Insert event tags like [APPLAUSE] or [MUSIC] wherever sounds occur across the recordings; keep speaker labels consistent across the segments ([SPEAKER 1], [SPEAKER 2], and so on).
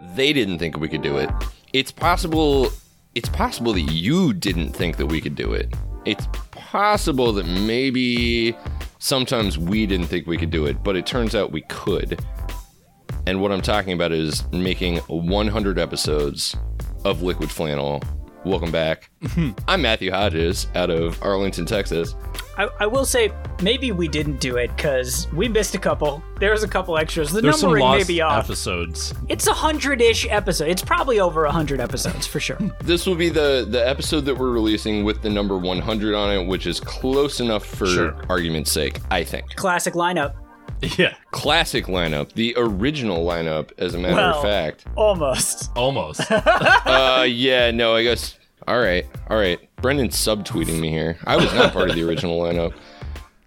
[SPEAKER 1] they didn't think we could do it. It's possible it's possible that you didn't think that we could do it. It's possible that maybe sometimes we didn't think we could do it, but it turns out we could. And what I'm talking about is making 100 episodes of Liquid Flannel. Welcome back. I'm Matthew Hodges out of Arlington, Texas.
[SPEAKER 2] I, I will say maybe we didn't do it because we missed a couple. There was a couple extras. The
[SPEAKER 3] There's some
[SPEAKER 2] numbering may
[SPEAKER 3] lost
[SPEAKER 2] be off.
[SPEAKER 3] episodes. [LAUGHS]
[SPEAKER 2] It's a hundred-ish episode. It's probably over a hundred episodes for
[SPEAKER 3] [LAUGHS]
[SPEAKER 2] sure.
[SPEAKER 1] This will be the the episode that we're releasing with the number 100 on it, which is close enough for
[SPEAKER 3] Sure.
[SPEAKER 1] argument's sake, I think.
[SPEAKER 2] Classic lineup,
[SPEAKER 3] Yeah,
[SPEAKER 1] Classic lineup, the original lineup, as a matter
[SPEAKER 2] Well.
[SPEAKER 1] of fact.
[SPEAKER 2] almost.
[SPEAKER 3] almost.
[SPEAKER 1] Uh, yeah, no, I guess. All right, all right. Brendan's subtweeting me here. I was not part of the original lineup.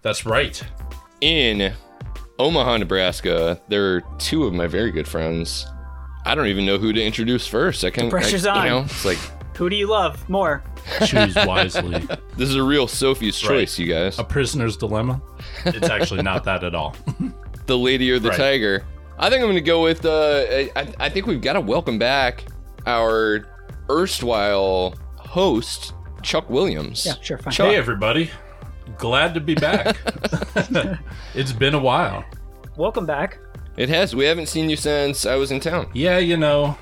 [SPEAKER 3] That's right.
[SPEAKER 1] In Omaha, Nebraska, there are two of my very good friends. I don't even know who to introduce first. I can.
[SPEAKER 2] The pressure's
[SPEAKER 1] I,
[SPEAKER 2] on.
[SPEAKER 1] You know, it's like
[SPEAKER 2] Who do you love more?
[SPEAKER 3] Choose wisely.
[SPEAKER 1] this is a real Sophie's
[SPEAKER 3] Right.
[SPEAKER 1] choice, you guys.
[SPEAKER 3] A prisoner's dilemma. It's actually not that at all.
[SPEAKER 1] the lady or the
[SPEAKER 3] Right.
[SPEAKER 1] tiger. I think I'm going to go with. Uh, I- I, I think we've got to welcome back our erstwhile host, Chuck Williams.
[SPEAKER 2] Yeah, sure, fine.
[SPEAKER 1] Chuck,
[SPEAKER 3] Hey, everybody. Glad to be back. [LAUGHS] it's been a while.
[SPEAKER 2] Welcome back.
[SPEAKER 1] it has. We haven't seen you since I was in town.
[SPEAKER 3] Yeah, you know,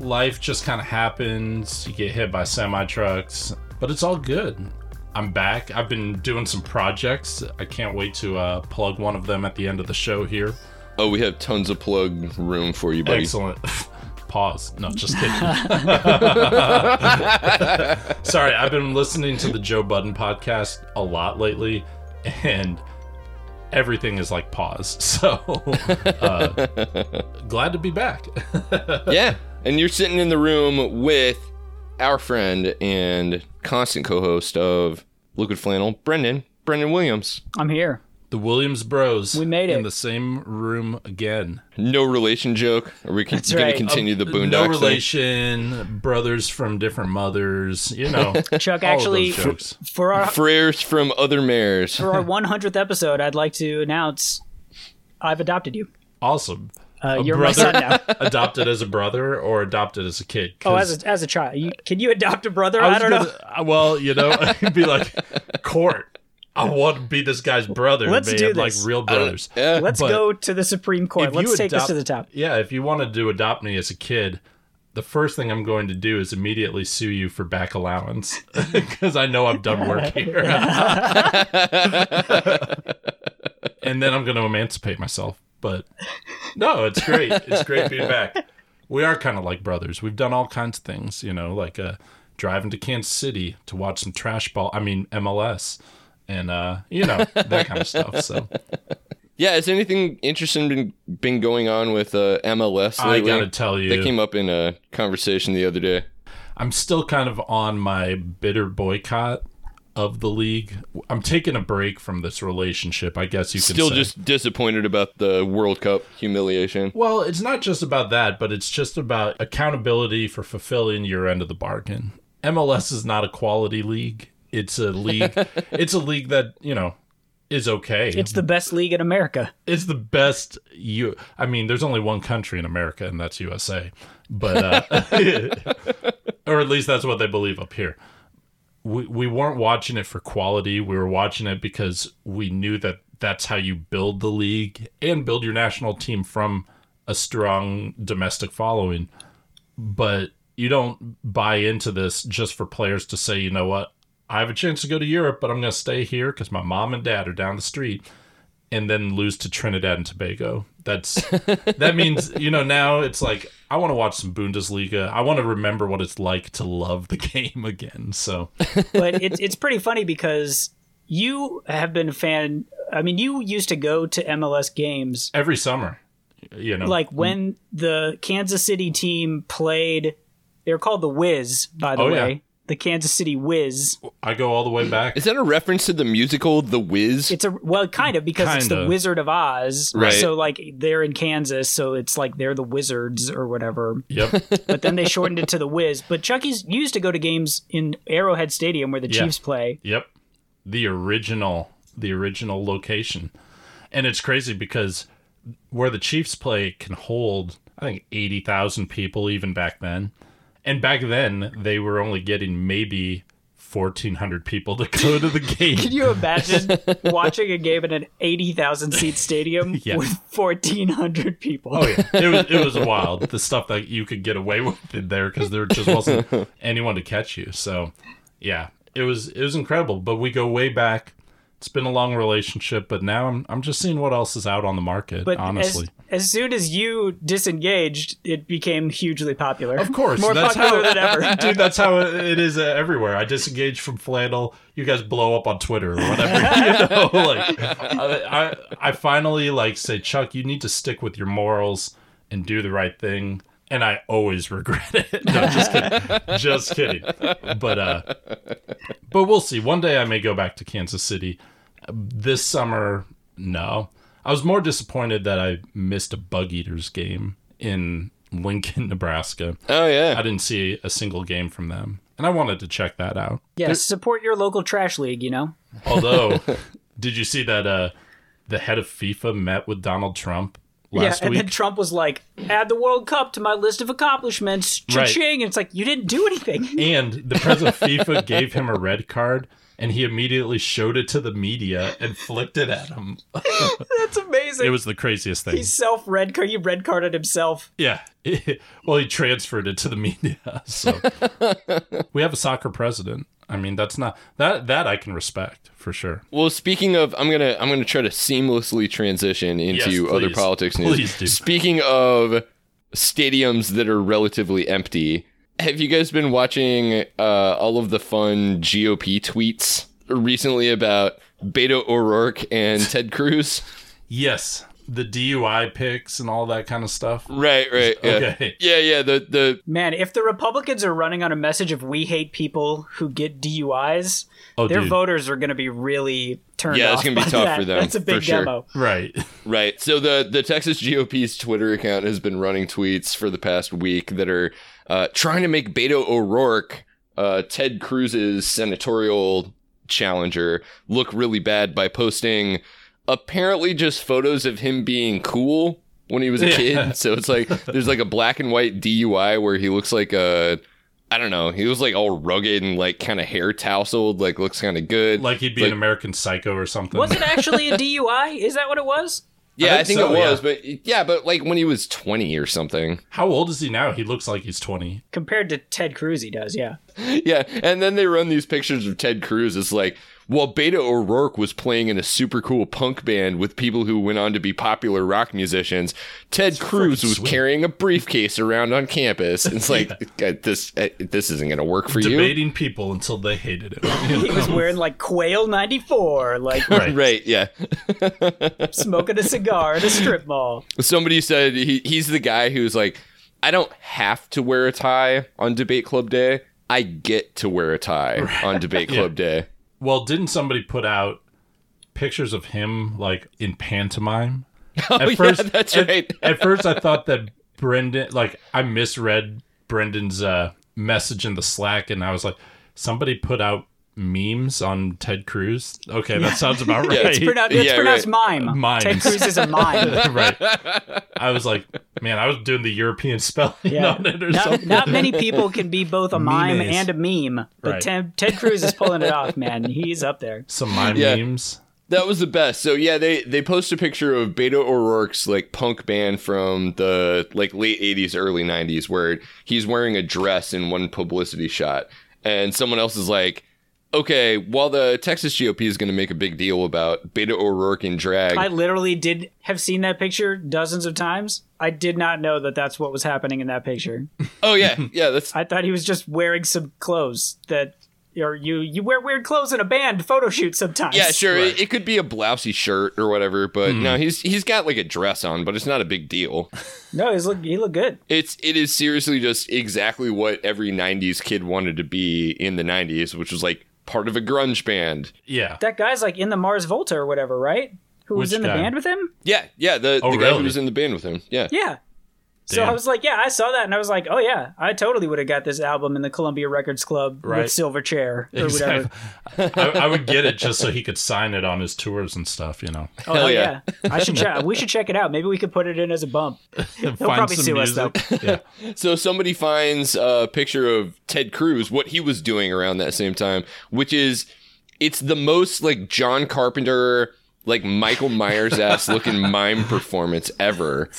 [SPEAKER 3] life just kind of happens. You get hit by semi trucks, but it's all good. I'm back. I've been doing some projects. I can't wait to uh, plug one of them at the end of the show here.
[SPEAKER 1] Oh, we have tons of plug room for you, buddy.
[SPEAKER 3] Excellent. [LAUGHS] Pause. No, just
[SPEAKER 2] [LAUGHS]
[SPEAKER 3] kidding. [LAUGHS] Sorry, I've been listening to the Joe Budden podcast a lot lately, and everything is like pause. [LAUGHS] So uh, glad to be back. [LAUGHS]
[SPEAKER 1] yeah. And you're sitting in the room with our friend and constant co host of Liquid Flannel, Brendan, Brendan Williams.
[SPEAKER 2] I'm here.
[SPEAKER 3] the Williams Bros.
[SPEAKER 2] We made it.
[SPEAKER 3] in the same room again.
[SPEAKER 1] No relation joke. Are we con- going
[SPEAKER 2] right.
[SPEAKER 1] to continue the boondocks?
[SPEAKER 3] Um, No
[SPEAKER 1] thing?
[SPEAKER 3] relation, brothers from different mothers. You know,
[SPEAKER 2] Chuck,
[SPEAKER 3] all of
[SPEAKER 2] actually,
[SPEAKER 3] those
[SPEAKER 2] for,
[SPEAKER 3] jokes.
[SPEAKER 2] for our
[SPEAKER 1] Frères from other mares.
[SPEAKER 2] for our 100th episode, I'd like to announce I've adopted you.
[SPEAKER 3] awesome.
[SPEAKER 2] Uh,
[SPEAKER 3] A
[SPEAKER 2] you're my son
[SPEAKER 3] [LAUGHS]
[SPEAKER 2] now.
[SPEAKER 3] adopted as a brother or adopted as a kid?
[SPEAKER 2] Oh,
[SPEAKER 3] 'Cause-
[SPEAKER 2] as a, as a child, you, can you adopt a brother?
[SPEAKER 3] I
[SPEAKER 2] I,
[SPEAKER 3] was
[SPEAKER 2] don't know.
[SPEAKER 3] gonna- uh, Well, you know, [LAUGHS] I'd be like, court. I want to be this guy's brother.
[SPEAKER 2] Let's
[SPEAKER 3] man,
[SPEAKER 2] do
[SPEAKER 3] like
[SPEAKER 2] this.
[SPEAKER 3] real brothers.
[SPEAKER 1] Yeah.
[SPEAKER 2] Let's
[SPEAKER 3] but
[SPEAKER 2] go to the Supreme Court.
[SPEAKER 3] If
[SPEAKER 2] Let's
[SPEAKER 3] you
[SPEAKER 2] take this
[SPEAKER 3] adopt-
[SPEAKER 2] to the top.
[SPEAKER 3] Yeah, if you wanted to adopt me as a kid, the first thing I'm going to do is immediately sue you for back allowance [LAUGHS] because I know I've done work here. [LAUGHS] and then I'm going to emancipate myself. But no, it's great. It's great being back. We are kind of like brothers. We've done all kinds of things, you know, like uh, driving to Kansas City to watch some trash ball. I mean, MLS. And uh, you know that kind of stuff. So
[SPEAKER 1] Yeah, has anything interesting been been going on with uh, MLS
[SPEAKER 3] I
[SPEAKER 1] lately?
[SPEAKER 3] gotta tell you,
[SPEAKER 1] That came up in a conversation the other day.
[SPEAKER 3] I'm still kind of on my bitter boycott of the league. I'm taking a break from this relationship, I guess you could
[SPEAKER 1] Still
[SPEAKER 3] say.
[SPEAKER 1] just disappointed about the World Cup humiliation.
[SPEAKER 3] well, it's not just about that, but it's just about accountability for fulfilling your end of the bargain. MLS is not a quality league. It's a league.
[SPEAKER 1] [LAUGHS]
[SPEAKER 3] it's a league that, you know, is okay.
[SPEAKER 2] It's the best league in America.
[SPEAKER 3] it's the best you i mean there's only one country in america and that's usa but uh, [LAUGHS] or at least that's what they believe up here we, we weren't watching it for quality we were watching it because we knew that that's how you build the league and build your national team from a strong domestic following but you don't buy into this just for players to say you know what i have a chance to go to europe but i'm going to stay here because my mom and dad are down the street and then lose to Trinidad and Tobago. That's that means you know now it's like I want to watch some Bundesliga. I want to remember what it's like to love the [LAUGHS] game again. So
[SPEAKER 2] but it's it's pretty funny because you have been a fan. I mean, you used to go to MLS games
[SPEAKER 3] every summer, you know,
[SPEAKER 2] like when the Kansas City team played. They were called the Wiz, by the
[SPEAKER 3] Oh,
[SPEAKER 2] way.
[SPEAKER 3] yeah.
[SPEAKER 2] The Kansas City Wiz.
[SPEAKER 3] I go all the way back.
[SPEAKER 1] Is that a reference to the musical The Wiz?
[SPEAKER 2] It's a well, kind of because it's the
[SPEAKER 3] Kinda.
[SPEAKER 2] Wizard of Oz.
[SPEAKER 1] Right.
[SPEAKER 2] So like they're in Kansas, so it's like they're the Wizards or whatever.
[SPEAKER 3] Yep.
[SPEAKER 2] But then they shortened it to the Wiz. But Chucky's you used to go to games in Arrowhead Stadium where the
[SPEAKER 3] Yeah.
[SPEAKER 2] Chiefs play.
[SPEAKER 3] Yep. The original the original location. And it's crazy because where the Chiefs play can hold I think eighty thousand people even back then, and back then they were only getting maybe fourteen hundred people to go to the
[SPEAKER 2] Can
[SPEAKER 3] game.
[SPEAKER 2] you
[SPEAKER 3] [LAUGHS]
[SPEAKER 2] imagine watching a game in an 80,000 seat stadium
[SPEAKER 3] [LAUGHS] Yeah.
[SPEAKER 2] with 1,400 people?
[SPEAKER 3] Oh yeah, it was it was wild the stuff that you could get away [LAUGHS] with in there because there just wasn't anyone to catch you. So yeah, it was it was incredible. But we go way back. It's been a long relationship, but now I'm I'm just seeing what else is out on the market.
[SPEAKER 2] But
[SPEAKER 3] honestly.
[SPEAKER 2] As, as soon as you disengaged, it became hugely popular.
[SPEAKER 3] Of course,
[SPEAKER 2] More
[SPEAKER 3] that's
[SPEAKER 2] popular
[SPEAKER 3] how,
[SPEAKER 2] than
[SPEAKER 3] [LAUGHS]
[SPEAKER 2] ever.
[SPEAKER 3] dude. That's how it it is uh, everywhere. I disengage from flannel. You guys blow up on Twitter or whatever. [LAUGHS] you know, like I, I, I finally like say, Chuck, you need to stick with your morals and do the right thing. And I always regret it. [LAUGHS] No, just kidding. just kidding. But uh, but we'll see. One day I may go back to Kansas City. This summer, no. I was more disappointed that I missed a Bug Eaters game in Lincoln, [LAUGHS] Nebraska.
[SPEAKER 1] Oh
[SPEAKER 3] I
[SPEAKER 1] yeah.
[SPEAKER 3] didn't see a single game from them, and I wanted to check that out.
[SPEAKER 2] Yeah, support your local trash league, you know? [LAUGHS]
[SPEAKER 3] Although, did you see that uh, the head of FIFA met with Donald Trump last
[SPEAKER 2] yeah, and
[SPEAKER 3] week?
[SPEAKER 2] then Trump was like, add the World Cup to my list of accomplishments.
[SPEAKER 3] Right.
[SPEAKER 2] Cha-ching. And it's like, you didn't do anything. [LAUGHS]
[SPEAKER 3] and the president of FIFA gave him a red card, and he immediately showed it to the media and flipped it at him.
[SPEAKER 2] That's amazing.
[SPEAKER 3] It was the craziest thing.
[SPEAKER 2] he self red card. He red carded himself.
[SPEAKER 3] Yeah. [LAUGHS] well, he transferred it to the media. [LAUGHS]
[SPEAKER 2] [LAUGHS]
[SPEAKER 3] So we have a soccer president. I mean, that's not that that I can respect for sure.
[SPEAKER 1] Well, speaking of, I'm gonna I'm gonna try to seamlessly transition into
[SPEAKER 3] Yes,
[SPEAKER 1] other
[SPEAKER 3] please.
[SPEAKER 1] politics
[SPEAKER 3] Please
[SPEAKER 1] news.
[SPEAKER 3] do.
[SPEAKER 1] Speaking of stadiums that are relatively empty, have you guys been watching uh, all of the fun GOP tweets recently about Beto O'Rourke and Ted
[SPEAKER 3] [LAUGHS]
[SPEAKER 1] Cruz?
[SPEAKER 3] Yes, the DUI picks and all that kind of stuff.
[SPEAKER 1] Right, right. Yeah.
[SPEAKER 3] Okay.
[SPEAKER 1] Yeah, yeah. The the
[SPEAKER 2] Man, if the Republicans are running on a message of we hate people who get DUIs,
[SPEAKER 3] Oh,
[SPEAKER 2] their
[SPEAKER 3] dude.
[SPEAKER 2] voters are going to be really turned
[SPEAKER 1] Yeah,
[SPEAKER 2] off.
[SPEAKER 1] it's gonna be
[SPEAKER 2] by
[SPEAKER 1] tough
[SPEAKER 2] that.
[SPEAKER 1] for them,
[SPEAKER 2] That's a big
[SPEAKER 1] for sure.
[SPEAKER 2] demo.
[SPEAKER 3] Right.
[SPEAKER 1] Right. So the the Texas GOP's Twitter account has been running tweets for the past week that are uh, trying to make Beto O'Rourke, uh, Ted Cruz's senatorial challenger, look really bad by posting apparently just photos of him being cool when he was a
[SPEAKER 3] Yeah.
[SPEAKER 1] kid. So it's like there's like a black and white DUI where he looks like a I don't know. He was like all rugged and like kind of hair tousled, like looks kind of good.
[SPEAKER 3] Like he'd be
[SPEAKER 1] Like-
[SPEAKER 3] an American psycho or
[SPEAKER 2] [LAUGHS]
[SPEAKER 3] something.
[SPEAKER 2] Was it actually a DUI? Is that what it was?
[SPEAKER 1] yeah, I think,
[SPEAKER 3] think so,
[SPEAKER 1] it was, but yeah, but like when he was 20 or something.
[SPEAKER 3] How old is he now? He looks like he's 20.
[SPEAKER 2] Compared to Ted Cruz, he does, yeah.
[SPEAKER 1] Yeah, and then they run these pictures of Ted Cruz. It's like, well, Beta O'Rourke was playing in a super cool punk band with people who went on to be popular rock musicians. Ted Cruz
[SPEAKER 3] freaking
[SPEAKER 1] was
[SPEAKER 3] sweet.
[SPEAKER 1] carrying a briefcase around on campus. It's
[SPEAKER 3] [LAUGHS]
[SPEAKER 1] like God, this uh, this isn't going to work for you,
[SPEAKER 3] Debating people until they hated
[SPEAKER 1] [LAUGHS]
[SPEAKER 3] him.
[SPEAKER 2] He was wearing like Quail 94, like [LAUGHS]
[SPEAKER 3] right.
[SPEAKER 1] right? Yeah.
[SPEAKER 2] smoking a cigar at a strip mall.
[SPEAKER 1] Somebody said he, he's the guy who's like, I don't have to wear a tie on debate club day. I get to wear a
[SPEAKER 3] [LAUGHS]
[SPEAKER 1] tie on debate club day.
[SPEAKER 3] Well, didn't somebody put out pictures of him like in
[SPEAKER 1] [LAUGHS]
[SPEAKER 3] pantomime? at
[SPEAKER 1] Oh, yeah, that's
[SPEAKER 3] at-
[SPEAKER 1] right.
[SPEAKER 3] at first, I thought that Brendan, like, I misread Brendan's uh, message in the Slack, and I was like, somebody put out memes on Ted Cruz. Okay, that sounds
[SPEAKER 1] [LAUGHS]
[SPEAKER 3] about right.
[SPEAKER 1] it's
[SPEAKER 2] It's, pronoun- it's
[SPEAKER 1] Yeah,
[SPEAKER 2] pronounced mime.
[SPEAKER 3] Mimes.
[SPEAKER 2] Ted Cruz is
[SPEAKER 1] [LAUGHS]
[SPEAKER 2] a [LAUGHS] mime.
[SPEAKER 3] right. [LAUGHS] I was like, man, I was doing the European spelling
[SPEAKER 2] Yeah.
[SPEAKER 3] on it or
[SPEAKER 2] Not,
[SPEAKER 3] something.
[SPEAKER 2] not many people can be both a mime
[SPEAKER 3] Memes.
[SPEAKER 2] and a meme, but
[SPEAKER 3] Right.
[SPEAKER 2] Ted, Ted Cruz is pulling it off, man. He's up there.
[SPEAKER 3] Some mime
[SPEAKER 1] Yeah.
[SPEAKER 3] memes.
[SPEAKER 1] That was the best. So yeah, they they post a picture of Beto O'Rourke's like punk band from the like late '80s, early '90s, where he's wearing a dress in one publicity shot, and someone else is like, "Okay, while the Texas GOP is going to make a big deal about Beto O'Rourke in drag,
[SPEAKER 2] I literally did have seen that picture dozens of times. I did not know that that's what was happening in that picture.
[SPEAKER 1] oh yeah, yeah, that's
[SPEAKER 2] I thought he was just wearing some clothes that, or you you wear weird clothes in a band photo shoot sometimes.
[SPEAKER 1] yeah, sure,
[SPEAKER 3] right.
[SPEAKER 1] it, it could be a blousy shirt or whatever, but
[SPEAKER 2] Hmm.
[SPEAKER 1] no, he's he's got like a dress on, but it's not a big deal.
[SPEAKER 2] No, he's look he looked good.
[SPEAKER 1] It's it is seriously just exactly what every '90s kid wanted to be in the '90s, which was like part of a grunge band.
[SPEAKER 3] Yeah.
[SPEAKER 2] That guy's like in the Mars Volta or whatever, right? Who was
[SPEAKER 3] Which
[SPEAKER 2] in the
[SPEAKER 3] guy?
[SPEAKER 2] band with him?
[SPEAKER 1] Yeah, yeah, the,
[SPEAKER 3] Oh,
[SPEAKER 1] the guy
[SPEAKER 3] really?
[SPEAKER 1] who was in the band with him. Yeah.
[SPEAKER 2] Yeah. So
[SPEAKER 3] Damn.
[SPEAKER 2] I was like, yeah, I saw that, and I was like, oh yeah, I totally would have got this album in the Columbia Records Club
[SPEAKER 3] Right.
[SPEAKER 2] with Silverchair or whatever.
[SPEAKER 3] [LAUGHS] Exactly. I, I would get it just so he could sign it on his tours and stuff,
[SPEAKER 2] [LAUGHS]
[SPEAKER 3] you know.
[SPEAKER 2] Oh
[SPEAKER 1] Hell
[SPEAKER 2] hell
[SPEAKER 1] yeah.
[SPEAKER 2] yeah. I should check. We should check it out. Maybe we could put it in as a bump.
[SPEAKER 3] He'll
[SPEAKER 2] probably sue us, though.
[SPEAKER 3] Yeah.
[SPEAKER 1] So somebody finds a picture of Ted Cruz, what he was doing around that same time, which is it's the most like John Carpenter, like Michael Myers ass looking mime performance ever.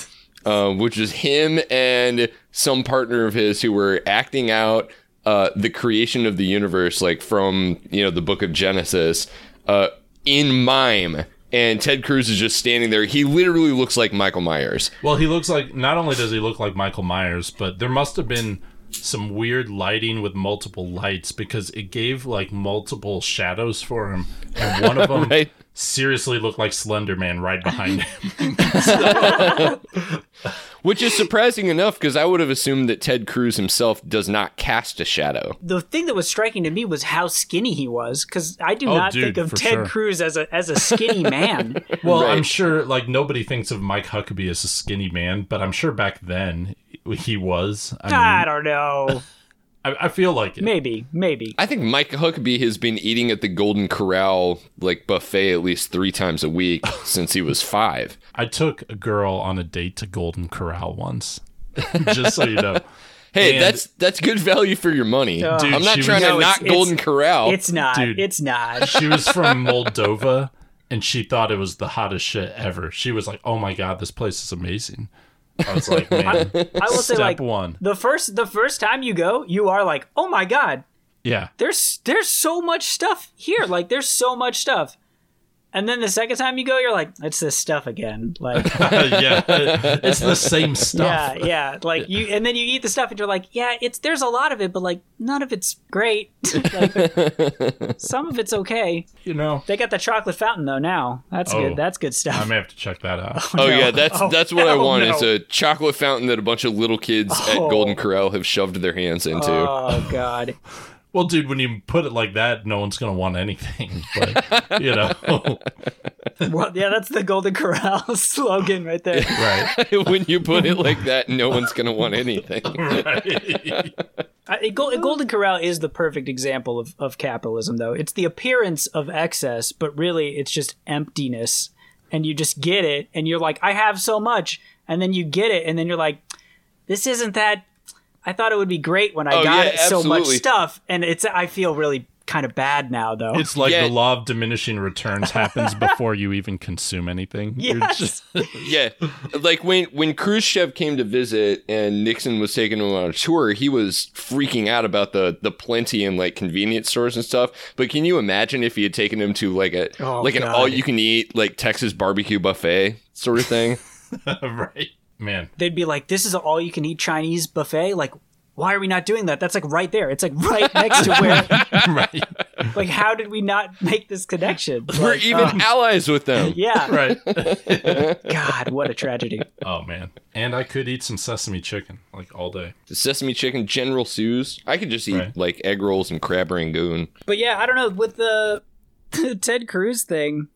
[SPEAKER 1] Uh, which is him and some partner of his who were acting out uh, the creation of the universe, like from you know the Book of Genesis, uh, in mime. And Ted Cruz is just standing there. He literally looks like Michael Myers.
[SPEAKER 3] Well, he looks like not only does he look like Michael Myers, but there must have been some weird lighting with multiple lights because it gave like multiple shadows for him, and
[SPEAKER 1] [LAUGHS]
[SPEAKER 3] one of them
[SPEAKER 1] Right.
[SPEAKER 3] seriously looked like Slender Man
[SPEAKER 2] [LAUGHS]
[SPEAKER 3] right behind him.
[SPEAKER 1] Which is surprising enough because I would have assumed that Ted Cruz himself does not cast a shadow.
[SPEAKER 2] The thing that was striking to me was how skinny he was, because I do
[SPEAKER 3] Oh,
[SPEAKER 2] not
[SPEAKER 3] dude,
[SPEAKER 2] think of
[SPEAKER 3] for
[SPEAKER 2] Ted
[SPEAKER 3] sure.
[SPEAKER 2] Cruz as a as a skinny man.
[SPEAKER 3] [LAUGHS] Well,
[SPEAKER 1] Right.
[SPEAKER 3] I'm sure like nobody thinks of Mike Huckabee as a skinny man, but I'm sure back then he was. I, mean,
[SPEAKER 2] I don't know.
[SPEAKER 3] I, I feel like it.
[SPEAKER 2] Maybe, maybe.
[SPEAKER 1] I think Mike Huckabee has been eating at the Golden Corral like buffet at least three times a week since he was five.
[SPEAKER 3] I took a girl on a date to Golden Corral once. [LAUGHS] Just so you know.
[SPEAKER 1] Hey,
[SPEAKER 3] And-
[SPEAKER 1] that's that's good value for your money.
[SPEAKER 3] Dude,
[SPEAKER 1] I'm not
[SPEAKER 3] she
[SPEAKER 1] trying
[SPEAKER 3] was-
[SPEAKER 1] to
[SPEAKER 2] No, it's-
[SPEAKER 1] knock Golden Corral.
[SPEAKER 2] It's not.
[SPEAKER 3] Oh, Dude.
[SPEAKER 2] It's not.
[SPEAKER 3] [LAUGHS] She was from Moldova and she thought it was the hottest shit ever. She was like, "Oh my god, this place is amazing." I was like, "Man,
[SPEAKER 2] I will say,
[SPEAKER 3] step
[SPEAKER 2] like
[SPEAKER 3] one,
[SPEAKER 2] the first the first time you go, you are like, oh my god,
[SPEAKER 3] yeah, [LAUGHS]
[SPEAKER 2] there's there's so much stuff here. Like there's so much stuff. And then the second time you go, you're like, it's this stuff again.
[SPEAKER 3] [LAUGHS]
[SPEAKER 2] Like
[SPEAKER 3] yeah, it's the same
[SPEAKER 2] yeah,
[SPEAKER 3] stuff."
[SPEAKER 2] yeah. Like you and then you eat the stuff and you're like, yeah, it's there's a lot of it, but like none of it's great. [LAUGHS] Like, some of it's okay.
[SPEAKER 3] You know,
[SPEAKER 2] They got the chocolate fountain though now. That's
[SPEAKER 3] Oh.
[SPEAKER 2] good. That's good stuff.
[SPEAKER 3] I may have to check that out.
[SPEAKER 1] oh yeah, that's
[SPEAKER 2] [LAUGHS] Oh,
[SPEAKER 1] that's what I
[SPEAKER 2] hell
[SPEAKER 1] want is
[SPEAKER 2] no.
[SPEAKER 1] a chocolate fountain that a bunch of little kids at
[SPEAKER 2] Oh.
[SPEAKER 1] Golden Corral have shoved their hands into.
[SPEAKER 2] Oh god.
[SPEAKER 3] Well, dude, when you put it like that, no one's gonna want anything. But you know, [LAUGHS]
[SPEAKER 2] Well, yeah, that's the Golden Corral [LAUGHS] slogan right there.
[SPEAKER 3] [LAUGHS] right?
[SPEAKER 1] [LAUGHS] when you put it like that, no one's gonna want anything.
[SPEAKER 3] right.
[SPEAKER 2] I, Go- Golden Corral is the perfect example of, of capitalism, though. It's the appearance of excess, but really it's just emptiness. And you just get it, and you're like, I have so much. And then you get it, and then you're like, this isn't that. I thought it would be great when I
[SPEAKER 1] Oh,
[SPEAKER 2] got
[SPEAKER 1] yeah,
[SPEAKER 2] it so much
[SPEAKER 1] absolutely.
[SPEAKER 2] stuff. And it's I feel really kind of bad now, though. [LAUGHS]
[SPEAKER 3] It's like
[SPEAKER 1] Yeah.
[SPEAKER 3] the law of diminishing returns happens before you even consume anything. You're
[SPEAKER 2] Yes.
[SPEAKER 3] just-
[SPEAKER 1] yeah like when when khrushchev came to visit and nixon was taking him on a tour he was freaking out about the the plenty in like convenience stores and stuff but can you imagine if he had taken him to like a
[SPEAKER 2] Oh,
[SPEAKER 1] like an
[SPEAKER 2] God.
[SPEAKER 1] all you can eat like texas barbecue buffet sort of thing
[SPEAKER 3] [LAUGHS] right, [LAUGHS] man.
[SPEAKER 2] They'd be like, this is all you can eat Chinese buffet. Like, why are we not doing that? That's like right there. It's like right next to
[SPEAKER 1] [LAUGHS]
[SPEAKER 2] where.
[SPEAKER 3] Right,
[SPEAKER 2] like, how did we not [LAUGHS] make this connection?
[SPEAKER 1] we're
[SPEAKER 2] Like,
[SPEAKER 1] even allies with them
[SPEAKER 2] [LAUGHS] yeah.
[SPEAKER 3] right.
[SPEAKER 2] God, what a tragedy.
[SPEAKER 3] Oh man. And I could eat some sesame chicken like all day. [LAUGHS]
[SPEAKER 1] sesame chicken general sue's i could just eat
[SPEAKER 3] Right.
[SPEAKER 1] like egg rolls and crab rangoon
[SPEAKER 2] But yeah, I don't know. With the, [LAUGHS] the Ted Cruz thing,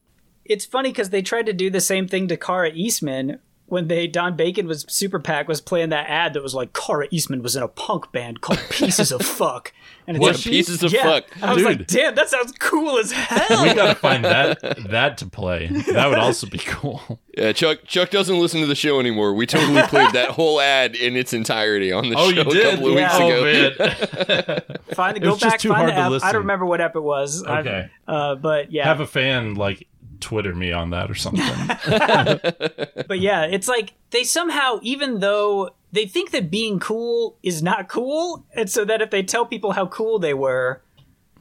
[SPEAKER 2] it's funny because they tried to do the same thing to Cara Eastman when they Don Bacon was Super PAC was playing that ad that was like Cara Eastman was in a punk band called Pieces of Fuck. And it's
[SPEAKER 1] what
[SPEAKER 2] like,
[SPEAKER 1] pieces of
[SPEAKER 2] yeah.
[SPEAKER 1] fuck
[SPEAKER 2] And I was like,
[SPEAKER 3] Dude.
[SPEAKER 2] damn, that sounds cool as
[SPEAKER 3] [LAUGHS]
[SPEAKER 2] hell.
[SPEAKER 3] We gotta find that that to play. That would also be cool.
[SPEAKER 1] yeah Uh, chuck chuck doesn't listen to the show anymore we totally played that whole ad in its entirety on the
[SPEAKER 3] [LAUGHS] Oh,
[SPEAKER 1] show
[SPEAKER 3] you did.
[SPEAKER 1] a couple of
[SPEAKER 2] Yeah.
[SPEAKER 1] weeks ago
[SPEAKER 3] Oh man.
[SPEAKER 2] find the
[SPEAKER 3] It
[SPEAKER 2] go
[SPEAKER 3] was just
[SPEAKER 2] back,
[SPEAKER 3] too
[SPEAKER 2] find
[SPEAKER 3] hard
[SPEAKER 2] the
[SPEAKER 3] to
[SPEAKER 2] app. I
[SPEAKER 3] listen.
[SPEAKER 2] don't remember what app it was. I-
[SPEAKER 3] Okay.
[SPEAKER 2] Uh, but yeah.
[SPEAKER 3] [LAUGHS] Have a fan like Twitter me on that or something. [LAUGHS]
[SPEAKER 2] But yeah, it's like they somehow, even though they think that being cool is not cool, and so that if they tell people how cool they were,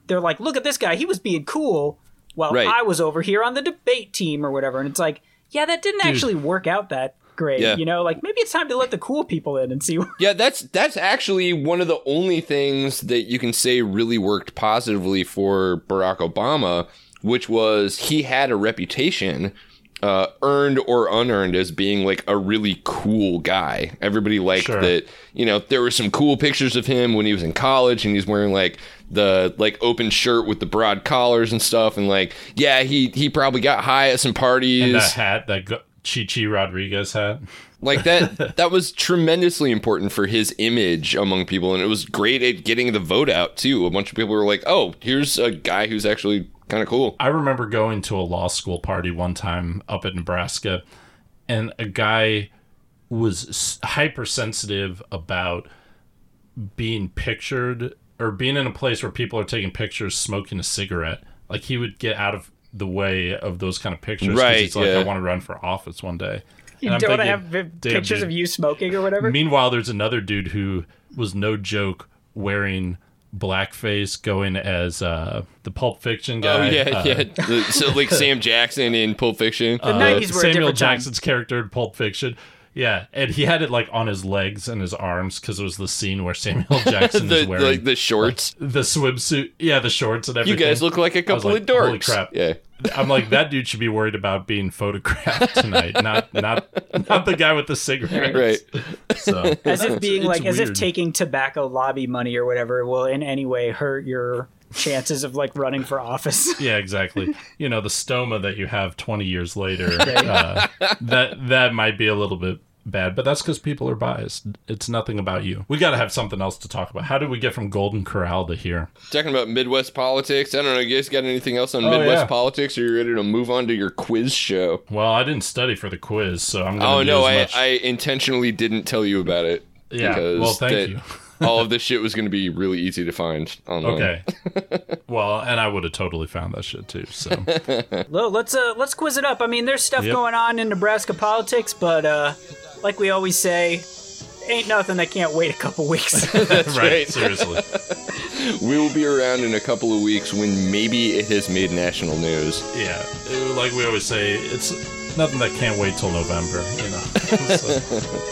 [SPEAKER 2] they're like, look at this guy, he was being cool while
[SPEAKER 1] Right.
[SPEAKER 2] I was over here on the debate team or whatever. And it's like, yeah, that didn't actually work out that great.
[SPEAKER 1] Yeah.
[SPEAKER 2] You know, like maybe it's time to let the cool people in and see. [LAUGHS]
[SPEAKER 1] Yeah, that's that's actually one of the only things that you can say really worked positively for Barack Obama, which was he had a reputation, uh, earned or unearned, as being like a really cool guy. Everybody liked
[SPEAKER 3] Sure.
[SPEAKER 1] that. You know, there were some cool pictures of him when he was in college, and he's wearing like the like open shirt with the broad collars and stuff, and like yeah, he he probably got high at some parties.
[SPEAKER 3] that hat, that go- Chichi Rodriguez hat.
[SPEAKER 1] Like that [LAUGHS] that was tremendously important for his image among people and it was great at getting the vote out too. A bunch of people were like, "Oh, here's a guy who's actually kind of cool."
[SPEAKER 3] I remember going to a law school party one time up in Nebraska, and a guy was s- hypersensitive about being pictured or being in a place where people are taking pictures smoking a cigarette. Like he would get out of the way of those kind of pictures. 'cause
[SPEAKER 1] Right,
[SPEAKER 3] He's like,
[SPEAKER 1] yeah.
[SPEAKER 3] I want to run for office one day.
[SPEAKER 2] You
[SPEAKER 3] And I'm
[SPEAKER 2] don't want to
[SPEAKER 3] thinking,
[SPEAKER 2] have vi-
[SPEAKER 3] "Damn,
[SPEAKER 2] pictures
[SPEAKER 3] dude."
[SPEAKER 2] of you smoking or whatever.
[SPEAKER 3] Meanwhile, there's another dude who was no joke wearing blackface, going as uh, the Pulp Fiction
[SPEAKER 1] Oh
[SPEAKER 3] guy.
[SPEAKER 1] yeah,
[SPEAKER 3] uh,
[SPEAKER 1] yeah. The- So
[SPEAKER 3] [LAUGHS]
[SPEAKER 1] like Sam Jackson in Pulp Fiction.
[SPEAKER 2] The 90s were a
[SPEAKER 3] Samuel
[SPEAKER 2] different time.
[SPEAKER 3] Jackson's character in Pulp Fiction. Yeah, and he had it like on his legs and his arms because it was the scene
[SPEAKER 1] [LAUGHS]
[SPEAKER 3] where Samuel Jackson
[SPEAKER 1] the
[SPEAKER 3] is wearing
[SPEAKER 1] like the shorts.
[SPEAKER 3] the swimsuit. Yeah, the shorts and
[SPEAKER 1] You
[SPEAKER 3] everything.
[SPEAKER 1] guys look like a couple
[SPEAKER 3] like,
[SPEAKER 1] of dorks.
[SPEAKER 3] "Holy crap." [LAUGHS]
[SPEAKER 1] Yeah.
[SPEAKER 3] I'm like that dude should be worried about being photographed tonight, not not not the guy with the cigarette.
[SPEAKER 1] Right.
[SPEAKER 3] So
[SPEAKER 2] as if being
[SPEAKER 3] it's
[SPEAKER 2] like as if
[SPEAKER 3] weird.
[SPEAKER 2] taking tobacco lobby money or whatever will in any way hurt your chances of like running for
[SPEAKER 3] [LAUGHS]
[SPEAKER 2] office.
[SPEAKER 3] Yeah, exactly. You know, the stoma that you have 20 years later, uh, that that might be a little bit bad, but that's because people are biased. It's nothing about you. We got to have something else to talk about. How did we get from Golden Corral to here?
[SPEAKER 1] Talking about Midwest politics. I don't know. You guys got anything else on
[SPEAKER 3] Oh,
[SPEAKER 1] Midwest
[SPEAKER 3] yeah.
[SPEAKER 1] politics? Or you ready to move on to your quiz show?
[SPEAKER 3] Well, I didn't study for the quiz, so I'm going
[SPEAKER 1] Oh
[SPEAKER 3] to
[SPEAKER 1] no, I,
[SPEAKER 3] much.
[SPEAKER 1] I intentionally didn't tell you about it.
[SPEAKER 3] Yeah, well, thank
[SPEAKER 1] that-
[SPEAKER 3] you.
[SPEAKER 1] [LAUGHS] all of this shit was going to be really easy to find online.
[SPEAKER 3] okay.
[SPEAKER 1] [LAUGHS]
[SPEAKER 3] well, and I would have totally found that shit too. So
[SPEAKER 2] Well, let's uh let's quiz it up. I mean, there's stuff
[SPEAKER 3] Yep.
[SPEAKER 2] going on in Nebraska politics, but uh like we always say, ain't nothing that can't wait a couple weeks.
[SPEAKER 1] [LAUGHS]
[SPEAKER 3] that's
[SPEAKER 1] right.
[SPEAKER 3] seriously.
[SPEAKER 1] We will be around in a couple of weeks when maybe it has made national news.
[SPEAKER 3] Yeah, it- like we always say, it's nothing that can't wait till November. You know. So-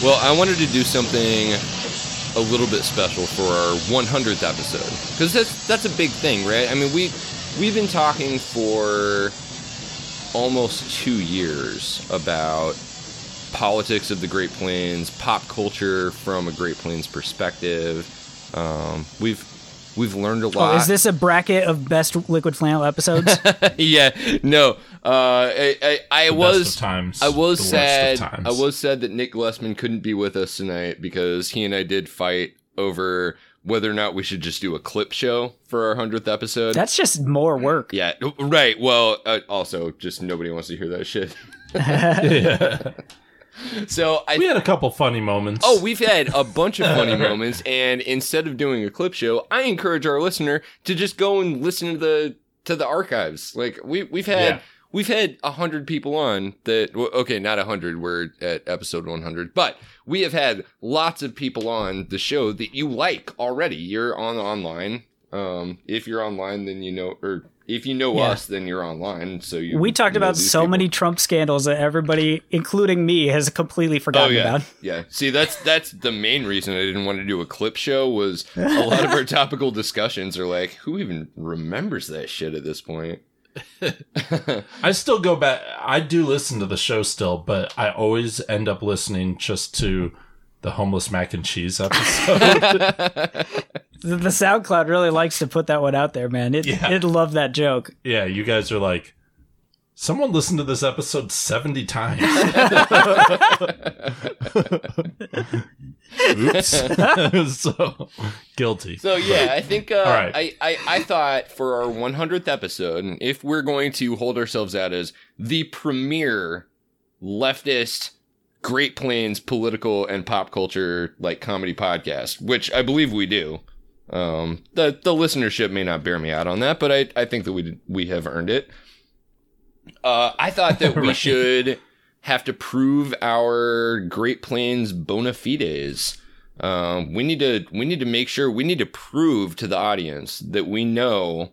[SPEAKER 1] Well, I wanted to do something a little bit special for our 100th episode because that's that's a big thing, right? I mean, we we've been talking for almost two years about politics of the Great Plains, pop culture from a Great Plains perspective. Um, we've we've learned a lot.
[SPEAKER 2] oh, is this a bracket of best liquid flannel episodes?
[SPEAKER 1] [LAUGHS] yeah, no. Uh, I, I, I was
[SPEAKER 3] of times,
[SPEAKER 1] I was
[SPEAKER 3] the worst of
[SPEAKER 1] sad.
[SPEAKER 3] times.
[SPEAKER 1] I
[SPEAKER 3] [LAUGHS]
[SPEAKER 1] was sad that Nick Glessman couldn't be with us tonight because he and I did fight over whether or not we should just do a clip show for our hundredth episode.
[SPEAKER 2] That's just more work.
[SPEAKER 1] yeah, right. Well, uh, also, just nobody wants to hear that shit. [LAUGHS] so I
[SPEAKER 3] We had a couple funny moments.
[SPEAKER 1] Oh, we've had a bunch of
[SPEAKER 2] [LAUGHS]
[SPEAKER 1] funny moments, and instead of doing a clip show, I encourage our listener to just go and listen to the to the archives. Like we we've had
[SPEAKER 3] Yeah.
[SPEAKER 1] we've had a hundred people on that. well, Okay, not a hundred. We're at episode one hundred, but we have had lots of people on the show that you like already. You're on online. Um, if you're online, then you know, or if you know
[SPEAKER 2] Yeah.
[SPEAKER 1] us, then you're online. So you
[SPEAKER 2] We talked
[SPEAKER 1] know
[SPEAKER 2] about
[SPEAKER 1] these
[SPEAKER 2] so
[SPEAKER 1] people.
[SPEAKER 2] many Trump scandals that everybody, including me, has completely forgotten
[SPEAKER 1] Oh, yeah.
[SPEAKER 2] about.
[SPEAKER 1] Yeah. See, that's that's the main reason I didn't want to do a clip show was a lot
[SPEAKER 2] [LAUGHS]
[SPEAKER 1] of our topical discussions are like, who even remembers that shit at this point?
[SPEAKER 3] I still go back. I do listen to the show still, but I always end up listening just to the homeless mac and cheese episode.
[SPEAKER 2] The, the SoundCloud really likes to put that one out there, man. It,
[SPEAKER 3] Yeah.
[SPEAKER 2] it loved that joke.
[SPEAKER 3] yeah, you guys are like, someone listened to this episode seventy times. Oops. [LAUGHS] so guilty.
[SPEAKER 1] So yeah, I think uh,
[SPEAKER 3] All right.
[SPEAKER 1] I, I I thought for our 100th episode, if we're going to hold ourselves out as the premier leftist Great Plains political and pop culture like comedy podcast, which I believe we do. Um, the the listenership may not bear me out on that, but I I think that we we have earned it. Uh, I thought that we
[SPEAKER 3] [LAUGHS] Right.
[SPEAKER 1] should have to prove our Great Plains bona fides. Um, we need to we need to make sure we need to prove to the audience that we know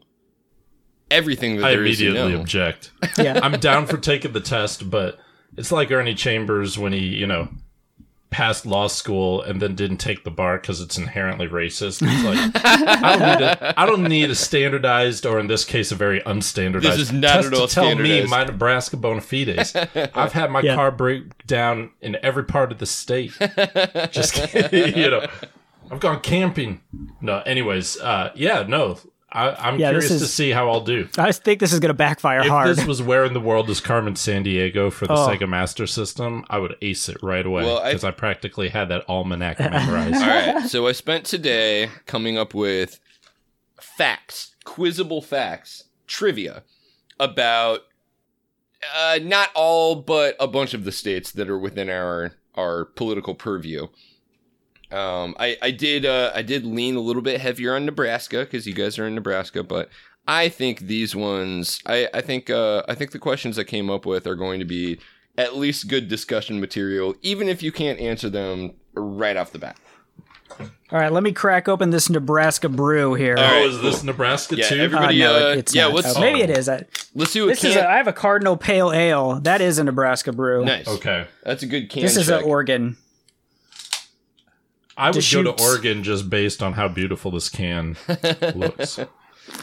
[SPEAKER 1] everything that
[SPEAKER 3] I
[SPEAKER 1] there is to
[SPEAKER 3] immediately
[SPEAKER 1] know.
[SPEAKER 3] object.
[SPEAKER 2] Yeah.
[SPEAKER 1] [LAUGHS]
[SPEAKER 3] I'm down for taking the test, but it's like Ernie Chambers when he, you know, passed law school and then didn't take the bar because it's inherently racist. It's like I, don't need a, I don't need a standardized, or in this case, a very unstandardized.
[SPEAKER 1] This is not
[SPEAKER 3] test
[SPEAKER 1] at all
[SPEAKER 3] to tell me
[SPEAKER 1] standardized.
[SPEAKER 3] my Nebraska bona fides. I've had my
[SPEAKER 2] Yeah.
[SPEAKER 3] car break down in every part of the state.
[SPEAKER 1] [LAUGHS]
[SPEAKER 3] Just [LAUGHS] kidding, you know, I've gone camping. No, anyways, uh, yeah, no, I, I'm
[SPEAKER 2] Yeah, this
[SPEAKER 3] curious to
[SPEAKER 2] is-
[SPEAKER 3] see how I'll do.
[SPEAKER 2] I think this is going to backfire
[SPEAKER 3] If
[SPEAKER 2] hard.
[SPEAKER 3] this was where in the world is Carmen San Diego for the
[SPEAKER 2] Oh.
[SPEAKER 3] Sega Master System, I would ace it right away
[SPEAKER 1] Well, I-
[SPEAKER 3] because I, practically had that almanac
[SPEAKER 1] [LAUGHS]
[SPEAKER 3] memorized.
[SPEAKER 1] All right. So I spent today coming up with facts, quizzable facts, trivia about uh, not all, but a bunch of the states that are within our our political purview. Um, I I did uh, I did lean a little bit heavier on Nebraska because you guys are in Nebraska, but I think these ones I I think uh, I think the questions I came up with are going to be at least good discussion material, even if you can't answer them right off the bat.
[SPEAKER 2] All right, let me crack open this Nebraska brew here.
[SPEAKER 1] All
[SPEAKER 3] Oh,
[SPEAKER 1] right,
[SPEAKER 3] is this Nebraska
[SPEAKER 1] Yeah,
[SPEAKER 3] too?
[SPEAKER 2] Uh,
[SPEAKER 1] everybody-
[SPEAKER 2] no,
[SPEAKER 1] uh,
[SPEAKER 2] it's
[SPEAKER 1] yeah,
[SPEAKER 2] not.
[SPEAKER 1] what's-
[SPEAKER 2] Oh, maybe it is. I,
[SPEAKER 1] Let's do a
[SPEAKER 2] this
[SPEAKER 1] can.
[SPEAKER 2] is. A, I have a Cardinal Pale Ale. That is a Nebraska brew.
[SPEAKER 1] nice. Okay,
[SPEAKER 3] okay.
[SPEAKER 1] that's a good can.
[SPEAKER 2] This is an
[SPEAKER 1] check.
[SPEAKER 2] Oregon.
[SPEAKER 3] I would go
[SPEAKER 2] Deschutes.
[SPEAKER 3] to Oregon just based on how beautiful
[SPEAKER 1] [LAUGHS]
[SPEAKER 3] this can looks.
[SPEAKER 1] All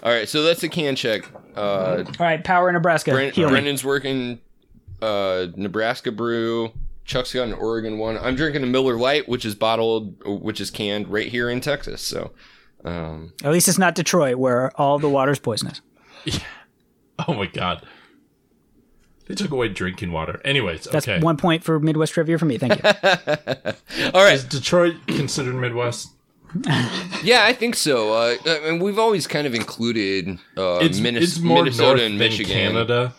[SPEAKER 1] right, so that's a can check. Uh,
[SPEAKER 2] All right, Power Nebraska.
[SPEAKER 1] Bren-
[SPEAKER 2] Heal me.
[SPEAKER 1] Brendan's working uh, Nebraska brew. Chuck's got an Oregon one. I'm drinking a Miller Light, which is bottled, which is canned right here in Texas. So, um,
[SPEAKER 2] At least it's not Detroit, where all the water's poisonous.
[SPEAKER 3] Oh my god. They took away drinking water. Anyways,
[SPEAKER 2] That's
[SPEAKER 3] okay.
[SPEAKER 2] one point for Midwest trivia for me. Thank you.
[SPEAKER 1] [LAUGHS] all right,
[SPEAKER 3] Is Detroit considered Midwest?
[SPEAKER 1] yeah, I think so. Uh, I mean, we've always kind of included uh,
[SPEAKER 3] It's,
[SPEAKER 1] Minnes-
[SPEAKER 3] it's more north
[SPEAKER 1] Minnesota and
[SPEAKER 3] than
[SPEAKER 1] Michigan.
[SPEAKER 3] Canada.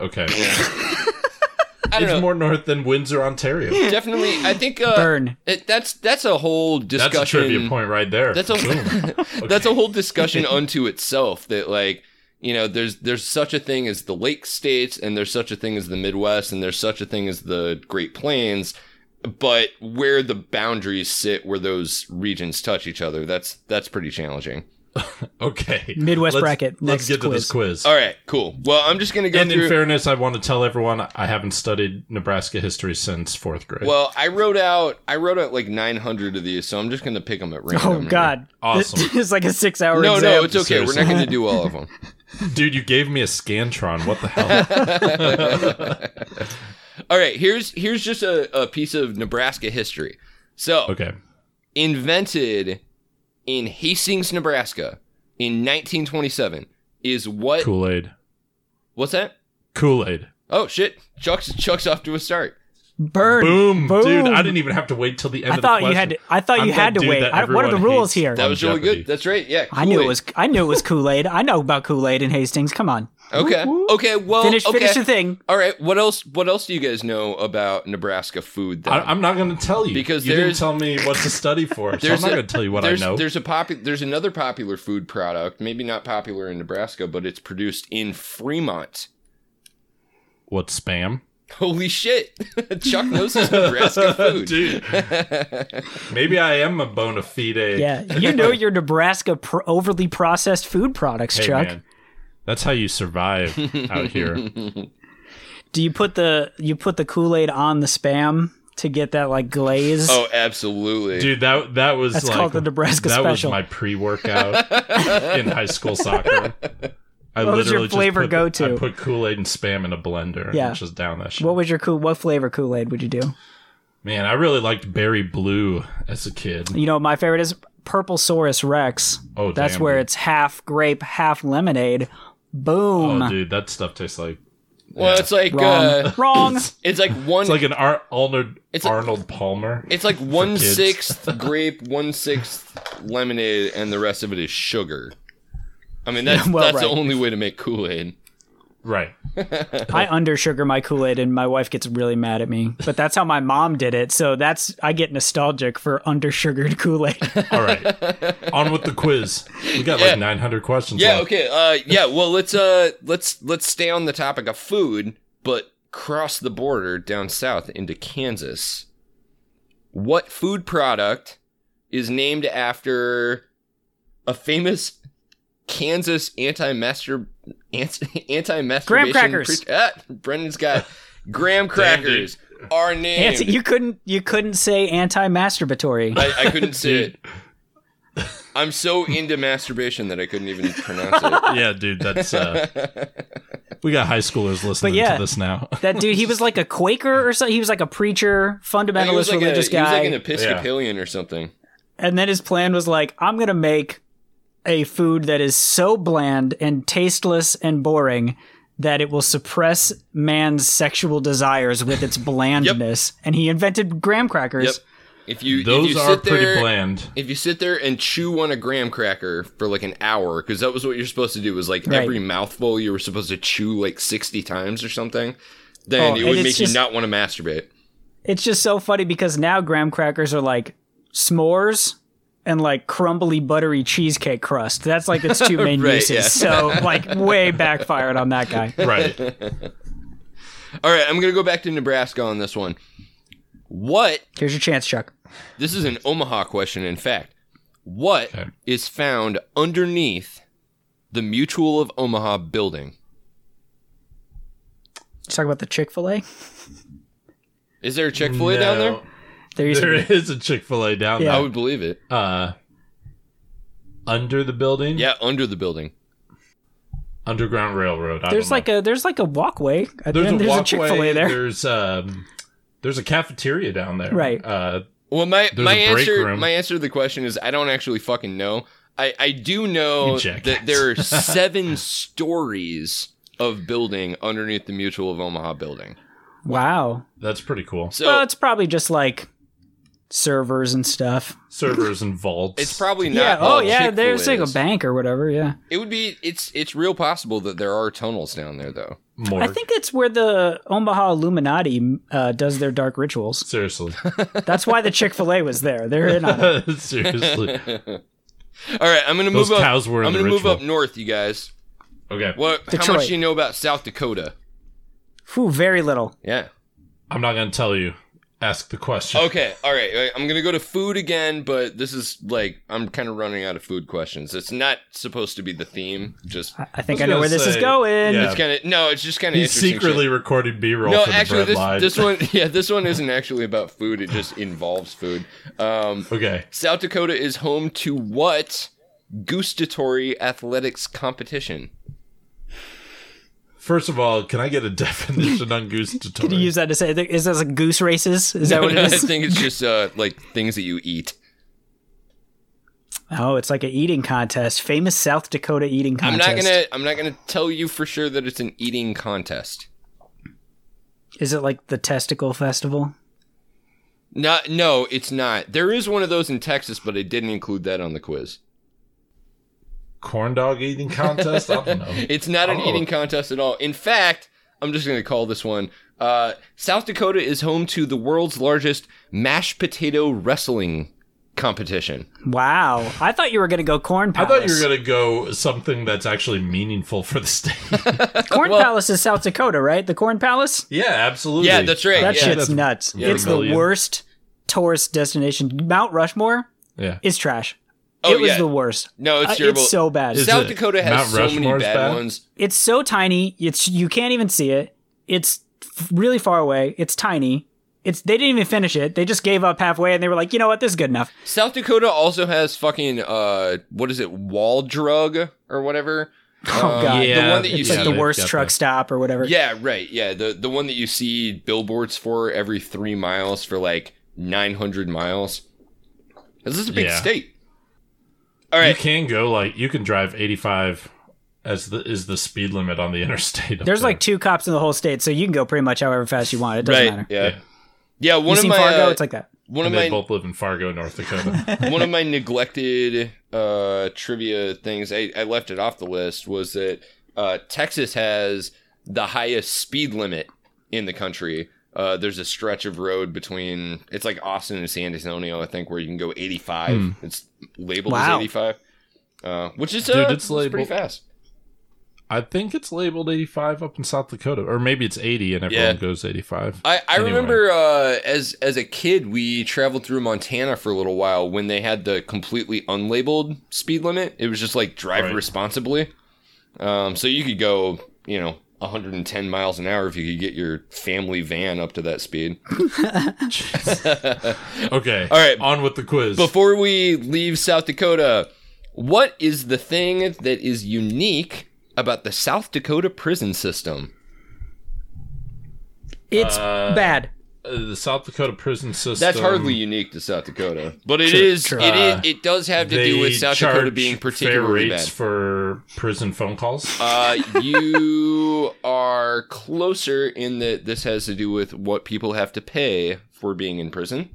[SPEAKER 3] Okay. [LAUGHS]
[SPEAKER 1] I don't
[SPEAKER 3] It's
[SPEAKER 1] know.
[SPEAKER 3] more north than Windsor, Ontario.
[SPEAKER 1] Definitely, I think uh,
[SPEAKER 2] Burn.
[SPEAKER 1] it, that's that's a whole
[SPEAKER 3] That's
[SPEAKER 1] discussion.
[SPEAKER 3] a trivia point right there.
[SPEAKER 1] That's [LAUGHS] a that's a whole discussion unto itself. That like you know, there's there's such a thing as the Lake States, and there's such a thing as the Midwest, and there's such a thing as the Great Plains. But where the boundaries sit, where those regions touch each other, that's that's pretty challenging.
[SPEAKER 3] Okay.
[SPEAKER 2] Midwest
[SPEAKER 3] Let's-
[SPEAKER 2] bracket.
[SPEAKER 3] Let's
[SPEAKER 2] Next
[SPEAKER 3] get to this quiz.
[SPEAKER 1] All right, cool. Well, I'm just gonna go
[SPEAKER 3] And in
[SPEAKER 1] through.
[SPEAKER 3] fairness, I want to tell everyone I haven't studied Nebraska history since fourth grade.
[SPEAKER 1] well, I wrote out I wrote out like 900 of these, so I'm just gonna pick them at random.
[SPEAKER 2] Oh
[SPEAKER 1] here.
[SPEAKER 2] God.
[SPEAKER 3] Awesome.
[SPEAKER 2] This [LAUGHS] is like a six-hour
[SPEAKER 1] No,
[SPEAKER 2] exam.
[SPEAKER 1] no, it's okay. We're not
[SPEAKER 3] Seriously.
[SPEAKER 1] gonna do all of them.
[SPEAKER 3] Dude, you gave me a Scantron. What the
[SPEAKER 1] [LAUGHS]
[SPEAKER 3] hell?
[SPEAKER 1] All right, here's here's just a, a piece of Nebraska history. So
[SPEAKER 3] okay.
[SPEAKER 1] invented in Hastings, Nebraska in 1927 is what
[SPEAKER 3] Kool Aid.
[SPEAKER 1] what's that?
[SPEAKER 3] Kool Aid.
[SPEAKER 1] Oh shit. Chuck's Chuck's off to a start.
[SPEAKER 2] Burn.
[SPEAKER 3] Boom,
[SPEAKER 2] Boom.
[SPEAKER 3] Dude, I didn't even have to wait till the end
[SPEAKER 2] I
[SPEAKER 3] of
[SPEAKER 2] thought
[SPEAKER 3] the
[SPEAKER 2] you
[SPEAKER 3] question.
[SPEAKER 2] had. To, I thought
[SPEAKER 3] I'm
[SPEAKER 2] you
[SPEAKER 3] that
[SPEAKER 2] had to
[SPEAKER 3] dude
[SPEAKER 2] wait.
[SPEAKER 3] that
[SPEAKER 2] I, what are the
[SPEAKER 3] everyone
[SPEAKER 2] rules
[SPEAKER 3] hates.
[SPEAKER 2] here?
[SPEAKER 1] That
[SPEAKER 3] On
[SPEAKER 1] was really
[SPEAKER 3] Jeopardy.
[SPEAKER 1] good. That's right. Yeah.
[SPEAKER 2] I knew it
[SPEAKER 1] Kool-Aid.
[SPEAKER 2] was. I knew it was Kool Aid. I know about Kool Aid and Hastings. Come on.
[SPEAKER 1] Okay. Okay, well
[SPEAKER 2] Finish.
[SPEAKER 1] Oh, okay.
[SPEAKER 2] Finish the
[SPEAKER 3] [LAUGHS]
[SPEAKER 2] thing.
[SPEAKER 1] All right, what else what else do you guys know about Nebraska food then?
[SPEAKER 3] I, I'm not going to tell you
[SPEAKER 1] Because
[SPEAKER 3] you didn't
[SPEAKER 1] there's-
[SPEAKER 3] tell me what to study for. So I'm
[SPEAKER 1] there's
[SPEAKER 3] not
[SPEAKER 1] a-
[SPEAKER 3] going to tell you what I
[SPEAKER 1] there's,
[SPEAKER 3] know.
[SPEAKER 1] there's a popu- there's another popular food product, maybe not popular in Nebraska, but it's produced in Fremont.
[SPEAKER 3] What spam,
[SPEAKER 1] Holy shit. [LAUGHS] Chuck knows his
[SPEAKER 3] [LAUGHS]
[SPEAKER 1] Nebraska food.
[SPEAKER 3] dude?
[SPEAKER 1] [LAUGHS]
[SPEAKER 3] maybe I am a bona fide.
[SPEAKER 2] Yeah, you know your Nebraska pro- overly processed food products,
[SPEAKER 3] Hey,
[SPEAKER 2] Chuck.
[SPEAKER 3] man, that's how you survive out
[SPEAKER 1] [LAUGHS]
[SPEAKER 3] here.
[SPEAKER 2] Do you put the you put the Kool Aid on the spam to get that like glaze?
[SPEAKER 1] Oh, absolutely.
[SPEAKER 3] Dude, that that was
[SPEAKER 2] That's
[SPEAKER 3] like
[SPEAKER 2] called the Nebraska
[SPEAKER 3] that
[SPEAKER 2] special.
[SPEAKER 3] was my pre-workout in high school soccer. I
[SPEAKER 2] What was your
[SPEAKER 3] literally just
[SPEAKER 2] flavor
[SPEAKER 3] put-
[SPEAKER 2] go-to?
[SPEAKER 3] I put Kool Aid and spam in a blender
[SPEAKER 2] Yeah.
[SPEAKER 3] and just down that shit.
[SPEAKER 2] What was your cool? What flavor Kool Aid would you do?
[SPEAKER 3] Man, I really liked berry blue as a kid.
[SPEAKER 2] You know, what my favorite is Purple Saurus Rex.
[SPEAKER 3] Oh,
[SPEAKER 2] that's
[SPEAKER 3] damn,
[SPEAKER 2] where
[SPEAKER 3] dude.
[SPEAKER 2] it's half grape, half lemonade. Boom.
[SPEAKER 3] Oh, dude, that stuff tastes like
[SPEAKER 1] Well, it's like
[SPEAKER 2] Wrong.
[SPEAKER 1] uh,
[SPEAKER 3] [LAUGHS]
[SPEAKER 2] Wrong.
[SPEAKER 1] it's like one.
[SPEAKER 3] it's like an Ar- Arnold
[SPEAKER 1] It's a-
[SPEAKER 3] Arnold Palmer.
[SPEAKER 1] one
[SPEAKER 3] kids. [LAUGHS]
[SPEAKER 1] sixth grape, one sixth lemonade, and the rest of it is sugar. I mean, that's
[SPEAKER 3] [LAUGHS]
[SPEAKER 2] Yeah, well,
[SPEAKER 1] that's the
[SPEAKER 2] right.
[SPEAKER 1] only way to make Kool Aid.
[SPEAKER 3] Right.
[SPEAKER 2] I undersugar my Kool Aid, and my wife gets really mad at me. But that's how my mom did it. So that's I get nostalgic for undersugared Kool Aid.
[SPEAKER 3] All
[SPEAKER 1] [LAUGHS]
[SPEAKER 3] right. On with the quiz. We got
[SPEAKER 1] Yeah.
[SPEAKER 3] like 900 questions.
[SPEAKER 1] Yeah.
[SPEAKER 3] left.
[SPEAKER 1] Okay.
[SPEAKER 2] [LAUGHS]
[SPEAKER 1] Uh. Yeah. Well, let's uh let's let's stay on the topic of food, but cross the border down south into Kansas. What food product is named after a famous Kansas anti-master anti- anti-masturbation
[SPEAKER 2] Graham crackers.
[SPEAKER 1] preacher? Ah, Brendan's got graham
[SPEAKER 2] [LAUGHS]
[SPEAKER 3] Damn, dude.
[SPEAKER 1] crackers. are named.
[SPEAKER 2] Anti- [LAUGHS] you couldn't you couldn't say
[SPEAKER 1] [LAUGHS]
[SPEAKER 2] anti-masturbatory.
[SPEAKER 1] I, I
[SPEAKER 2] [LAUGHS]
[SPEAKER 1] couldn't say it. I'm so into masturbation that I couldn't
[SPEAKER 2] [LAUGHS]
[SPEAKER 1] even pronounce it.
[SPEAKER 3] yeah, dude, that's
[SPEAKER 1] [LAUGHS]
[SPEAKER 3] uh we got high schoolers listening
[SPEAKER 2] yeah.
[SPEAKER 3] to this now.
[SPEAKER 2] That dude, he was like a Quaker or something. He was like a preacher,
[SPEAKER 1] He
[SPEAKER 2] fundamentalist
[SPEAKER 1] was like, a,
[SPEAKER 2] religious
[SPEAKER 1] he was
[SPEAKER 2] guy.
[SPEAKER 1] like an Episcopalian or something.
[SPEAKER 2] and then his plan was like, I'm gonna make a food that is so bland and tasteless and boring that it will suppress man's sexual desires
[SPEAKER 1] [LAUGHS]
[SPEAKER 2] with its blandness. And he invented graham
[SPEAKER 1] Yep.
[SPEAKER 2] crackers.
[SPEAKER 1] If you if
[SPEAKER 3] Those
[SPEAKER 1] you
[SPEAKER 3] are
[SPEAKER 1] sit
[SPEAKER 3] pretty
[SPEAKER 1] there, [LAUGHS]
[SPEAKER 3] bland.
[SPEAKER 1] If you sit there and chew on a graham cracker for like an hour, because that was what you're supposed to do, was like
[SPEAKER 2] Right.
[SPEAKER 1] every mouthful you were supposed to chew like 60 times or something, then
[SPEAKER 2] Oh,
[SPEAKER 1] it
[SPEAKER 2] and
[SPEAKER 1] would
[SPEAKER 2] it's
[SPEAKER 1] make you
[SPEAKER 2] just-
[SPEAKER 1] not want to masturbate.
[SPEAKER 2] It's just so funny because now graham crackers are like s'mores and like crumbly buttery cheesecake crust. That's like its
[SPEAKER 1] [LAUGHS]
[SPEAKER 2] two main
[SPEAKER 1] Right,
[SPEAKER 2] uses.
[SPEAKER 1] yeah.
[SPEAKER 2] So like way backfired on that guy.
[SPEAKER 3] Right.
[SPEAKER 1] All right, I'm going to go back to Nebraska on this one. What,
[SPEAKER 2] Here's your chance, Chuck.
[SPEAKER 1] this is an Omaha question, in fact. What is
[SPEAKER 3] Okay.
[SPEAKER 1] found underneath the Mutual of Omaha building?
[SPEAKER 2] Let's talk about the Chick Fil A.
[SPEAKER 1] Is there a Chick fil A down there?
[SPEAKER 3] No,
[SPEAKER 2] There used to
[SPEAKER 3] [LAUGHS] There
[SPEAKER 2] be-
[SPEAKER 3] is a Chick fil A down
[SPEAKER 1] I
[SPEAKER 2] Yeah.
[SPEAKER 1] would believe it.
[SPEAKER 3] there. Uh under the building?
[SPEAKER 1] Yeah, under the building.
[SPEAKER 3] Underground Railroad. I
[SPEAKER 2] There's
[SPEAKER 3] don't know.
[SPEAKER 2] like a there's like a walkway. At the end, there's a Chick Fil A there.
[SPEAKER 3] There's um, there's a cafeteria down there.
[SPEAKER 2] Right.
[SPEAKER 3] Uh,
[SPEAKER 1] Well, my
[SPEAKER 3] There's
[SPEAKER 1] my
[SPEAKER 3] a break
[SPEAKER 1] answer
[SPEAKER 3] room.
[SPEAKER 1] my answer to the question is I don't actually fucking know. I I do know
[SPEAKER 3] You jackass.
[SPEAKER 1] that there are
[SPEAKER 3] [LAUGHS]
[SPEAKER 1] seven stories of building underneath the Mutual of Omaha building.
[SPEAKER 2] Wow.
[SPEAKER 3] that's pretty cool.
[SPEAKER 1] So
[SPEAKER 2] well, it's probably just like servers and stuff.
[SPEAKER 3] Servers and vaults.
[SPEAKER 1] it's probably not.
[SPEAKER 2] Yeah.
[SPEAKER 1] all
[SPEAKER 2] Oh yeah.
[SPEAKER 1] Chick-fil-A
[SPEAKER 2] There's like a
[SPEAKER 1] is.
[SPEAKER 2] bank or whatever. Yeah.
[SPEAKER 1] It would be. It's it's real possible that there are tunnels down there though.
[SPEAKER 3] more.
[SPEAKER 2] I think it's where the Omaha Illuminati uh, does their dark rituals.
[SPEAKER 1] [LAUGHS]
[SPEAKER 3] seriously. [LAUGHS]
[SPEAKER 2] That's why the Chick Fil A was there. They're in on it.
[SPEAKER 3] seriously.
[SPEAKER 1] All right, I'm gonna
[SPEAKER 3] Those
[SPEAKER 1] move
[SPEAKER 3] cows
[SPEAKER 1] up.
[SPEAKER 3] were in
[SPEAKER 1] I'm
[SPEAKER 3] the
[SPEAKER 1] gonna move
[SPEAKER 3] ritual.
[SPEAKER 1] up north, you guys.
[SPEAKER 3] Okay.
[SPEAKER 1] What? How
[SPEAKER 2] Detroit.
[SPEAKER 1] much do you know about South Dakota?
[SPEAKER 2] Whew, very little.
[SPEAKER 1] Yeah.
[SPEAKER 3] I'm not gonna tell you. Ask the question.
[SPEAKER 1] Okay, all right, all right. I'm gonna go to food again, but this is like I'm kind of running out of food questions. It's not supposed to be the theme. Just
[SPEAKER 2] I think
[SPEAKER 3] I was
[SPEAKER 2] I, know
[SPEAKER 3] gonna
[SPEAKER 2] where this is
[SPEAKER 3] say,
[SPEAKER 2] going.
[SPEAKER 3] yeah.
[SPEAKER 1] it's kind of no. It's just kind of
[SPEAKER 3] He's secretly recording B-roll
[SPEAKER 1] no.
[SPEAKER 3] for
[SPEAKER 1] Actually,
[SPEAKER 3] the bread
[SPEAKER 1] this
[SPEAKER 3] line.
[SPEAKER 1] this one [LAUGHS] yeah this one isn't actually about food. It just involves food. Um,
[SPEAKER 3] Okay.
[SPEAKER 1] South Dakota is home to what gustatory athletics competition?
[SPEAKER 3] First of all, can I get a [LAUGHS] definition on gustatory?
[SPEAKER 2] Did you use that to say is this like goose races? Is that what
[SPEAKER 1] [LAUGHS] I
[SPEAKER 2] it is?
[SPEAKER 1] think it's just uh, like things that you eat.
[SPEAKER 2] Oh, it's like an eating contest. Famous South Dakota eating
[SPEAKER 1] I'm
[SPEAKER 2] contest.
[SPEAKER 1] not gonna I'm not gonna tell you for sure that it's an eating contest.
[SPEAKER 2] Is it like the testicle festival?
[SPEAKER 1] Not, no, it's not. There is one of those in Texas, but I didn't include that on the quiz.
[SPEAKER 3] corn dog eating contest? I don't know.
[SPEAKER 1] It's not an
[SPEAKER 3] Oh.
[SPEAKER 1] eating contest at all. In fact, I'm just going to call this one. Uh, South Dakota is home to the world's largest mashed potato wrestling competition.
[SPEAKER 2] Wow. I thought you were going to go Corn
[SPEAKER 3] I
[SPEAKER 2] Palace.
[SPEAKER 3] thought you were gonna go something that's actually meaningful for the state.
[SPEAKER 2] Corn Palace is South Dakota, right? The Corn Palace?
[SPEAKER 3] [LAUGHS] yeah, absolutely.
[SPEAKER 1] Yeah, that's right.
[SPEAKER 2] That
[SPEAKER 1] yeah.
[SPEAKER 2] shit's
[SPEAKER 3] that's
[SPEAKER 2] nuts.
[SPEAKER 3] yeah,
[SPEAKER 2] it's the
[SPEAKER 3] million.
[SPEAKER 2] worst tourist destination. Mount Rushmore
[SPEAKER 3] Yeah.
[SPEAKER 2] is trash.
[SPEAKER 1] Oh,
[SPEAKER 2] it was
[SPEAKER 1] yeah.
[SPEAKER 2] the worst.
[SPEAKER 1] No, it's
[SPEAKER 2] Uh,
[SPEAKER 1] terrible.
[SPEAKER 2] it's so bad.
[SPEAKER 3] Is
[SPEAKER 1] South
[SPEAKER 3] it
[SPEAKER 1] Dakota has
[SPEAKER 3] Mount
[SPEAKER 1] so many
[SPEAKER 3] Rushmore's
[SPEAKER 1] bad,
[SPEAKER 3] bad?
[SPEAKER 1] ones.
[SPEAKER 2] It's so tiny. It's you can't even see it. It's f- really far away. It's tiny. It's they didn't even finish it. They just gave up halfway and they were like, "You know what? This is good enough."
[SPEAKER 1] South Dakota also has fucking uh, what is it, wall drug or whatever? Um,
[SPEAKER 2] Oh god.
[SPEAKER 1] the
[SPEAKER 3] Yeah,
[SPEAKER 1] one that you
[SPEAKER 2] it's
[SPEAKER 1] see.
[SPEAKER 2] like the
[SPEAKER 3] they've
[SPEAKER 2] worst
[SPEAKER 3] got
[SPEAKER 2] truck
[SPEAKER 3] that.
[SPEAKER 2] stop or whatever.
[SPEAKER 1] Yeah, right. Yeah, the the one that you see billboards for every three miles for like nine hundred miles. This is a big
[SPEAKER 3] Yeah.
[SPEAKER 1] state. All
[SPEAKER 3] You
[SPEAKER 1] right.
[SPEAKER 3] can go like you can drive 85 as the is the speed limit on the interstate. up
[SPEAKER 2] There's
[SPEAKER 3] there.
[SPEAKER 2] like two cops in the whole state, so you can go pretty much however fast you want. It doesn't
[SPEAKER 1] Right.
[SPEAKER 2] matter.
[SPEAKER 1] Yeah. yeah. one
[SPEAKER 2] you
[SPEAKER 1] of
[SPEAKER 2] seen
[SPEAKER 1] my
[SPEAKER 2] Fargo?
[SPEAKER 1] uh,
[SPEAKER 2] it's like that.
[SPEAKER 1] one of
[SPEAKER 3] and
[SPEAKER 1] my
[SPEAKER 3] they both live in Fargo,
[SPEAKER 2] [LAUGHS]
[SPEAKER 3] North
[SPEAKER 1] [LAUGHS]
[SPEAKER 3] Dakota.
[SPEAKER 1] one of my neglected uh, trivia things. I, I left it off the list. Was that uh, Texas has the highest speed limit in the country. Uh, there's a stretch of road between it's like Austin and San Antonio, I think, where you can go 85.
[SPEAKER 3] Hmm.
[SPEAKER 1] It's labeled
[SPEAKER 2] Wow.
[SPEAKER 1] as 85, uh, which is uh,
[SPEAKER 3] Dude, it's
[SPEAKER 1] it's pretty
[SPEAKER 3] labeled-
[SPEAKER 1] fast.
[SPEAKER 3] I think it's labeled 85 up in South Dakota, or maybe it's 80 and everyone
[SPEAKER 1] Yeah.
[SPEAKER 3] goes 85.
[SPEAKER 1] I, I
[SPEAKER 3] Anyway.
[SPEAKER 1] remember uh, as as a kid, we traveled through Montana for a little while when they had the completely unlabeled speed limit. It was just like drive
[SPEAKER 3] Right.
[SPEAKER 1] responsibly. Um, so you could go, you know, 110 miles an hour if you could get your family van up to that
[SPEAKER 3] [LAUGHS]
[SPEAKER 1] speed.
[SPEAKER 3] Okay.
[SPEAKER 1] All right.
[SPEAKER 3] On with the quiz.
[SPEAKER 1] Before we leave South Dakota, what is the thing that is unique about the South Dakota prison system?
[SPEAKER 2] It's bad.
[SPEAKER 3] Uh, the South Dakota prison system.
[SPEAKER 1] That's hardly unique to South Dakota, but it is. It is. It does have to
[SPEAKER 3] uh, They
[SPEAKER 1] do with South Dakota
[SPEAKER 3] charge
[SPEAKER 1] being
[SPEAKER 3] fair
[SPEAKER 1] particularly
[SPEAKER 3] rates
[SPEAKER 1] bad.
[SPEAKER 3] for prison phone calls.
[SPEAKER 1] Uh, you are closer in that this has to do with what people have to pay for being in prison.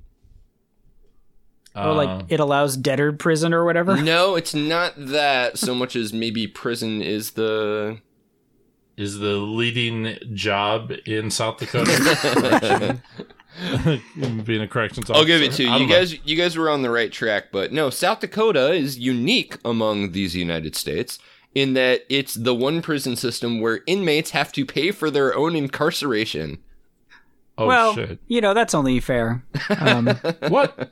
[SPEAKER 2] or
[SPEAKER 3] Uh,
[SPEAKER 2] like it allows debtor prison or whatever.
[SPEAKER 1] No, it's not that so much as maybe prison is the
[SPEAKER 3] is the leading job in
[SPEAKER 2] [LAUGHS]
[SPEAKER 3] South Dakota. correction. [LAUGHS] Being a corrections officer.
[SPEAKER 1] I'll give it to you.
[SPEAKER 3] I
[SPEAKER 1] You
[SPEAKER 3] don't know.
[SPEAKER 1] guys, you guys were on the right track, but no, South Dakota is unique among these United States in that it's the one prison system where inmates have to pay for their own incarceration.
[SPEAKER 2] [LAUGHS]
[SPEAKER 3] Oh
[SPEAKER 2] well,
[SPEAKER 3] shit!
[SPEAKER 2] you know that's only fair.
[SPEAKER 3] [LAUGHS]
[SPEAKER 2] Um,
[SPEAKER 3] What?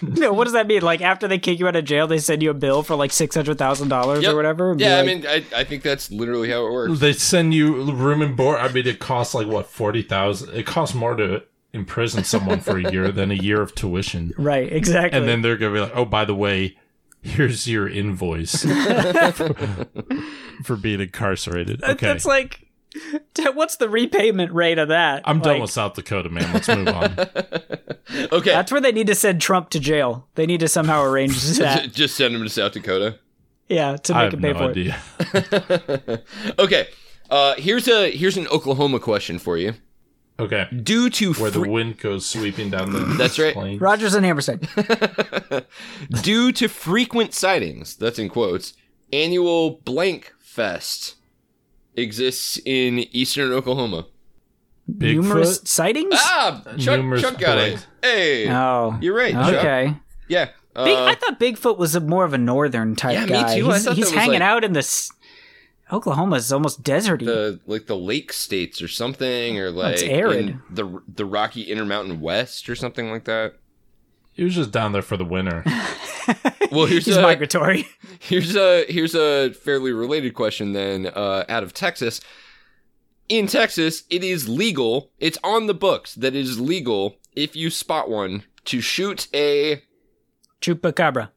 [SPEAKER 2] no, what does that mean? Like after they kick you out of jail, they send you a bill for like six hundred thousand dollars
[SPEAKER 1] Yep.
[SPEAKER 2] or whatever. and be
[SPEAKER 1] Yeah, I
[SPEAKER 2] like,
[SPEAKER 1] mean, I, I think that's literally how it
[SPEAKER 2] [LAUGHS]
[SPEAKER 1] works.
[SPEAKER 3] They send you room and board. I mean, it costs like what forty thousand. It costs more to imprison someone for a year than a year of tuition.
[SPEAKER 2] right, exactly.
[SPEAKER 3] And then they're gonna be like, "Oh, by the way, here's your invoice [LAUGHS] for being incarcerated."
[SPEAKER 2] That-
[SPEAKER 3] Okay,
[SPEAKER 2] that's like, [LAUGHS] t- what's the repayment rate of that?
[SPEAKER 3] I'm done
[SPEAKER 2] Like,
[SPEAKER 3] with South Dakota, man. Let's move on.
[SPEAKER 1] Okay,
[SPEAKER 2] [LAUGHS] That's where they need to send Trump to jail. They need to somehow arrange
[SPEAKER 3] [LAUGHS]
[SPEAKER 1] [LAUGHS]
[SPEAKER 2] that.
[SPEAKER 1] just send them to South Dakota.
[SPEAKER 2] Yeah, to
[SPEAKER 3] I
[SPEAKER 2] make
[SPEAKER 3] have
[SPEAKER 2] him pay
[SPEAKER 3] no
[SPEAKER 2] for it.
[SPEAKER 3] idea.
[SPEAKER 1] [LAUGHS] Okay, uh, here's a here's an Oklahoma question for you.
[SPEAKER 3] Okay,
[SPEAKER 1] Due to
[SPEAKER 3] where the
[SPEAKER 1] free-
[SPEAKER 3] wind goes sweeping down the
[SPEAKER 1] That's right.
[SPEAKER 3] plains.
[SPEAKER 2] Rogers and Hammerstein.
[SPEAKER 1] due to frequent sightings, that's in quotes, annual blank fest exists in eastern Oklahoma.
[SPEAKER 2] Numerous
[SPEAKER 3] [LAUGHS] Bigfoot?
[SPEAKER 2] sightings.
[SPEAKER 1] Ah, Chuck,
[SPEAKER 3] Numerous
[SPEAKER 1] Chuck got
[SPEAKER 3] blank.
[SPEAKER 1] it. Hey,
[SPEAKER 2] Oh,
[SPEAKER 1] you're right. Chuck.
[SPEAKER 2] Okay.
[SPEAKER 1] Yeah. Uh,
[SPEAKER 2] Big, I thought Bigfoot was a more of a northern type
[SPEAKER 1] Yeah, me
[SPEAKER 2] guy.
[SPEAKER 1] too. I
[SPEAKER 2] He's,
[SPEAKER 1] thought
[SPEAKER 2] he's
[SPEAKER 1] that was
[SPEAKER 2] hanging
[SPEAKER 1] like-
[SPEAKER 2] out in this. Oklahoma is almost deserty.
[SPEAKER 1] the like the lake states or something or like
[SPEAKER 2] it's arid.
[SPEAKER 1] in the the Rocky Intermountain West or something like that.
[SPEAKER 3] He was just down there for the winter.
[SPEAKER 2] [LAUGHS]
[SPEAKER 1] Well, here's
[SPEAKER 2] he's
[SPEAKER 1] a
[SPEAKER 2] migratory. [LAUGHS]
[SPEAKER 1] here's a here's a fairly related question then uh, out of Texas. In Texas, it is legal. It's on the books that it is legal if you spot one to shoot a
[SPEAKER 2] Chupacabra.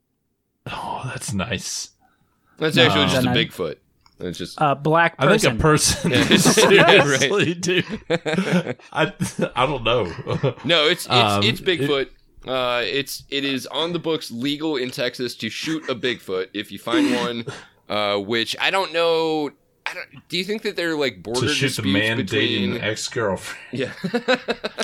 [SPEAKER 3] [LAUGHS] Oh, that's nice.
[SPEAKER 1] That's actually
[SPEAKER 3] No.
[SPEAKER 1] just a
[SPEAKER 2] Then I-
[SPEAKER 1] Bigfoot. It's just
[SPEAKER 2] A black
[SPEAKER 3] I
[SPEAKER 2] person.
[SPEAKER 3] think a person.
[SPEAKER 1] Yeah.
[SPEAKER 3] [LAUGHS] Seriously, dude. I I don't [LAUGHS] know.
[SPEAKER 1] no, it's it's
[SPEAKER 3] Um,
[SPEAKER 1] it's
[SPEAKER 3] it-
[SPEAKER 1] Bigfoot. uh, it's it is on the books legal in Texas to shoot a Bigfoot if you find
[SPEAKER 3] [LAUGHS]
[SPEAKER 1] one. Uh, which I don't know. I don't, do you think that they're like border
[SPEAKER 3] to shoot the
[SPEAKER 1] disputes
[SPEAKER 3] man
[SPEAKER 1] between?
[SPEAKER 3] dating ex girlfriend.
[SPEAKER 1] Yeah,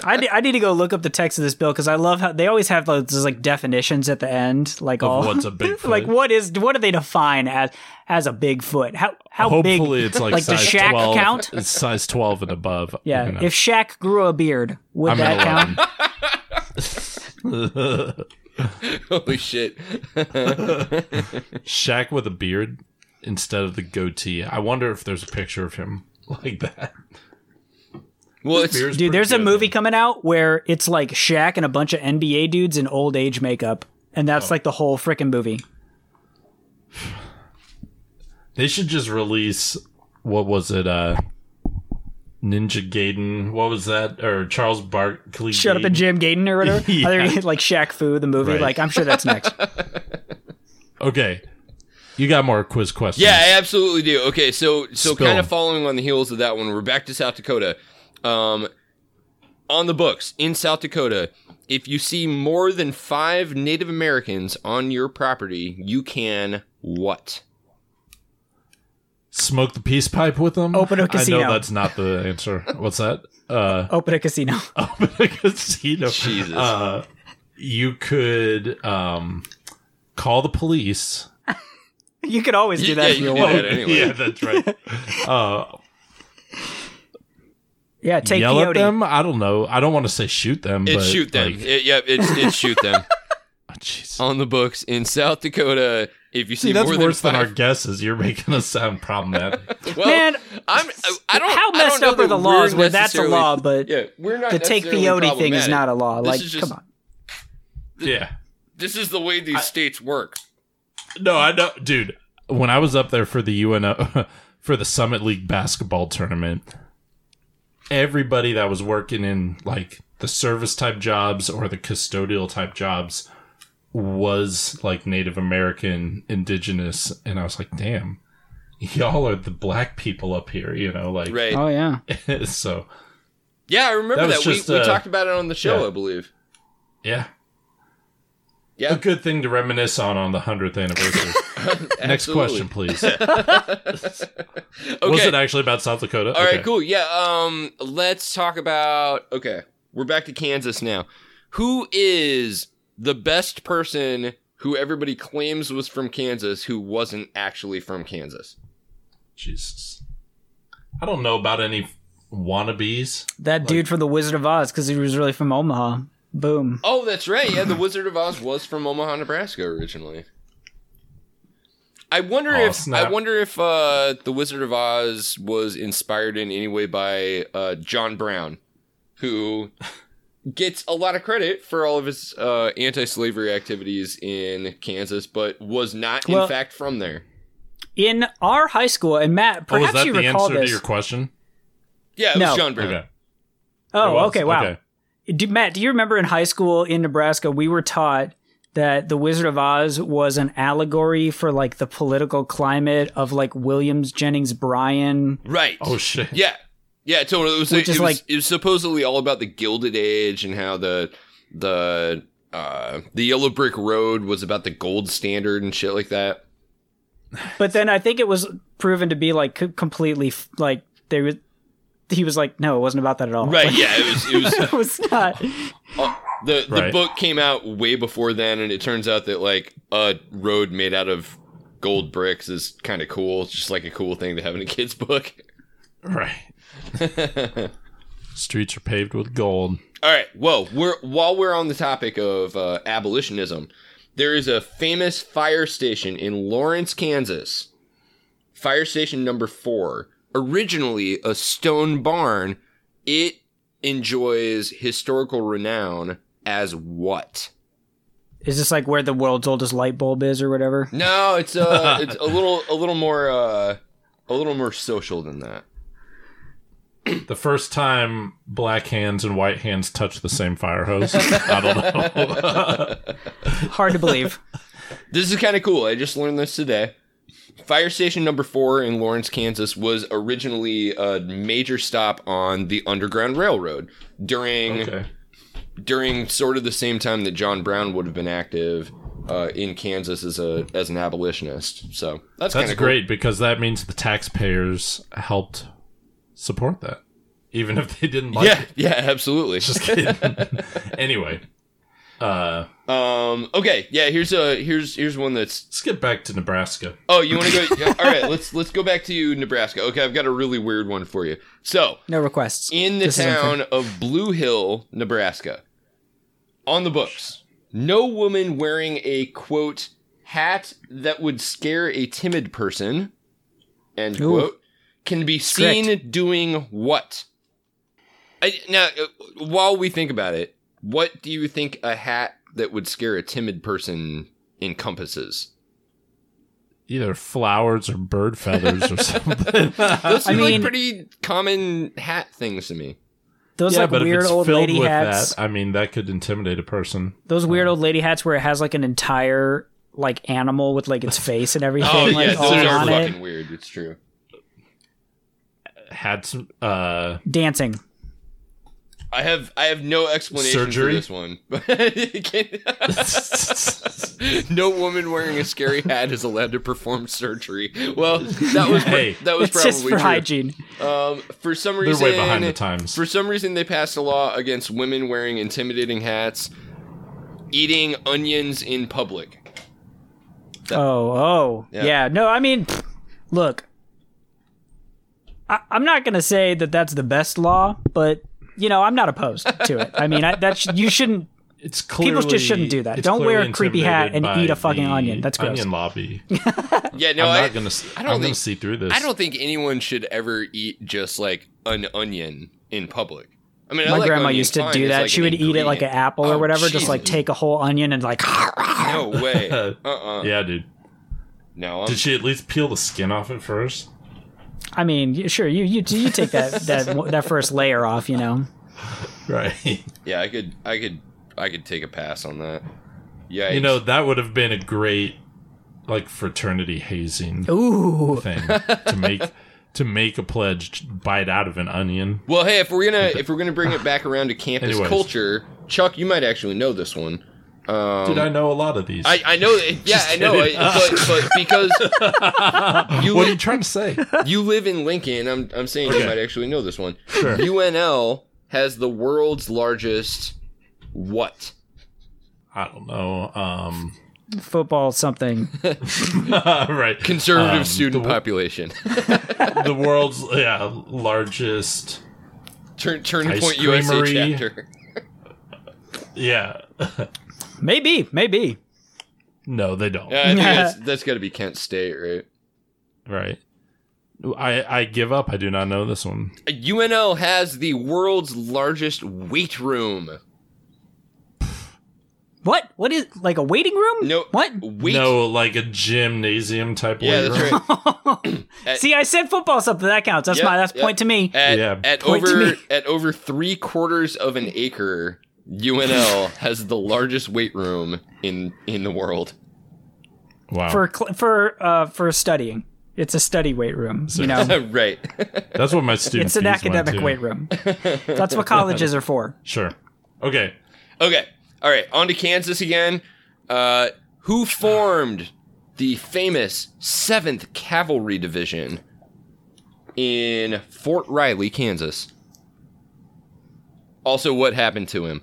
[SPEAKER 2] I, ne- I need to go look up the text of this bill because I love how they always have those, those, like definitions at the end, like all
[SPEAKER 3] what's
[SPEAKER 2] [LAUGHS]
[SPEAKER 3] a Bigfoot.
[SPEAKER 2] like what is what do they define as as a Bigfoot? How how
[SPEAKER 3] Hopefully,
[SPEAKER 2] big?
[SPEAKER 3] it's like,
[SPEAKER 2] like the
[SPEAKER 3] size
[SPEAKER 2] Shaq
[SPEAKER 3] twelve.
[SPEAKER 2] count?
[SPEAKER 3] It's size twelve and above.
[SPEAKER 2] Yeah,
[SPEAKER 3] you know.
[SPEAKER 2] if Shaq grew a beard, would
[SPEAKER 3] I'm
[SPEAKER 2] that count?
[SPEAKER 3] an eleven.
[SPEAKER 1] [LAUGHS] holy
[SPEAKER 3] [LAUGHS]
[SPEAKER 1] shit!
[SPEAKER 3] Shaq with a beard instead of the goatee. I wonder if there's a picture of him [LAUGHS] like that.
[SPEAKER 1] Well, it's
[SPEAKER 3] Beard's pretty
[SPEAKER 2] Dude, there's a
[SPEAKER 3] good,
[SPEAKER 2] movie
[SPEAKER 3] though.
[SPEAKER 2] coming out where it's like Shaq and a bunch of NBA dudes in old age makeup, and that's like the whole freaking movie.
[SPEAKER 3] They should just release what was it? Uh, Ninja Gaiden. What was that? Or Charles Barkley.
[SPEAKER 2] Shut up
[SPEAKER 3] Gaiden?
[SPEAKER 2] and Jim Gaiden or whatever.
[SPEAKER 3] Yeah.
[SPEAKER 2] Other like Shaq Fu, the movie.
[SPEAKER 3] Right.
[SPEAKER 2] Like I'm sure that's next.
[SPEAKER 3] Okay. You got more quiz questions.
[SPEAKER 1] Yeah, I absolutely do. Okay, so so
[SPEAKER 3] Spill
[SPEAKER 1] kind
[SPEAKER 3] 'em.
[SPEAKER 1] of following on the heels of that one, we're back to South Dakota. Um, on the books in South Dakota, if you see more than five Native Americans on your property, you can what?
[SPEAKER 3] Smoke the peace pipe with them?
[SPEAKER 2] Open a
[SPEAKER 3] I
[SPEAKER 2] casino.
[SPEAKER 3] know that's not the answer. What's
[SPEAKER 2] [LAUGHS]
[SPEAKER 3] that? Uh,
[SPEAKER 2] Open a casino. [LAUGHS]
[SPEAKER 3] open a casino.
[SPEAKER 1] Jesus.
[SPEAKER 3] Uh, you could um, call the police.
[SPEAKER 2] You could always do
[SPEAKER 1] yeah,
[SPEAKER 2] that if
[SPEAKER 1] you
[SPEAKER 2] you
[SPEAKER 1] can do
[SPEAKER 2] want.
[SPEAKER 1] that anyway.
[SPEAKER 3] [LAUGHS] Yeah,
[SPEAKER 2] [LAUGHS]
[SPEAKER 3] that's right. Uh,
[SPEAKER 2] Yeah, take
[SPEAKER 3] yell at
[SPEAKER 2] peyote.
[SPEAKER 3] them? I don't know. I don't want to say shoot them.
[SPEAKER 1] It's
[SPEAKER 3] but,
[SPEAKER 1] shoot them.
[SPEAKER 3] like,
[SPEAKER 1] It- yeah, it's it's shoot
[SPEAKER 3] [LAUGHS]
[SPEAKER 1] them
[SPEAKER 3] oh, jeez.
[SPEAKER 1] on the books in South Dakota. If you see,
[SPEAKER 3] See, that's
[SPEAKER 1] more
[SPEAKER 3] worse
[SPEAKER 1] than
[SPEAKER 3] than our
[SPEAKER 1] five,
[SPEAKER 3] guesses. You're making us sound problematic.
[SPEAKER 1] [LAUGHS] well,
[SPEAKER 2] Man,
[SPEAKER 1] I'm I don't I
[SPEAKER 2] how
[SPEAKER 1] don't
[SPEAKER 2] messed
[SPEAKER 1] know
[SPEAKER 2] up are
[SPEAKER 1] that
[SPEAKER 2] the
[SPEAKER 1] we're
[SPEAKER 2] laws where that's a
[SPEAKER 1] necessarily-
[SPEAKER 2] law, but
[SPEAKER 1] Yeah, we're not.
[SPEAKER 2] the take
[SPEAKER 1] necessarily
[SPEAKER 2] peyote thing is
[SPEAKER 1] problematic.
[SPEAKER 2] not a law.
[SPEAKER 1] This
[SPEAKER 2] Like,
[SPEAKER 1] is just-
[SPEAKER 2] come on.
[SPEAKER 3] yeah.
[SPEAKER 1] This is the way these states work.
[SPEAKER 3] No, I know, dude. When I was up there for the UNO [LAUGHS] for the Summit League basketball tournament, everybody that was working in like the service type jobs or the custodial type jobs was like Native American, indigenous, and I was like, damn, y'all are the black people up here, you know, like
[SPEAKER 1] Right.
[SPEAKER 2] Oh yeah.
[SPEAKER 3] [LAUGHS] so
[SPEAKER 1] yeah, I remember
[SPEAKER 3] that
[SPEAKER 1] that.
[SPEAKER 3] was just,
[SPEAKER 1] we, we
[SPEAKER 3] uh,
[SPEAKER 1] talked about it on the show,
[SPEAKER 3] yeah.
[SPEAKER 1] I believe.
[SPEAKER 3] yeah.
[SPEAKER 1] Yeah.
[SPEAKER 3] A good thing to reminisce on on the
[SPEAKER 1] [LAUGHS]
[SPEAKER 3] 100th anniversary. [LAUGHS] Next
[SPEAKER 1] Absolutely. [LAUGHS]
[SPEAKER 3] question, please.
[SPEAKER 1] Okay.
[SPEAKER 3] Was it actually about South Dakota?
[SPEAKER 1] All right, cool. Yeah, um let's talk about okay, we're back to Kansas now. Who is the best person who everybody claims was from Kansas who wasn't actually from Kansas?
[SPEAKER 3] Jesus. I don't know about any wannabes. Oh,
[SPEAKER 2] That dude from the Wizard of Oz because he was really from Omaha. Boom.
[SPEAKER 1] Oh, that's right. Yeah, the Wizard of Oz was from Omaha, Nebraska originally. I wonder
[SPEAKER 3] Aw,
[SPEAKER 1] if
[SPEAKER 3] snap.
[SPEAKER 1] I wonder if uh, the Wizard of Oz was inspired in any way by uh, John Brown, who gets a lot of credit for all of his uh, anti-slavery activities in Kansas, but was not in
[SPEAKER 2] Well-
[SPEAKER 1] fact from there.
[SPEAKER 2] In our high school, and Matt,
[SPEAKER 3] Oh, was
[SPEAKER 2] perhaps
[SPEAKER 3] that
[SPEAKER 2] you
[SPEAKER 3] the
[SPEAKER 2] recall
[SPEAKER 3] answer
[SPEAKER 2] this.
[SPEAKER 3] to your question?
[SPEAKER 1] Yeah, it
[SPEAKER 2] No.
[SPEAKER 1] was John Brown.
[SPEAKER 3] Okay. It
[SPEAKER 2] oh,
[SPEAKER 3] was.
[SPEAKER 2] okay. Wow. Do, Matt, do you remember in high school in Nebraska, we were taught that the Wizard of Oz was an allegory for like the political climate of like Williams Jennings Bryan.
[SPEAKER 1] Right.
[SPEAKER 3] Oh shit. [LAUGHS]
[SPEAKER 1] Yeah, yeah, totally. It was,
[SPEAKER 2] Which
[SPEAKER 1] it,
[SPEAKER 2] is
[SPEAKER 1] was-
[SPEAKER 2] like-
[SPEAKER 1] it was supposedly all about the Gilded Age and how the the uh, the Yellow Brick Road was about the gold standard and shit like that.
[SPEAKER 2] But then I think it was proven to be like c- completely f- like they were. He was like, no, it wasn't about that at all. [LAUGHS]
[SPEAKER 1] Right? Yeah, it was. It was
[SPEAKER 2] it was not.
[SPEAKER 1] the the
[SPEAKER 3] Right.
[SPEAKER 1] book came out way before then, and it turns out that like a road made out of gold bricks is kind of cool. It's just like a cool thing to have in a kid's book.
[SPEAKER 3] Right.
[SPEAKER 1] [LAUGHS]
[SPEAKER 3] Streets are paved with gold.
[SPEAKER 1] All right. Whoa. We're while we're on the topic of uh, abolitionism, there is a famous fire station in Lawrence, Kansas. Fire station number four, originally a stone barn, it enjoys historical renown as what?
[SPEAKER 2] Is this like where the world's oldest light bulb is or whatever?
[SPEAKER 1] No, it's [LAUGHS] uh, it's a little a little more uh, a little more social than that.
[SPEAKER 3] The first time black hands and white hands touch the same
[SPEAKER 1] [LAUGHS]
[SPEAKER 3] fire hose. I don't know.
[SPEAKER 2] Hard to believe.
[SPEAKER 1] This is kind of cool. I just learned this today. Fire station number four in Lawrence, Kansas was originally a major stop on the Underground Railroad during
[SPEAKER 3] okay.
[SPEAKER 1] during sort of the same time that John Brown would have been active uh, in Kansas as a as an abolitionist. So that's,
[SPEAKER 3] That's
[SPEAKER 1] kind of
[SPEAKER 3] great because that means the taxpayers helped support that. Even if they didn't
[SPEAKER 1] Cool.
[SPEAKER 3] like
[SPEAKER 1] Yeah,
[SPEAKER 3] it.
[SPEAKER 1] yeah, absolutely.
[SPEAKER 3] Just kidding. [LAUGHS] anyway. Uh
[SPEAKER 1] Um, okay, yeah. Here's a here's here's one that's
[SPEAKER 3] let's get back to Nebraska.
[SPEAKER 1] Oh, you want to go? yeah, all right, [LAUGHS] let's let's go back to Nebraska. Okay, I've got a really weird one for you. So
[SPEAKER 2] No requests.
[SPEAKER 1] in the
[SPEAKER 2] This is unfair.
[SPEAKER 1] town of Blue Hill, Nebraska. On the books, no woman wearing a quote hat that would scare a timid person, end
[SPEAKER 2] Ooh.
[SPEAKER 1] quote, can be seen doing what? I, now, uh, while we think about it, what do you think a hat that would scare a timid person encompasses?
[SPEAKER 3] Either flowers or bird
[SPEAKER 2] [LAUGHS]
[SPEAKER 3] feathers or something.
[SPEAKER 1] Those
[SPEAKER 2] Uh, I
[SPEAKER 1] seem like
[SPEAKER 2] mean-
[SPEAKER 1] pretty common hat things to me.
[SPEAKER 2] Those like weird old lady hats.
[SPEAKER 3] that, I mean that could intimidate a person.
[SPEAKER 2] Those weird old lady hats where it has like an entire like animal with like its face and everything
[SPEAKER 1] [LAUGHS] Oh
[SPEAKER 2] like
[SPEAKER 1] yeah,
[SPEAKER 2] all
[SPEAKER 1] those are
[SPEAKER 2] on
[SPEAKER 1] fucking
[SPEAKER 2] it,
[SPEAKER 1] weird. It's true.
[SPEAKER 3] Hats
[SPEAKER 2] [LAUGHS]
[SPEAKER 3] uh
[SPEAKER 2] dancing.
[SPEAKER 1] I have I have no explanation
[SPEAKER 3] Surgery?
[SPEAKER 1] for this one. [LAUGHS] no woman wearing a scary hat is allowed to perform surgery. Well, that was pro-
[SPEAKER 3] Hey.
[SPEAKER 1] that was
[SPEAKER 2] It's just for
[SPEAKER 1] probably true.
[SPEAKER 2] hygiene.
[SPEAKER 1] Um, for some
[SPEAKER 3] they're
[SPEAKER 1] reason,
[SPEAKER 3] way behind the times.
[SPEAKER 1] for some reason, they passed a law against women wearing intimidating hats, eating onions in public.
[SPEAKER 2] Oh, oh,
[SPEAKER 1] Yeah.
[SPEAKER 2] yeah. No, I mean, pfft, look, I, I'm not gonna say that that's the best law, but you know, I'm not opposed to it. I mean, I, that sh- you shouldn't.
[SPEAKER 3] it's clearly,
[SPEAKER 2] just shouldn't do that.
[SPEAKER 3] it's
[SPEAKER 2] Don't wear
[SPEAKER 3] clearly
[SPEAKER 2] a creepy hat
[SPEAKER 3] intimidated
[SPEAKER 2] and eat
[SPEAKER 3] by
[SPEAKER 2] a fucking
[SPEAKER 3] the
[SPEAKER 2] onion. That's gross.
[SPEAKER 3] Onion lobby.
[SPEAKER 1] Yeah, no,
[SPEAKER 3] I'm
[SPEAKER 1] I,
[SPEAKER 3] not gonna. s-
[SPEAKER 1] I
[SPEAKER 3] I'm
[SPEAKER 1] don't
[SPEAKER 3] gonna
[SPEAKER 1] think-
[SPEAKER 3] see through this.
[SPEAKER 1] I don't think anyone should ever eat just like an onion in public. I mean, [LAUGHS] I
[SPEAKER 2] My
[SPEAKER 1] like
[SPEAKER 2] grandma
[SPEAKER 1] onions
[SPEAKER 2] used to
[SPEAKER 1] fine,
[SPEAKER 2] do
[SPEAKER 1] it's
[SPEAKER 2] that.
[SPEAKER 1] like
[SPEAKER 2] she
[SPEAKER 1] an
[SPEAKER 2] would eat it like an
[SPEAKER 1] ingredient.
[SPEAKER 2] apple or
[SPEAKER 1] Oh,
[SPEAKER 2] whatever, just like
[SPEAKER 1] Jesus.
[SPEAKER 2] take a whole onion and like. [LAUGHS]
[SPEAKER 1] No way.
[SPEAKER 3] [LAUGHS]
[SPEAKER 1] Uh uh
[SPEAKER 3] Yeah, dude.
[SPEAKER 1] No. I'm,
[SPEAKER 3] Did she at least peel the skin off it first?
[SPEAKER 2] I mean, sure, you you you take that that that first layer off, you know.
[SPEAKER 3] Right.
[SPEAKER 1] Yeah, I could, I could, I could take a pass on that. Yeah,
[SPEAKER 3] You know, that would have been a great like
[SPEAKER 2] [LAUGHS]
[SPEAKER 3] fraternity hazing
[SPEAKER 2] Ooh,
[SPEAKER 3] thing to make to make a pledge bite out of an onion.
[SPEAKER 1] Well, hey, if we're gonna if we're gonna bring it back around to campus
[SPEAKER 3] Anyways.
[SPEAKER 1] culture, Chuck, you might actually know this one. Um,
[SPEAKER 3] Dude, I know a lot of these.
[SPEAKER 1] I, I
[SPEAKER 3] [LAUGHS]
[SPEAKER 1] know, yeah, I know, I,
[SPEAKER 3] kidding.
[SPEAKER 1] but, but
[SPEAKER 3] [LAUGHS]
[SPEAKER 1] because you
[SPEAKER 3] what are you
[SPEAKER 1] li-
[SPEAKER 3] trying
[SPEAKER 1] [LAUGHS]
[SPEAKER 3] to say?
[SPEAKER 1] you live in Lincoln, I'm I'm saying you
[SPEAKER 3] Okay.
[SPEAKER 1] might actually know this one.
[SPEAKER 3] Sure.
[SPEAKER 1] UNL has the world's largest what?
[SPEAKER 3] I don't know. Um [LAUGHS]
[SPEAKER 2] football something.
[SPEAKER 1] [LAUGHS]
[SPEAKER 3] right.
[SPEAKER 1] Conservative
[SPEAKER 3] Um,
[SPEAKER 1] student
[SPEAKER 3] the,
[SPEAKER 1] population. [LAUGHS]
[SPEAKER 3] the world's yeah, largest
[SPEAKER 1] Turn Turning
[SPEAKER 3] Ice
[SPEAKER 1] Point USA
[SPEAKER 3] creamery.
[SPEAKER 1] chapter.
[SPEAKER 3] yeah.
[SPEAKER 2] Maybe, maybe.
[SPEAKER 3] No, they don't.
[SPEAKER 1] Yeah, I think that's, that's got to be Kent State, right?
[SPEAKER 3] Right. I I give up. I do not know this one.
[SPEAKER 1] UNL has the world's largest weight room.
[SPEAKER 2] What? What is like a waiting room?
[SPEAKER 1] No, [CLEARS THROAT]
[SPEAKER 2] What? [LAUGHS]
[SPEAKER 1] Weight
[SPEAKER 3] No, like a gymnasium type.
[SPEAKER 1] Yeah,
[SPEAKER 3] weight
[SPEAKER 1] that's
[SPEAKER 3] room.
[SPEAKER 1] right.
[SPEAKER 2] See, I said football something. That counts. That's
[SPEAKER 1] Yeah,
[SPEAKER 2] my that's
[SPEAKER 1] yeah.
[SPEAKER 2] point to me.
[SPEAKER 1] At,
[SPEAKER 3] Yeah.
[SPEAKER 1] at
[SPEAKER 2] Point to
[SPEAKER 1] over
[SPEAKER 2] me.
[SPEAKER 1] at over three quarters of an acre, UNL
[SPEAKER 3] [LAUGHS]
[SPEAKER 1] has the largest weight room in in the world. [LAUGHS]
[SPEAKER 3] Wow.
[SPEAKER 2] for cl- for uh for studying. It's a study weight room,
[SPEAKER 1] [LAUGHS]
[SPEAKER 2] you know.
[SPEAKER 1] right.
[SPEAKER 3] That's what my students.
[SPEAKER 2] It's an academic weight room. That's what colleges are for.
[SPEAKER 3] Sure. Okay.
[SPEAKER 1] okay. All right. On to Kansas again. Uh, who formed the famous Seventh Cavalry Division in Fort Riley, Kansas? Also, what happened to him?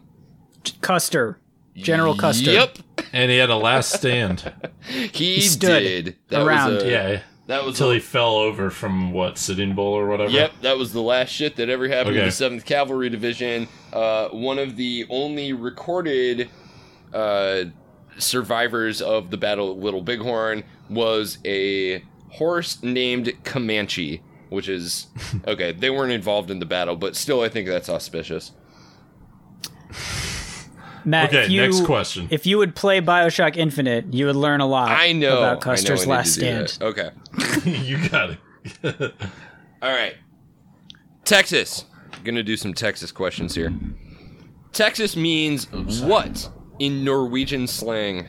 [SPEAKER 2] Custer, General Custer.
[SPEAKER 1] Yep,
[SPEAKER 3] And he had a last
[SPEAKER 1] [LAUGHS]
[SPEAKER 3] stand.
[SPEAKER 1] he,
[SPEAKER 2] stood
[SPEAKER 1] did. That
[SPEAKER 2] around.
[SPEAKER 1] was a,
[SPEAKER 3] yeah.
[SPEAKER 1] that was
[SPEAKER 3] Until he fell over from what sitting bull or whatever.
[SPEAKER 1] Yep, that was the last shit that ever happened to
[SPEAKER 3] Okay.
[SPEAKER 1] the Seventh Cavalry Division. Uh, one of the only recorded uh, survivors of the Battle of Little Bighorn was a horse named Comanche, which
[SPEAKER 3] [LAUGHS]
[SPEAKER 1] is okay. They weren't involved in the battle, but still, I think that's auspicious.
[SPEAKER 2] Matt,
[SPEAKER 3] Okay.
[SPEAKER 2] if you,
[SPEAKER 3] next question.
[SPEAKER 2] If you would play Bioshock Infinite, you would learn a lot.
[SPEAKER 1] I know I know
[SPEAKER 2] about
[SPEAKER 1] I
[SPEAKER 2] Custer's
[SPEAKER 1] need
[SPEAKER 2] last
[SPEAKER 1] to do that.
[SPEAKER 2] stand.
[SPEAKER 1] Okay,
[SPEAKER 3] [LAUGHS] you got it.
[SPEAKER 1] all right. Texas. Gonna do some Texas questions here. Texas means what in Norwegian slang?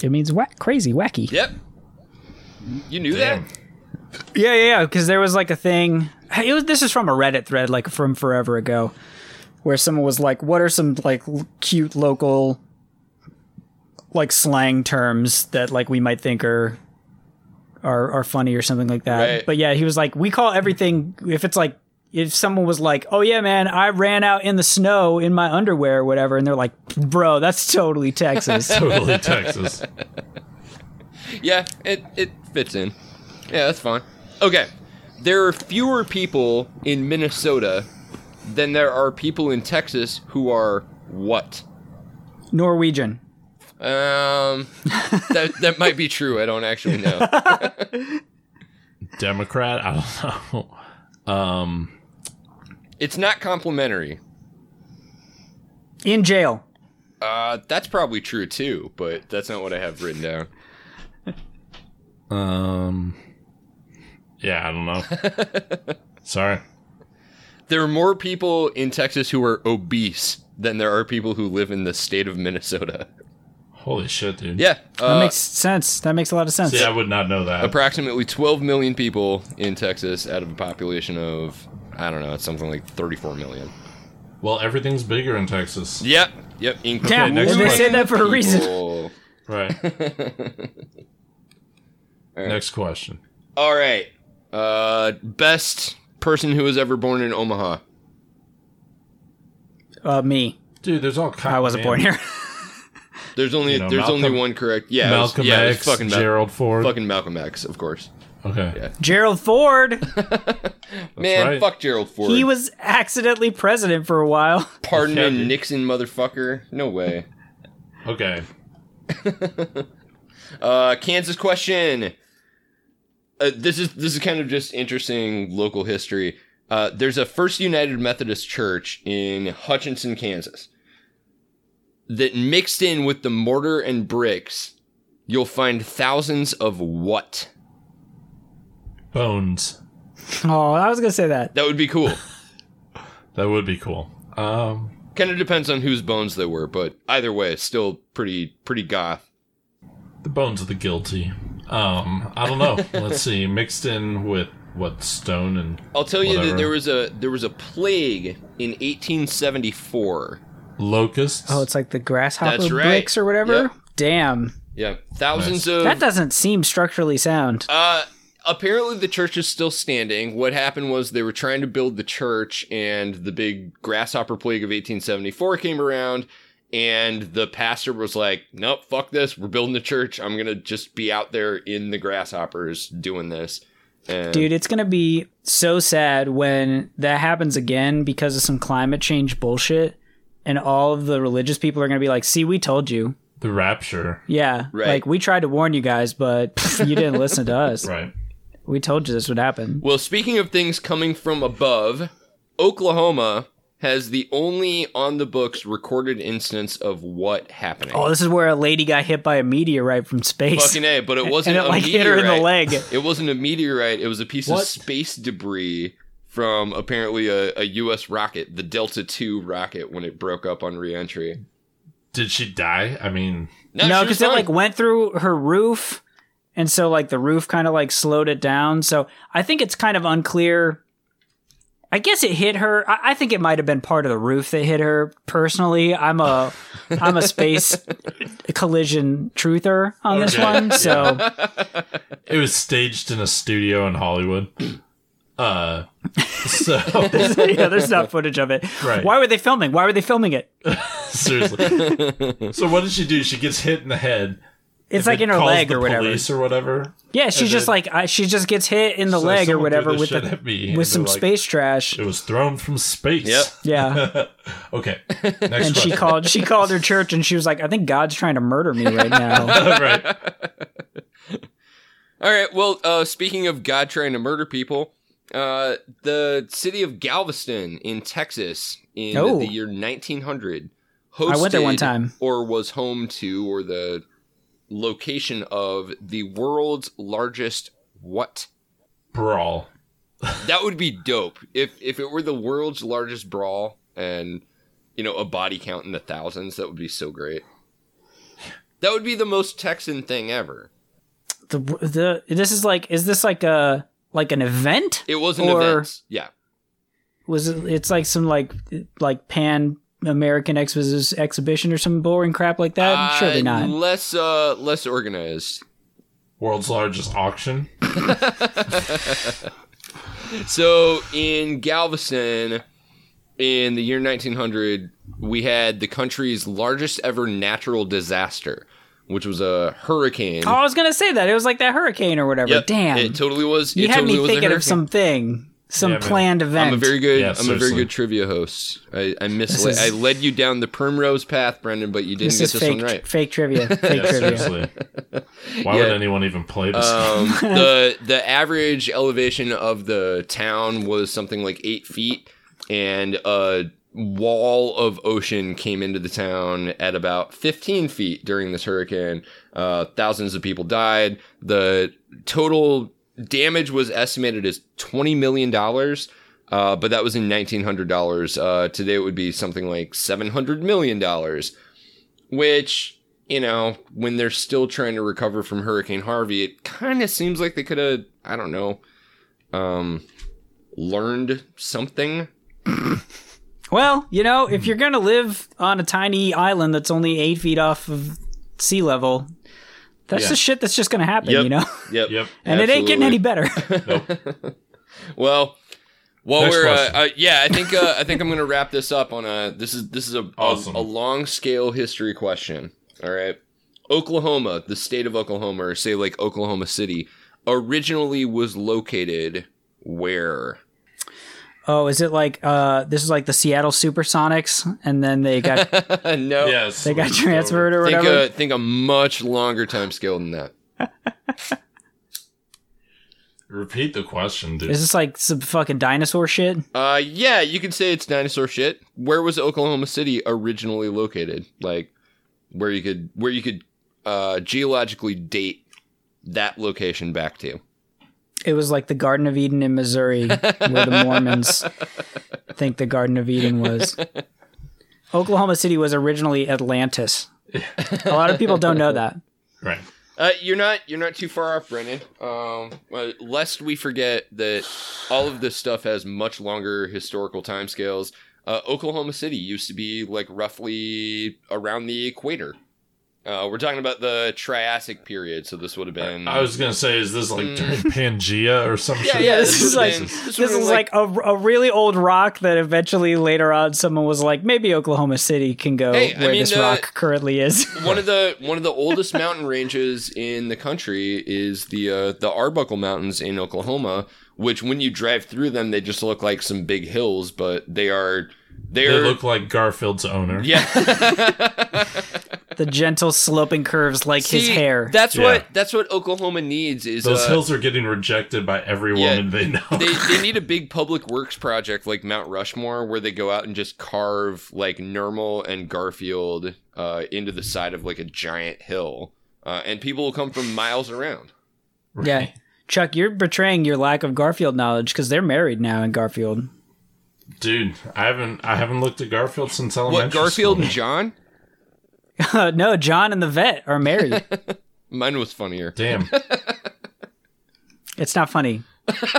[SPEAKER 2] It means whack, crazy, wacky.
[SPEAKER 1] Yep. You knew
[SPEAKER 3] Damn.
[SPEAKER 1] that?
[SPEAKER 2] Yeah, yeah, yeah. Because there was like a thing. It was, this is from a Reddit thread, like from forever ago, where someone was like, "What are some like l- cute local, like slang terms that like we might think are." Are, are funny or something like that.
[SPEAKER 1] Right.
[SPEAKER 2] But yeah, he was like, we call everything if it's like if someone was like, "Oh yeah, man, I ran out in the snow in my underwear or whatever," and they're like, "Bro, that's totally Texas."
[SPEAKER 1] [LAUGHS]
[SPEAKER 3] Totally Texas.
[SPEAKER 1] Yeah, it, it fits in. Yeah, that's fine. Okay. There are fewer people in Minnesota than there are people in Texas who are what?
[SPEAKER 2] Norwegian.
[SPEAKER 1] Um, that, that might be true. I don't actually [LAUGHS] know.
[SPEAKER 3] Democrat. I don't know. Um.
[SPEAKER 1] It's not complimentary.
[SPEAKER 2] In jail.
[SPEAKER 1] Uh, that's probably true too, but that's not what I have written down. [LAUGHS]
[SPEAKER 3] Um. Yeah, I don't know.
[SPEAKER 1] [LAUGHS]
[SPEAKER 3] Sorry.
[SPEAKER 1] There are more people in Texas who are obese than there are people who live in the state of Minnesota.
[SPEAKER 3] Holy shit, dude.
[SPEAKER 1] Yeah.
[SPEAKER 2] That
[SPEAKER 1] Uh,
[SPEAKER 2] makes sense. That makes a lot of sense.
[SPEAKER 3] See, I would not know that.
[SPEAKER 1] approximately 12 million people in Texas out of a population of I don't know, it's something like 34 million.
[SPEAKER 3] Well, everything's bigger in Texas.
[SPEAKER 1] Yep, yep. Including
[SPEAKER 2] Yeah,
[SPEAKER 3] well, they
[SPEAKER 2] said that for a reason.
[SPEAKER 1] people.
[SPEAKER 3] Right.
[SPEAKER 1] [LAUGHS]
[SPEAKER 3] Next question.
[SPEAKER 1] All right. Uh, best person who was ever born in Omaha.
[SPEAKER 2] Uh, me.
[SPEAKER 3] Dude, there's all kinds.
[SPEAKER 2] I wasn't born here.
[SPEAKER 1] There's only
[SPEAKER 3] You know,
[SPEAKER 1] there's only
[SPEAKER 3] Malcolm-
[SPEAKER 1] one correct. Yeah, it was-
[SPEAKER 3] Malcolm
[SPEAKER 1] yeah, it was
[SPEAKER 3] X,
[SPEAKER 1] fucking Mal-
[SPEAKER 3] Gerald Ford.
[SPEAKER 1] fucking Malcolm X, of course.
[SPEAKER 3] okay.
[SPEAKER 1] Yeah.
[SPEAKER 2] Gerald Ford.
[SPEAKER 1] Man,
[SPEAKER 3] right.
[SPEAKER 1] fuck Gerald Ford.
[SPEAKER 2] He was accidentally president for a while.
[SPEAKER 1] pardon
[SPEAKER 3] Yeah,
[SPEAKER 1] a
[SPEAKER 3] dude.
[SPEAKER 1] Nixon motherfucker. No way.
[SPEAKER 3] Okay.
[SPEAKER 1] Uh, Kansas question. Uh, this is this is kind of just interesting local history. Uh, there's a First United Methodist Church in Hutchinson, Kansas, that mixed in with the mortar and bricks, you'll find thousands of what?
[SPEAKER 3] bones.
[SPEAKER 2] [LAUGHS] Oh, I was gonna say that.
[SPEAKER 1] That would be
[SPEAKER 3] [LAUGHS]
[SPEAKER 1] cool.
[SPEAKER 3] That would be cool. Um,
[SPEAKER 1] kind of depends on whose bones they were, but either way, it's still pretty pretty goth.
[SPEAKER 3] the bones of the guilty. Um, I don't know.
[SPEAKER 1] [LAUGHS]
[SPEAKER 3] Let's see. Mixed in with what stone and
[SPEAKER 1] I'll tell you that
[SPEAKER 3] Whatever.
[SPEAKER 1] there was a there was a plague in 1874.
[SPEAKER 3] locusts.
[SPEAKER 2] Oh, it's like the grasshopper
[SPEAKER 1] That's right.
[SPEAKER 2] bricks or whatever.
[SPEAKER 1] Yep.
[SPEAKER 2] Damn,
[SPEAKER 1] Yeah, thousands
[SPEAKER 2] that
[SPEAKER 1] of.
[SPEAKER 2] doesn't seem structurally sound.
[SPEAKER 1] Uh, apparently, the church is still standing. What happened was they were trying to build the church, and the big grasshopper plague of 1874 came around. And the pastor was like, "Nope, fuck this. We're building the church. I'm gonna just be out there in the grasshoppers doing this." And
[SPEAKER 2] Dude, it's gonna be so sad when that happens again because of some climate change bullshit, and all of the religious people are gonna be like, "See, we told you."
[SPEAKER 3] the rapture.
[SPEAKER 2] Yeah,
[SPEAKER 1] Right.
[SPEAKER 2] like we tried to warn you guys, [LAUGHS] but pff, you didn't listen to us.
[SPEAKER 3] Right.
[SPEAKER 2] We told you this would happen.
[SPEAKER 1] Well, speaking of things coming from above, Oklahoma has the only on the books recorded instance of what happening.
[SPEAKER 2] Oh, this is where a lady got hit by a meteorite from space,
[SPEAKER 1] Fucking A, but it wasn't
[SPEAKER 2] [LAUGHS] and it
[SPEAKER 1] a
[SPEAKER 2] like hit her
[SPEAKER 1] meteorite.
[SPEAKER 2] in the leg.
[SPEAKER 1] [LAUGHS] It wasn't a meteorite, it was a piece
[SPEAKER 3] What?
[SPEAKER 1] of space debris from apparently a, a US rocket, the Delta II rocket when it broke up on reentry.
[SPEAKER 3] Did she die? I mean,
[SPEAKER 2] No,
[SPEAKER 1] she was
[SPEAKER 2] because it
[SPEAKER 1] fine.
[SPEAKER 2] like went through her roof, and so like the roof kind of like slowed it down. So I think it's kind of unclear. I guess it hit her. I, I think it might have been part of the roof that hit her. Personally, I'm
[SPEAKER 3] [LAUGHS]
[SPEAKER 2] a I'm a space collision truther on this
[SPEAKER 3] Okay,
[SPEAKER 2] one. So
[SPEAKER 3] it was staged in a studio in Hollywood. [CLEARS THROAT] Uh, so [LAUGHS]
[SPEAKER 2] [LAUGHS] yeah, there's not footage of it.
[SPEAKER 3] Right.
[SPEAKER 2] Why were they filming? Why were they filming it?
[SPEAKER 3] seriously. So what did she do? She gets hit in the head.
[SPEAKER 2] It's like
[SPEAKER 3] It
[SPEAKER 2] in her
[SPEAKER 3] calls
[SPEAKER 2] leg
[SPEAKER 3] the
[SPEAKER 2] or whatever.
[SPEAKER 3] Police or whatever.
[SPEAKER 2] Yeah, she's just
[SPEAKER 3] then-
[SPEAKER 2] like I, she just gets hit in the
[SPEAKER 3] She's like,
[SPEAKER 2] leg or
[SPEAKER 3] "Someone threw
[SPEAKER 2] whatever
[SPEAKER 3] this
[SPEAKER 2] with
[SPEAKER 3] shit
[SPEAKER 2] the,
[SPEAKER 3] at me," and
[SPEAKER 2] with
[SPEAKER 3] they're
[SPEAKER 2] some
[SPEAKER 3] like,
[SPEAKER 2] space trash.
[SPEAKER 3] It was thrown from space.
[SPEAKER 1] Yep.
[SPEAKER 2] Yeah.
[SPEAKER 3] [LAUGHS] Okay. Next
[SPEAKER 2] and she
[SPEAKER 3] question.
[SPEAKER 2] called she called her church and she was like i think god's trying to murder me
[SPEAKER 1] [LAUGHS]
[SPEAKER 2] right now [LAUGHS]
[SPEAKER 3] [LAUGHS] right.
[SPEAKER 1] All right. Well, uh, speaking of God trying to murder people, uh, the city of Galveston in Texas in
[SPEAKER 2] Oh.
[SPEAKER 1] the year 1900 hosted
[SPEAKER 2] I went there one time.
[SPEAKER 1] or was home to or the location of the world's largest what?
[SPEAKER 3] Brawl.
[SPEAKER 1] That would be dope if if it were the world's largest brawl and you know a body count in the thousands. That would be so great. That would be the most Texan thing ever.
[SPEAKER 2] the, the this is like is this like a like an event
[SPEAKER 1] It was an
[SPEAKER 2] Or-
[SPEAKER 1] event. Yeah.
[SPEAKER 2] was it it's like some like like pan american Exvis exhibition or some boring crap like that surely
[SPEAKER 1] Uh,
[SPEAKER 2] not
[SPEAKER 1] Less uh less organized.
[SPEAKER 3] World's largest auction.
[SPEAKER 1] So in Galveston in the year 1900, we had the country's largest ever natural disaster, which was a hurricane.
[SPEAKER 2] oh i was gonna say that it was like that hurricane or whatever
[SPEAKER 1] Yep,
[SPEAKER 2] damn
[SPEAKER 1] It totally was.
[SPEAKER 2] you
[SPEAKER 1] it
[SPEAKER 2] had
[SPEAKER 1] totally
[SPEAKER 2] me
[SPEAKER 1] was a
[SPEAKER 2] thinking of
[SPEAKER 1] hurricane.
[SPEAKER 2] something some
[SPEAKER 3] Yeah, man.
[SPEAKER 2] planned event
[SPEAKER 1] I'm a very good.
[SPEAKER 3] Yeah,
[SPEAKER 1] I'm a very
[SPEAKER 3] seriously.
[SPEAKER 1] good trivia host. I, I misled.
[SPEAKER 2] is-
[SPEAKER 1] I led you down the primrose path, Brendan, but you didn't
[SPEAKER 2] this
[SPEAKER 1] get
[SPEAKER 2] is
[SPEAKER 1] this
[SPEAKER 2] fake
[SPEAKER 1] one right. [LAUGHS]
[SPEAKER 2] fake trivia fake
[SPEAKER 3] Yeah,
[SPEAKER 2] trivia
[SPEAKER 3] seriously. Why would
[SPEAKER 1] Yeah.
[SPEAKER 3] anyone even play this?
[SPEAKER 1] Um, the the average elevation of the town was something like eight feet, and a wall of ocean came into the town at about 15 feet during this hurricane. Uh, thousands of people died. The total damage was estimated as 20 million dollars. Uh, but that was in $1,900. Uh, today it would be something like $700 million which you know when they're still trying to recover from hurricane harvey it kind of seems like they could have i don't know um learned something
[SPEAKER 2] Well, you know,
[SPEAKER 1] Hmm.
[SPEAKER 2] if you're gonna live on a tiny island that's only eight feet off of sea level, that's
[SPEAKER 3] Yeah.
[SPEAKER 2] the shit that's just gonna happen,
[SPEAKER 1] Yep.
[SPEAKER 2] you know. [LAUGHS]
[SPEAKER 1] yep
[SPEAKER 3] yep.
[SPEAKER 2] And it ain't getting any
[SPEAKER 1] Absolutely.
[SPEAKER 2] better.
[SPEAKER 1] [LAUGHS] well while
[SPEAKER 3] Next
[SPEAKER 1] we're uh,
[SPEAKER 3] question.
[SPEAKER 1] uh, yeah i think uh, i think i'm gonna wrap this up on a this is this is a,
[SPEAKER 3] Awesome.
[SPEAKER 1] a, a long scale history question all right oklahoma the state of oklahoma or say like oklahoma city originally was located where [LAUGHS]
[SPEAKER 2] oh, is it like uh, this is like the Seattle SuperSonics, and then
[SPEAKER 1] [LAUGHS]
[SPEAKER 2] they got
[SPEAKER 1] no
[SPEAKER 3] Yes.
[SPEAKER 2] they got transferred or
[SPEAKER 1] think
[SPEAKER 2] whatever?
[SPEAKER 1] a, think a much longer time scale than that.
[SPEAKER 3] Repeat the question, dude.
[SPEAKER 2] is this like some fucking dinosaur shit?
[SPEAKER 1] Uh, yeah, you can say it's dinosaur shit. Where was Oklahoma City originally located? Like, where you could where you could uh, geologically date that location back to?
[SPEAKER 2] It was like the Garden of Eden in Missouri,
[SPEAKER 1] [LAUGHS]
[SPEAKER 2] where the Mormons think the Garden of Eden was. Oklahoma City was originally Atlantis. A lot of people don't know that.
[SPEAKER 3] Right.
[SPEAKER 1] Uh, you're not you're not too far off, Brennan. Um, uh, lest we forget that all of this stuff has much longer historical timescales. Uh, Oklahoma City used to be like roughly around the equator. Uh, we're talking about the Triassic period, so this would have been.
[SPEAKER 3] I was gonna say, is this like during Pangea or
[SPEAKER 2] [LAUGHS]
[SPEAKER 3] some
[SPEAKER 1] yeah,
[SPEAKER 3] shit?
[SPEAKER 1] yeah.
[SPEAKER 2] Mm. This
[SPEAKER 1] would've
[SPEAKER 2] is like-
[SPEAKER 1] been-
[SPEAKER 2] This
[SPEAKER 1] would've been,
[SPEAKER 2] is like a, a really old rock that eventually later on someone was like, maybe Oklahoma City can go
[SPEAKER 1] Hey, I
[SPEAKER 2] where
[SPEAKER 1] mean,
[SPEAKER 2] this
[SPEAKER 1] uh,
[SPEAKER 2] rock currently
[SPEAKER 1] [LAUGHS]
[SPEAKER 2] is.
[SPEAKER 1] one of the one of the oldest mountain ranges in the country is the uh, the Arbuckle Mountains in Oklahoma, which when you drive through them, they just look like some big hills, but they are
[SPEAKER 3] They
[SPEAKER 1] they're
[SPEAKER 3] look like Garfield's owner. [LAUGHS]
[SPEAKER 1] yeah.
[SPEAKER 2] the gentle sloping curves like his
[SPEAKER 1] [LAUGHS] See,
[SPEAKER 2] hair.
[SPEAKER 1] That's
[SPEAKER 3] Yeah.
[SPEAKER 1] what that's what Oklahoma needs is
[SPEAKER 3] Those
[SPEAKER 1] uh,
[SPEAKER 3] hills are getting rejected by every
[SPEAKER 1] Yeah.
[SPEAKER 3] woman they know.
[SPEAKER 1] They, they need a big public works project like Mount Rushmore where they go out and just carve like Normal and Garfield uh, into the side of like a giant hill, uh, and people will come from miles around.
[SPEAKER 3] Right.
[SPEAKER 2] yeah. Chuck, you're betraying your lack of Garfield knowledge because they're married now in Garfield.
[SPEAKER 3] [LAUGHS]
[SPEAKER 2] [LAUGHS]
[SPEAKER 3] Dude, I haven't I haven't looked at Garfield since elementary.
[SPEAKER 1] What Garfield
[SPEAKER 3] school.
[SPEAKER 1] and John?
[SPEAKER 2] no, John and the vet
[SPEAKER 1] [LAUGHS]
[SPEAKER 2] are married.
[SPEAKER 1] Mine was funnier.
[SPEAKER 3] Damn.
[SPEAKER 2] it's not funny.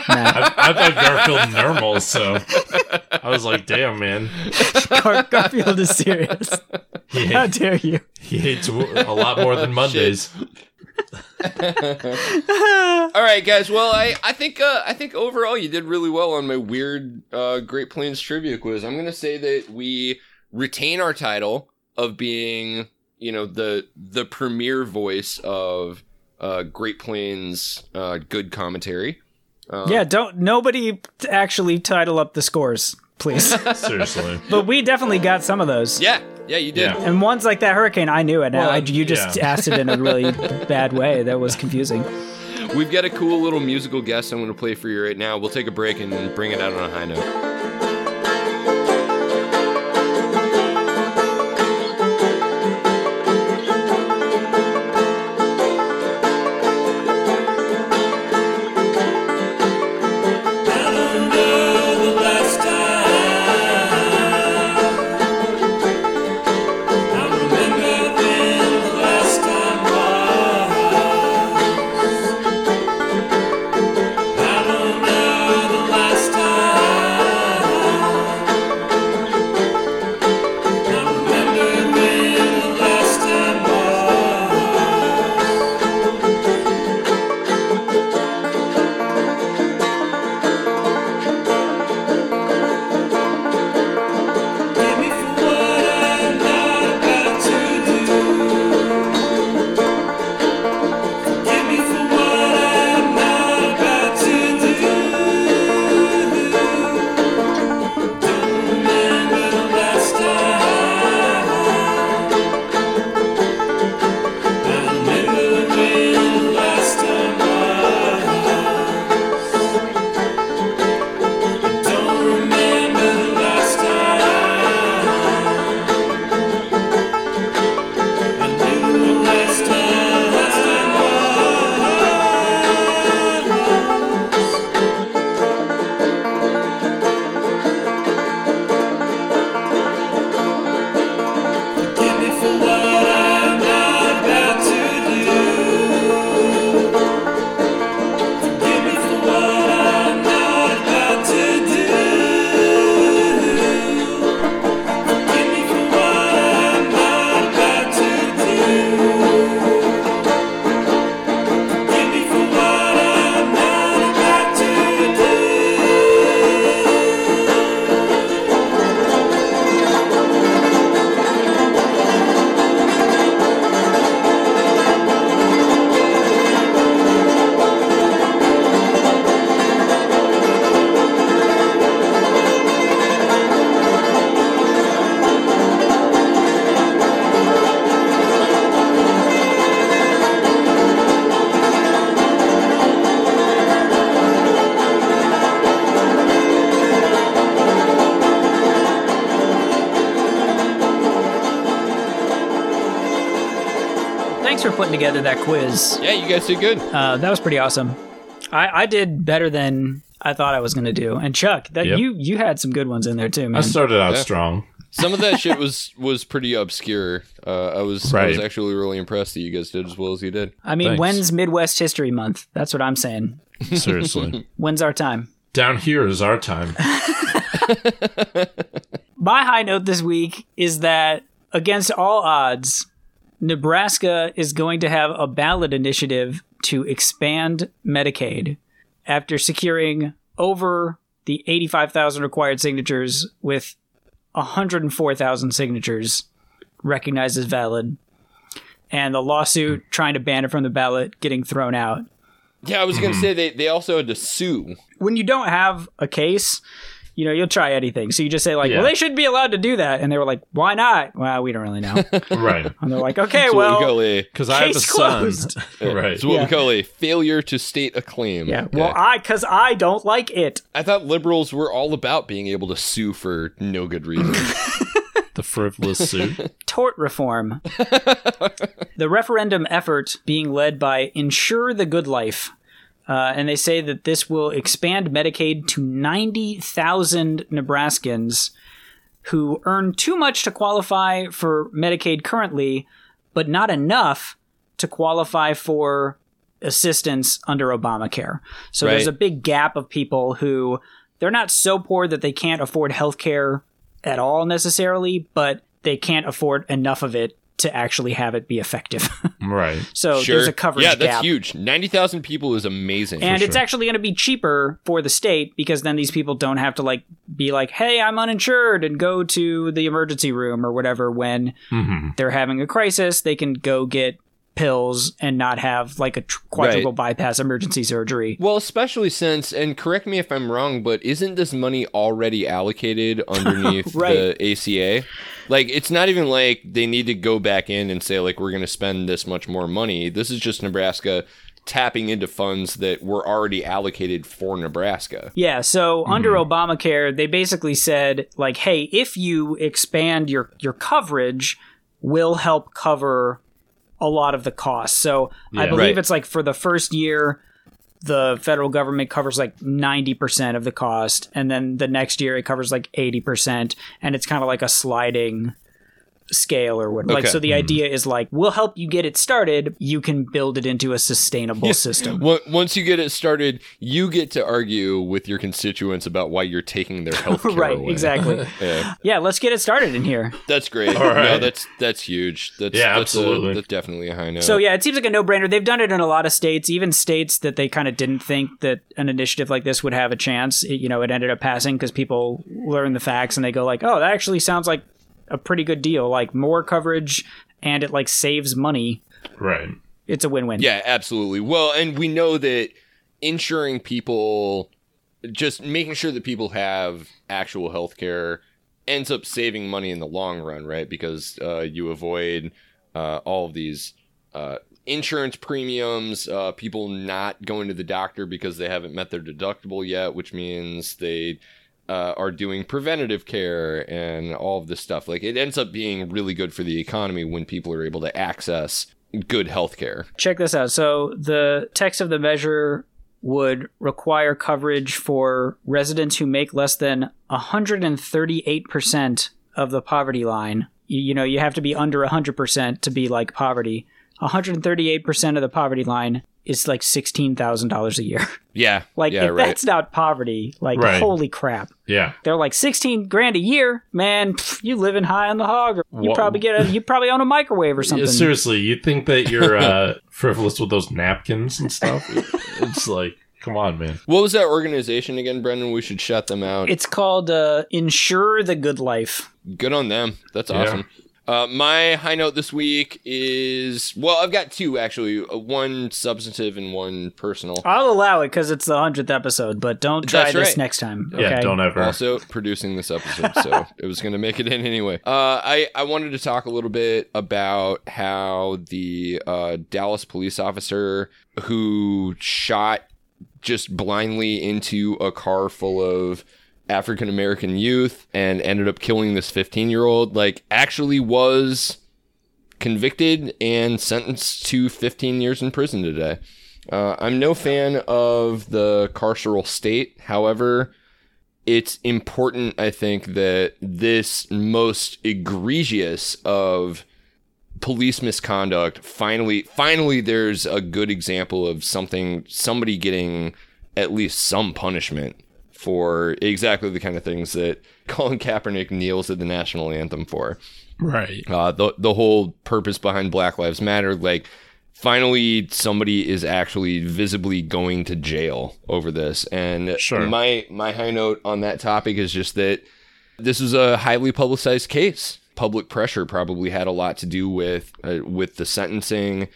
[SPEAKER 2] Matt.
[SPEAKER 3] I, I thought Garfield normal, so I was like, damn man.
[SPEAKER 1] [LAUGHS]
[SPEAKER 2] Gar- Garfield is serious.
[SPEAKER 3] He,
[SPEAKER 2] How
[SPEAKER 3] hate,
[SPEAKER 2] dare you?
[SPEAKER 3] he hates wo- a lot more
[SPEAKER 1] [LAUGHS]
[SPEAKER 3] than Mondays.
[SPEAKER 1] All right, guys. Well, I I think uh, I think overall you did really well on my weird uh, Great Plains trivia quiz. I'm gonna say that we retain our title of being you know the the premier voice of uh, Great Plains uh, good commentary. Um,
[SPEAKER 2] yeah, don't nobody t- actually title up the scores,
[SPEAKER 1] [LAUGHS]
[SPEAKER 2] please.
[SPEAKER 3] Seriously.
[SPEAKER 2] but we definitely got some of those.
[SPEAKER 1] Yeah. Yeah. You did.
[SPEAKER 3] Yeah.
[SPEAKER 2] And ones like that hurricane, I knew it. Now
[SPEAKER 1] Well,
[SPEAKER 2] I, you just
[SPEAKER 3] yeah.
[SPEAKER 2] asked it in a
[SPEAKER 3] [LAUGHS]
[SPEAKER 2] really bad way. That was confusing.
[SPEAKER 1] We've got a cool little musical guest I'm gonna play for you right now. We'll take a break and bring it out on a high note.
[SPEAKER 2] Thanks for putting together that quiz.
[SPEAKER 1] Yeah, you guys did good.
[SPEAKER 2] Uh, that was pretty awesome. I, I did better than I thought I was going to do. And Chuck, that
[SPEAKER 3] Yep.
[SPEAKER 2] you you had some good ones in there too,
[SPEAKER 3] I
[SPEAKER 2] man.
[SPEAKER 3] started out strong.
[SPEAKER 1] Some of that shit was was pretty obscure. Uh, I was I was
[SPEAKER 3] Right.
[SPEAKER 1] actually really impressed that you guys did as well as you did.
[SPEAKER 2] I mean,
[SPEAKER 3] Thanks.
[SPEAKER 2] when's Midwest History Month? That's what I'm saying.
[SPEAKER 1] [LAUGHS]
[SPEAKER 3] Seriously.
[SPEAKER 2] When's our time?
[SPEAKER 3] Down here is our time.
[SPEAKER 2] My high note this week is that against all odds, Nebraska is going to have a ballot initiative to expand Medicaid after securing over the 85,000 required signatures with 104,000 signatures recognized as valid. And the lawsuit trying to ban it from the ballot getting thrown out.
[SPEAKER 1] Yeah, I was gonna say they, they also had to sue.
[SPEAKER 2] when you don't have a case, you know, you'll try anything. So you just say like,
[SPEAKER 3] Yeah.
[SPEAKER 2] well, they should be allowed to do that, and they were like, why not? Well, we don't really know.
[SPEAKER 3] right.
[SPEAKER 2] and they're like, okay,
[SPEAKER 1] It's what we
[SPEAKER 2] well,
[SPEAKER 1] call a
[SPEAKER 3] Because I have a
[SPEAKER 2] Case
[SPEAKER 3] son.
[SPEAKER 2] closed.
[SPEAKER 3] [LAUGHS] right.
[SPEAKER 1] it's what
[SPEAKER 2] Yeah.
[SPEAKER 1] we call a failure to state a claim.
[SPEAKER 2] yeah, well, I because I don't like it.
[SPEAKER 1] I thought liberals were all about being able to sue for no good reason.
[SPEAKER 3] The frivolous suit.
[SPEAKER 2] Tort reform. the referendum effort being led by Ensure the Good Life. Uh, and they say that this will expand Medicaid to 90,000 Nebraskans who earn too much to qualify for Medicaid currently, but not enough to qualify for assistance under Obamacare. So there's
[SPEAKER 1] Right.
[SPEAKER 2] a big gap of people who they're not so poor that they can't afford health care at all necessarily, but they can't afford enough of it to actually have it be effective. [LAUGHS]
[SPEAKER 3] Right.
[SPEAKER 2] so
[SPEAKER 1] sure.
[SPEAKER 2] there's a coverage
[SPEAKER 1] yeah, that's
[SPEAKER 2] gap.
[SPEAKER 1] huge. Ninety thousand people is amazing.
[SPEAKER 2] And it's actually going to be cheaper for the state because then these people don't have to like be like, "Hey, I'm uninsured," and go to the emergency room or whatever when
[SPEAKER 3] hmm
[SPEAKER 2] they're having a crisis. They can go get pills and not have like a tr- quadruple bypass emergency surgery.
[SPEAKER 1] well, especially since, and correct me if I'm wrong, but isn't this money already allocated
[SPEAKER 2] [LAUGHS]
[SPEAKER 1] underneath
[SPEAKER 2] Right.
[SPEAKER 1] the ACA? Like, it's not even like they need to go back in and say, like, we're going to spend this much more money. This is just Nebraska tapping into funds that were already allocated for Nebraska.
[SPEAKER 2] Yeah, so under
[SPEAKER 1] Mm-hmm.
[SPEAKER 2] Obamacare, they basically said like, "Hey, if you expand your your coverage, we'll help cover a lot of the costs." So I
[SPEAKER 3] Yeah.
[SPEAKER 2] believe
[SPEAKER 1] Right.
[SPEAKER 2] it's like for the first year, the federal government covers like ninety percent of the cost, and then the next year it covers like eighty percent, and it's kind of like a sliding scale or what. Like,
[SPEAKER 1] Okay. Mm-hmm.
[SPEAKER 2] so the idea is like, we'll help you get it started. You can build it into a sustainable system.
[SPEAKER 1] [LAUGHS] Wo- Once you get it started, you get to argue with your constituents about why you're taking their health care
[SPEAKER 2] [LAUGHS] Right,
[SPEAKER 1] away. [LAUGHS]
[SPEAKER 2] exactly.
[SPEAKER 1] Yeah.
[SPEAKER 2] yeah, let's get it started in here.
[SPEAKER 1] That's great. No,
[SPEAKER 3] right.
[SPEAKER 1] that's that's huge. That's,
[SPEAKER 3] Yeah,
[SPEAKER 1] that's a-
[SPEAKER 3] absolutely.
[SPEAKER 1] that's definitely a high note.
[SPEAKER 2] So yeah, it seems like a no-brainer. They've done it in a lot of states, even states that they kind of didn't think that an initiative like this would have a chance. It, you know, it ended up passing because people learn the facts and they go like, "Oh, that actually sounds like a pretty good deal. Like more coverage and it like saves money.
[SPEAKER 3] Right.
[SPEAKER 2] It's a win-win."
[SPEAKER 1] Yeah, absolutely. Well, and we know that insuring people, just making sure that people have actual health care, ends up saving money in the long run, right? Because uh, you avoid uh, all of these uh, insurance premiums, uh, people not going to the doctor because they haven't met their deductible yet, which means they. Uh, are doing preventative care and all of this stuff. Like it ends up being really good for the economy when people are able to access good health care.
[SPEAKER 2] Check this out. So the text of the measure would require coverage for residents who make less than 138% of the poverty line. You, you know, you have to be under 100% to be like poverty. 138% of the poverty line is like $16,000 a year. [LAUGHS]
[SPEAKER 1] Yeah.
[SPEAKER 2] Like
[SPEAKER 1] yeah,
[SPEAKER 2] if
[SPEAKER 1] right.
[SPEAKER 2] that's not poverty, like
[SPEAKER 3] Right.
[SPEAKER 2] holy crap.
[SPEAKER 3] Yeah.
[SPEAKER 2] They're like 16 grand a year, man, pff, you living high on the hog. Or you
[SPEAKER 3] Wha-
[SPEAKER 2] probably get a, you probably own a microwave or something.
[SPEAKER 3] Yeah, seriously, you think that
[SPEAKER 1] [LAUGHS]
[SPEAKER 3] you're uh, frivolous with those napkins and stuff? It's like, come on, man.
[SPEAKER 1] what was that organization again, Brendan? We should shut them out.
[SPEAKER 2] It's called uh, Ensure the Good Life.
[SPEAKER 1] Good on them. That's
[SPEAKER 3] Yeah.
[SPEAKER 1] awesome. Uh, my high note this week is well, I've got two actually, uh, one substantive and one personal.
[SPEAKER 2] I'll allow it because it's the hundredth episode, but don't try
[SPEAKER 1] That's
[SPEAKER 2] this
[SPEAKER 1] right.
[SPEAKER 2] next time. Okay?
[SPEAKER 3] Yeah, don't ever.
[SPEAKER 1] Also producing this episode, so it was going to make it in anyway. Uh, I I wanted to talk a little bit about how the uh, Dallas police officer who shot just blindly into a car full of African American youth and ended up killing this 15 year old, like actually was convicted and sentenced to 15 years in prison today. Uh, I'm no fan of the carceral state. However, it's important, I think, that this most egregious of police misconduct finally, finally, there's a good example of something, somebody getting at least some punishment for exactly the kind of things that [LAUGHS] Colin Kaepernick kneels at the national anthem for
[SPEAKER 3] Right.
[SPEAKER 1] uh, the the whole purpose behind Black Lives Matter. Like, finally, somebody is actually visibly going to jail over this. And
[SPEAKER 3] Sure.
[SPEAKER 1] my my high note on that topic is just that this is a highly publicized case. Public pressure probably had a lot to do with uh, with the sentencing,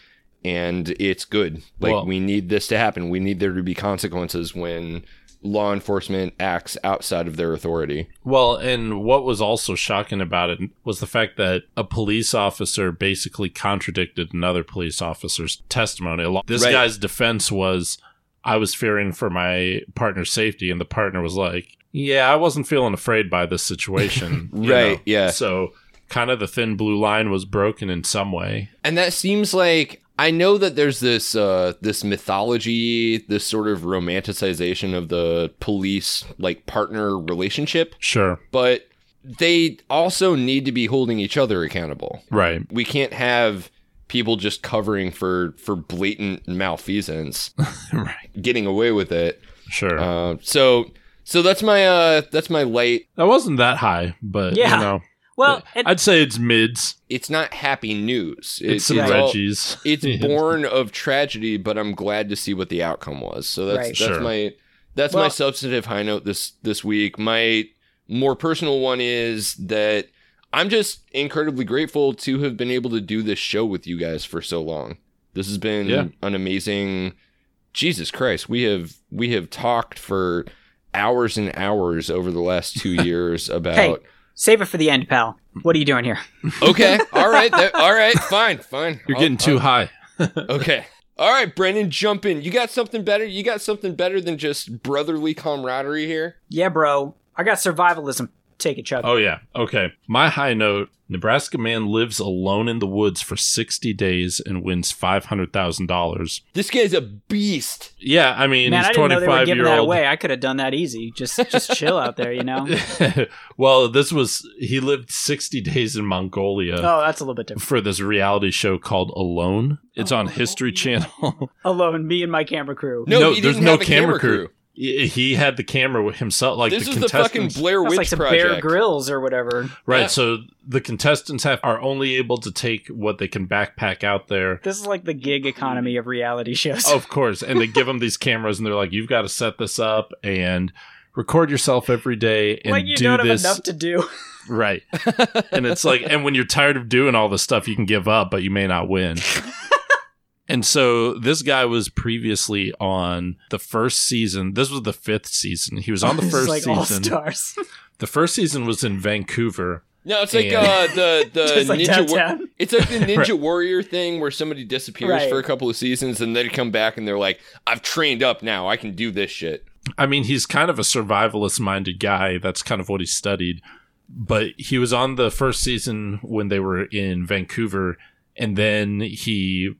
[SPEAKER 1] and it's good. Like
[SPEAKER 3] Well-
[SPEAKER 1] we need this to happen. We need there to be consequences when law enforcement acts outside of their authority.
[SPEAKER 3] Well, and what was also shocking about it was the fact that a police officer basically contradicted another police officer's testimony. A lot- This
[SPEAKER 1] Right.
[SPEAKER 3] guy's defense was, I was fearing for my partner's safety. And the partner was like, Yeah, I wasn't feeling afraid by
[SPEAKER 1] [LAUGHS]
[SPEAKER 3] this situation. you
[SPEAKER 1] Right,
[SPEAKER 3] know?
[SPEAKER 1] yeah.
[SPEAKER 3] So kind of the thin blue line was broken in some way.
[SPEAKER 1] And that seems like I know that there's this uh, this mythology, this sort of romanticization of the police like partner relationship,
[SPEAKER 3] Sure.
[SPEAKER 1] but they also need to be holding each other accountable.
[SPEAKER 3] Right.
[SPEAKER 1] [LAUGHS] We can't have people just covering for for blatant malfeasance, [LAUGHS]
[SPEAKER 3] right.
[SPEAKER 1] getting away with it.
[SPEAKER 3] Sure.
[SPEAKER 1] Uh, so so that's my uh, that's my light.
[SPEAKER 3] that wasn't that high, but
[SPEAKER 2] Yeah.
[SPEAKER 3] you know,
[SPEAKER 2] Well, and
[SPEAKER 3] I'd say it's mids.
[SPEAKER 1] It's not happy news. It-
[SPEAKER 3] It's some
[SPEAKER 2] it's
[SPEAKER 1] all-
[SPEAKER 3] Reggies.
[SPEAKER 1] it's
[SPEAKER 3] Yeah.
[SPEAKER 1] born of tragedy, but I'm glad to see what the outcome was. So that's
[SPEAKER 2] Right.
[SPEAKER 1] that's
[SPEAKER 3] Sure.
[SPEAKER 1] my that's my
[SPEAKER 2] Well-
[SPEAKER 1] substantive high note this this week. My more personal one is that I'm just incredibly grateful to have been able to do this show with you guys for so long. This has been
[SPEAKER 3] Yeah.
[SPEAKER 1] an amazing Jesus Christ. We have we have talked for hours and hours over the last 2
[SPEAKER 3] [LAUGHS]
[SPEAKER 1] years about
[SPEAKER 2] hey, save it for the end, pal. What are you doing here?
[SPEAKER 1] Okay, all right. that- all right, fine, fine.
[SPEAKER 3] You're
[SPEAKER 1] I'll-
[SPEAKER 3] getting too high.
[SPEAKER 1] Okay. All right, Brendan, jump in. You got something better? You got something better than just brotherly camaraderie here?
[SPEAKER 2] Yeah, bro. I got survivalism. Take it, Chuck.
[SPEAKER 3] Oh yeah. Okay. My high note: Nebraska man lives alone in the woods for sixty days and wins five hundred thousand dollars.
[SPEAKER 1] This guy's a beast.
[SPEAKER 3] Yeah, I mean
[SPEAKER 2] Man, I didn't
[SPEAKER 3] he's
[SPEAKER 2] know
[SPEAKER 3] twenty
[SPEAKER 2] they were
[SPEAKER 3] five
[SPEAKER 2] giving
[SPEAKER 3] year
[SPEAKER 2] that
[SPEAKER 3] old.
[SPEAKER 2] away. I could have done that easy. Just,
[SPEAKER 3] [LAUGHS]
[SPEAKER 2] just chill out there, you know.
[SPEAKER 3] well, this was he lived sixty days in Mongolia.
[SPEAKER 2] Oh, that's a little bit different.
[SPEAKER 3] For this reality show called Alone, it's
[SPEAKER 2] Oh.
[SPEAKER 3] on History Channel. [LAUGHS]
[SPEAKER 2] Alone, me and my camera crew.
[SPEAKER 1] No,
[SPEAKER 3] No,
[SPEAKER 1] he
[SPEAKER 3] there's
[SPEAKER 1] didn't
[SPEAKER 3] no
[SPEAKER 1] have a
[SPEAKER 3] camera crew. he he had the camera with himself, like
[SPEAKER 1] This
[SPEAKER 3] the
[SPEAKER 1] is the fucking
[SPEAKER 3] contestants.
[SPEAKER 1] Blair
[SPEAKER 2] That's
[SPEAKER 1] Witch
[SPEAKER 2] like some Bear
[SPEAKER 1] Project.
[SPEAKER 2] Grills or whatever.
[SPEAKER 3] right,
[SPEAKER 1] Yeah.
[SPEAKER 3] so the contestants have are only able to take what they can backpack out there,
[SPEAKER 2] This is like the gig economy of reality shows.
[SPEAKER 3] Of course. And they give them these cameras and they're like, you've got to set this up and record yourself every day and
[SPEAKER 2] [LAUGHS] like you
[SPEAKER 3] do
[SPEAKER 2] don't
[SPEAKER 3] this.
[SPEAKER 2] have enough to do.
[SPEAKER 1] [LAUGHS]
[SPEAKER 3] Right. and it's like, and when you're tired of doing all this stuff, you can give up, but you may not win.
[SPEAKER 1] [LAUGHS]
[SPEAKER 3] and so this guy was previously on the first season. This was the fifth season. He was on the
[SPEAKER 2] [LAUGHS] It's
[SPEAKER 3] first
[SPEAKER 2] like all
[SPEAKER 3] season.
[SPEAKER 2] stars. [LAUGHS]
[SPEAKER 3] The first season was in Vancouver.
[SPEAKER 1] No, it's like
[SPEAKER 3] Yeah.
[SPEAKER 1] uh, the the
[SPEAKER 2] [LAUGHS] Just like
[SPEAKER 1] ninja. War-
[SPEAKER 2] downtown.
[SPEAKER 1] it's like
[SPEAKER 2] [LAUGHS]
[SPEAKER 1] the Ninja
[SPEAKER 3] Right.
[SPEAKER 1] Warrior thing where somebody disappears
[SPEAKER 2] Right.
[SPEAKER 1] for a couple of seasons and they come back and they're like, "I've trained up now. I can do this shit."
[SPEAKER 3] I mean, he's kind of a survivalist minded guy. That's kind of what he studied. But he was on the first season when they were in Vancouver, and then he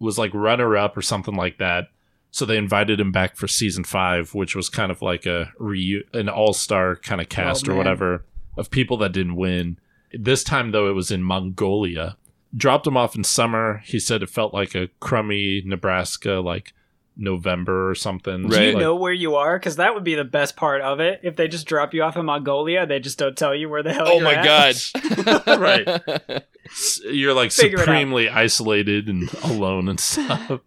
[SPEAKER 3] was like runner up or something like that. So they invited him back for season five, which was kind of like a reu- an all star kind of cast or
[SPEAKER 2] man.
[SPEAKER 3] whatever of people that didn't win. This time though, it was in Mongolia. Dropped him off in summer. He said it felt like a crummy Nebraska, like November or something.
[SPEAKER 1] Do
[SPEAKER 2] Do you
[SPEAKER 3] [LAUGHS] Like-
[SPEAKER 2] know where you are? Because that would be the best part of it. If they just drop you off in Mongolia, they just don't tell you where the hell.
[SPEAKER 1] Oh
[SPEAKER 2] you're
[SPEAKER 1] my
[SPEAKER 2] at.
[SPEAKER 1] god! [LAUGHS]
[SPEAKER 2] [LAUGHS]
[SPEAKER 3] Right. s- you're like
[SPEAKER 2] Figure it out.
[SPEAKER 3] supremely isolated and alone and stuff.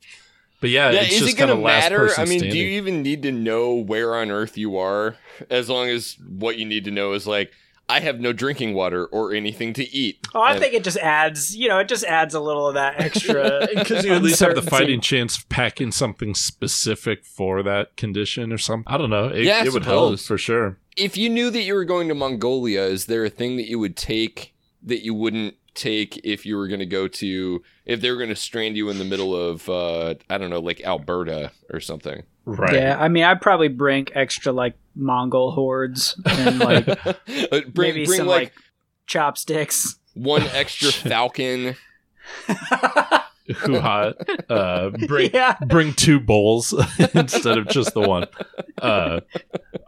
[SPEAKER 3] But yeah,
[SPEAKER 1] Yeah,
[SPEAKER 3] it's
[SPEAKER 1] is
[SPEAKER 3] just
[SPEAKER 1] it gonna
[SPEAKER 3] kinda last
[SPEAKER 1] matter?
[SPEAKER 3] person
[SPEAKER 1] I mean, do
[SPEAKER 3] standing.
[SPEAKER 1] you even need to know where on earth you are? As long as what you need to know is like, I have no drinking water or anything to eat.
[SPEAKER 2] Oh, I
[SPEAKER 1] And-
[SPEAKER 2] think it just adds. You know, it just adds a little of that
[SPEAKER 3] [LAUGHS]
[SPEAKER 2] extra.
[SPEAKER 3] because you at least have the
[SPEAKER 2] uncertainty.
[SPEAKER 3] fighting chance of packing something specific for that condition or something. I don't know. It,
[SPEAKER 1] Yeah, I
[SPEAKER 3] it would help
[SPEAKER 1] suppose.
[SPEAKER 3] for sure.
[SPEAKER 1] if you knew that you were going to Mongolia, is there a thing that you would take that you wouldn't take if you were going to go to if they were going to strand you in the middle of uh, I don't know, like Alberta or something?
[SPEAKER 3] Right.
[SPEAKER 2] Yeah, I mean, I'd probably bring extra like Mongol hordes [LAUGHS]
[SPEAKER 3] [LAUGHS]
[SPEAKER 2] and like
[SPEAKER 1] Uh, [LAUGHS] bring
[SPEAKER 2] maybe
[SPEAKER 1] bring
[SPEAKER 2] some
[SPEAKER 1] like,
[SPEAKER 2] [LAUGHS] like, chopsticks.
[SPEAKER 1] one extra falcon.
[SPEAKER 3] [LAUGHS] hoo-ha uh, [LAUGHS]
[SPEAKER 2] [LAUGHS]
[SPEAKER 3] bring
[SPEAKER 2] Yeah.
[SPEAKER 3] bring two bowls [LAUGHS] instead of just the one. Uh,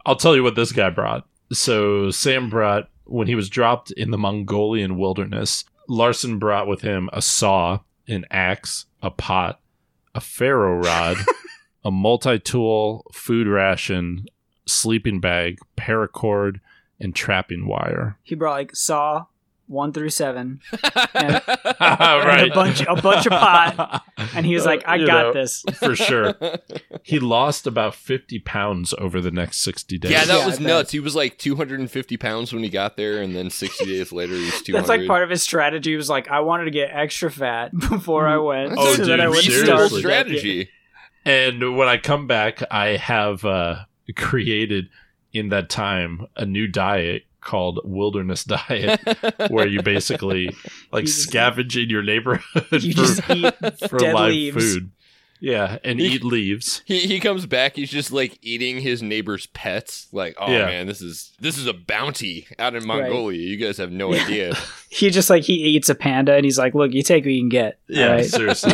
[SPEAKER 3] I'll tell you what this guy brought. So Sam brought when he was dropped in the Mongolian wilderness. Larson brought with him a saw, an axe, a pot, a ferro rod, a multi-tool, food ration, sleeping bag, paracord, and trapping wire.
[SPEAKER 2] He brought like Saw one through seven, [LAUGHS]
[SPEAKER 1] [LAUGHS]
[SPEAKER 2] and, [LAUGHS]
[SPEAKER 3] right,
[SPEAKER 2] a bunch- a bunch of
[SPEAKER 3] [LAUGHS]
[SPEAKER 2] pot, and he was like, "I
[SPEAKER 3] Uh, You
[SPEAKER 2] got
[SPEAKER 3] know,
[SPEAKER 2] this."
[SPEAKER 3] for [LAUGHS] sure. He lost about 50 pounds over the next 60 days.
[SPEAKER 1] Yeah, that
[SPEAKER 2] Yeah, I
[SPEAKER 1] was
[SPEAKER 2] bet.
[SPEAKER 1] nuts. He was like 250 pounds when he got there, and then 60 days later he's 200.
[SPEAKER 2] [LAUGHS] That's like part of his strategy. Was like, "I wanted to get extra fat [LAUGHS] before I went, [LAUGHS]
[SPEAKER 3] Oh,
[SPEAKER 2] so that
[SPEAKER 3] dude,
[SPEAKER 2] I would
[SPEAKER 3] seriously.
[SPEAKER 2] starve." to death."
[SPEAKER 1] strategy.
[SPEAKER 3] And when I come back, I have uh, created in that time a new diet called wilderness [LAUGHS] diet
[SPEAKER 1] [LAUGHS]
[SPEAKER 3] where you
[SPEAKER 2] [LAUGHS]
[SPEAKER 3] basically like
[SPEAKER 2] You just-
[SPEAKER 3] scavenging your neighborhood
[SPEAKER 2] You
[SPEAKER 3] [LAUGHS] for,
[SPEAKER 2] just eat
[SPEAKER 3] for
[SPEAKER 2] dead
[SPEAKER 3] live
[SPEAKER 2] leaves.
[SPEAKER 3] food yeah and
[SPEAKER 1] You-
[SPEAKER 3] eat leaves
[SPEAKER 1] He, he comes back. He's just like eating his neighbor's pets. Like, oh
[SPEAKER 3] Yeah.
[SPEAKER 1] man, this is this is a bounty out in Mongolia. You guys have no
[SPEAKER 2] Yeah. [LAUGHS]
[SPEAKER 1] idea.
[SPEAKER 2] He just like he eats a panda, and he's like, "Look, you take what you can get."
[SPEAKER 3] yeah
[SPEAKER 1] [LAUGHS]
[SPEAKER 2] Alright. [LAUGHS]
[SPEAKER 3] seriously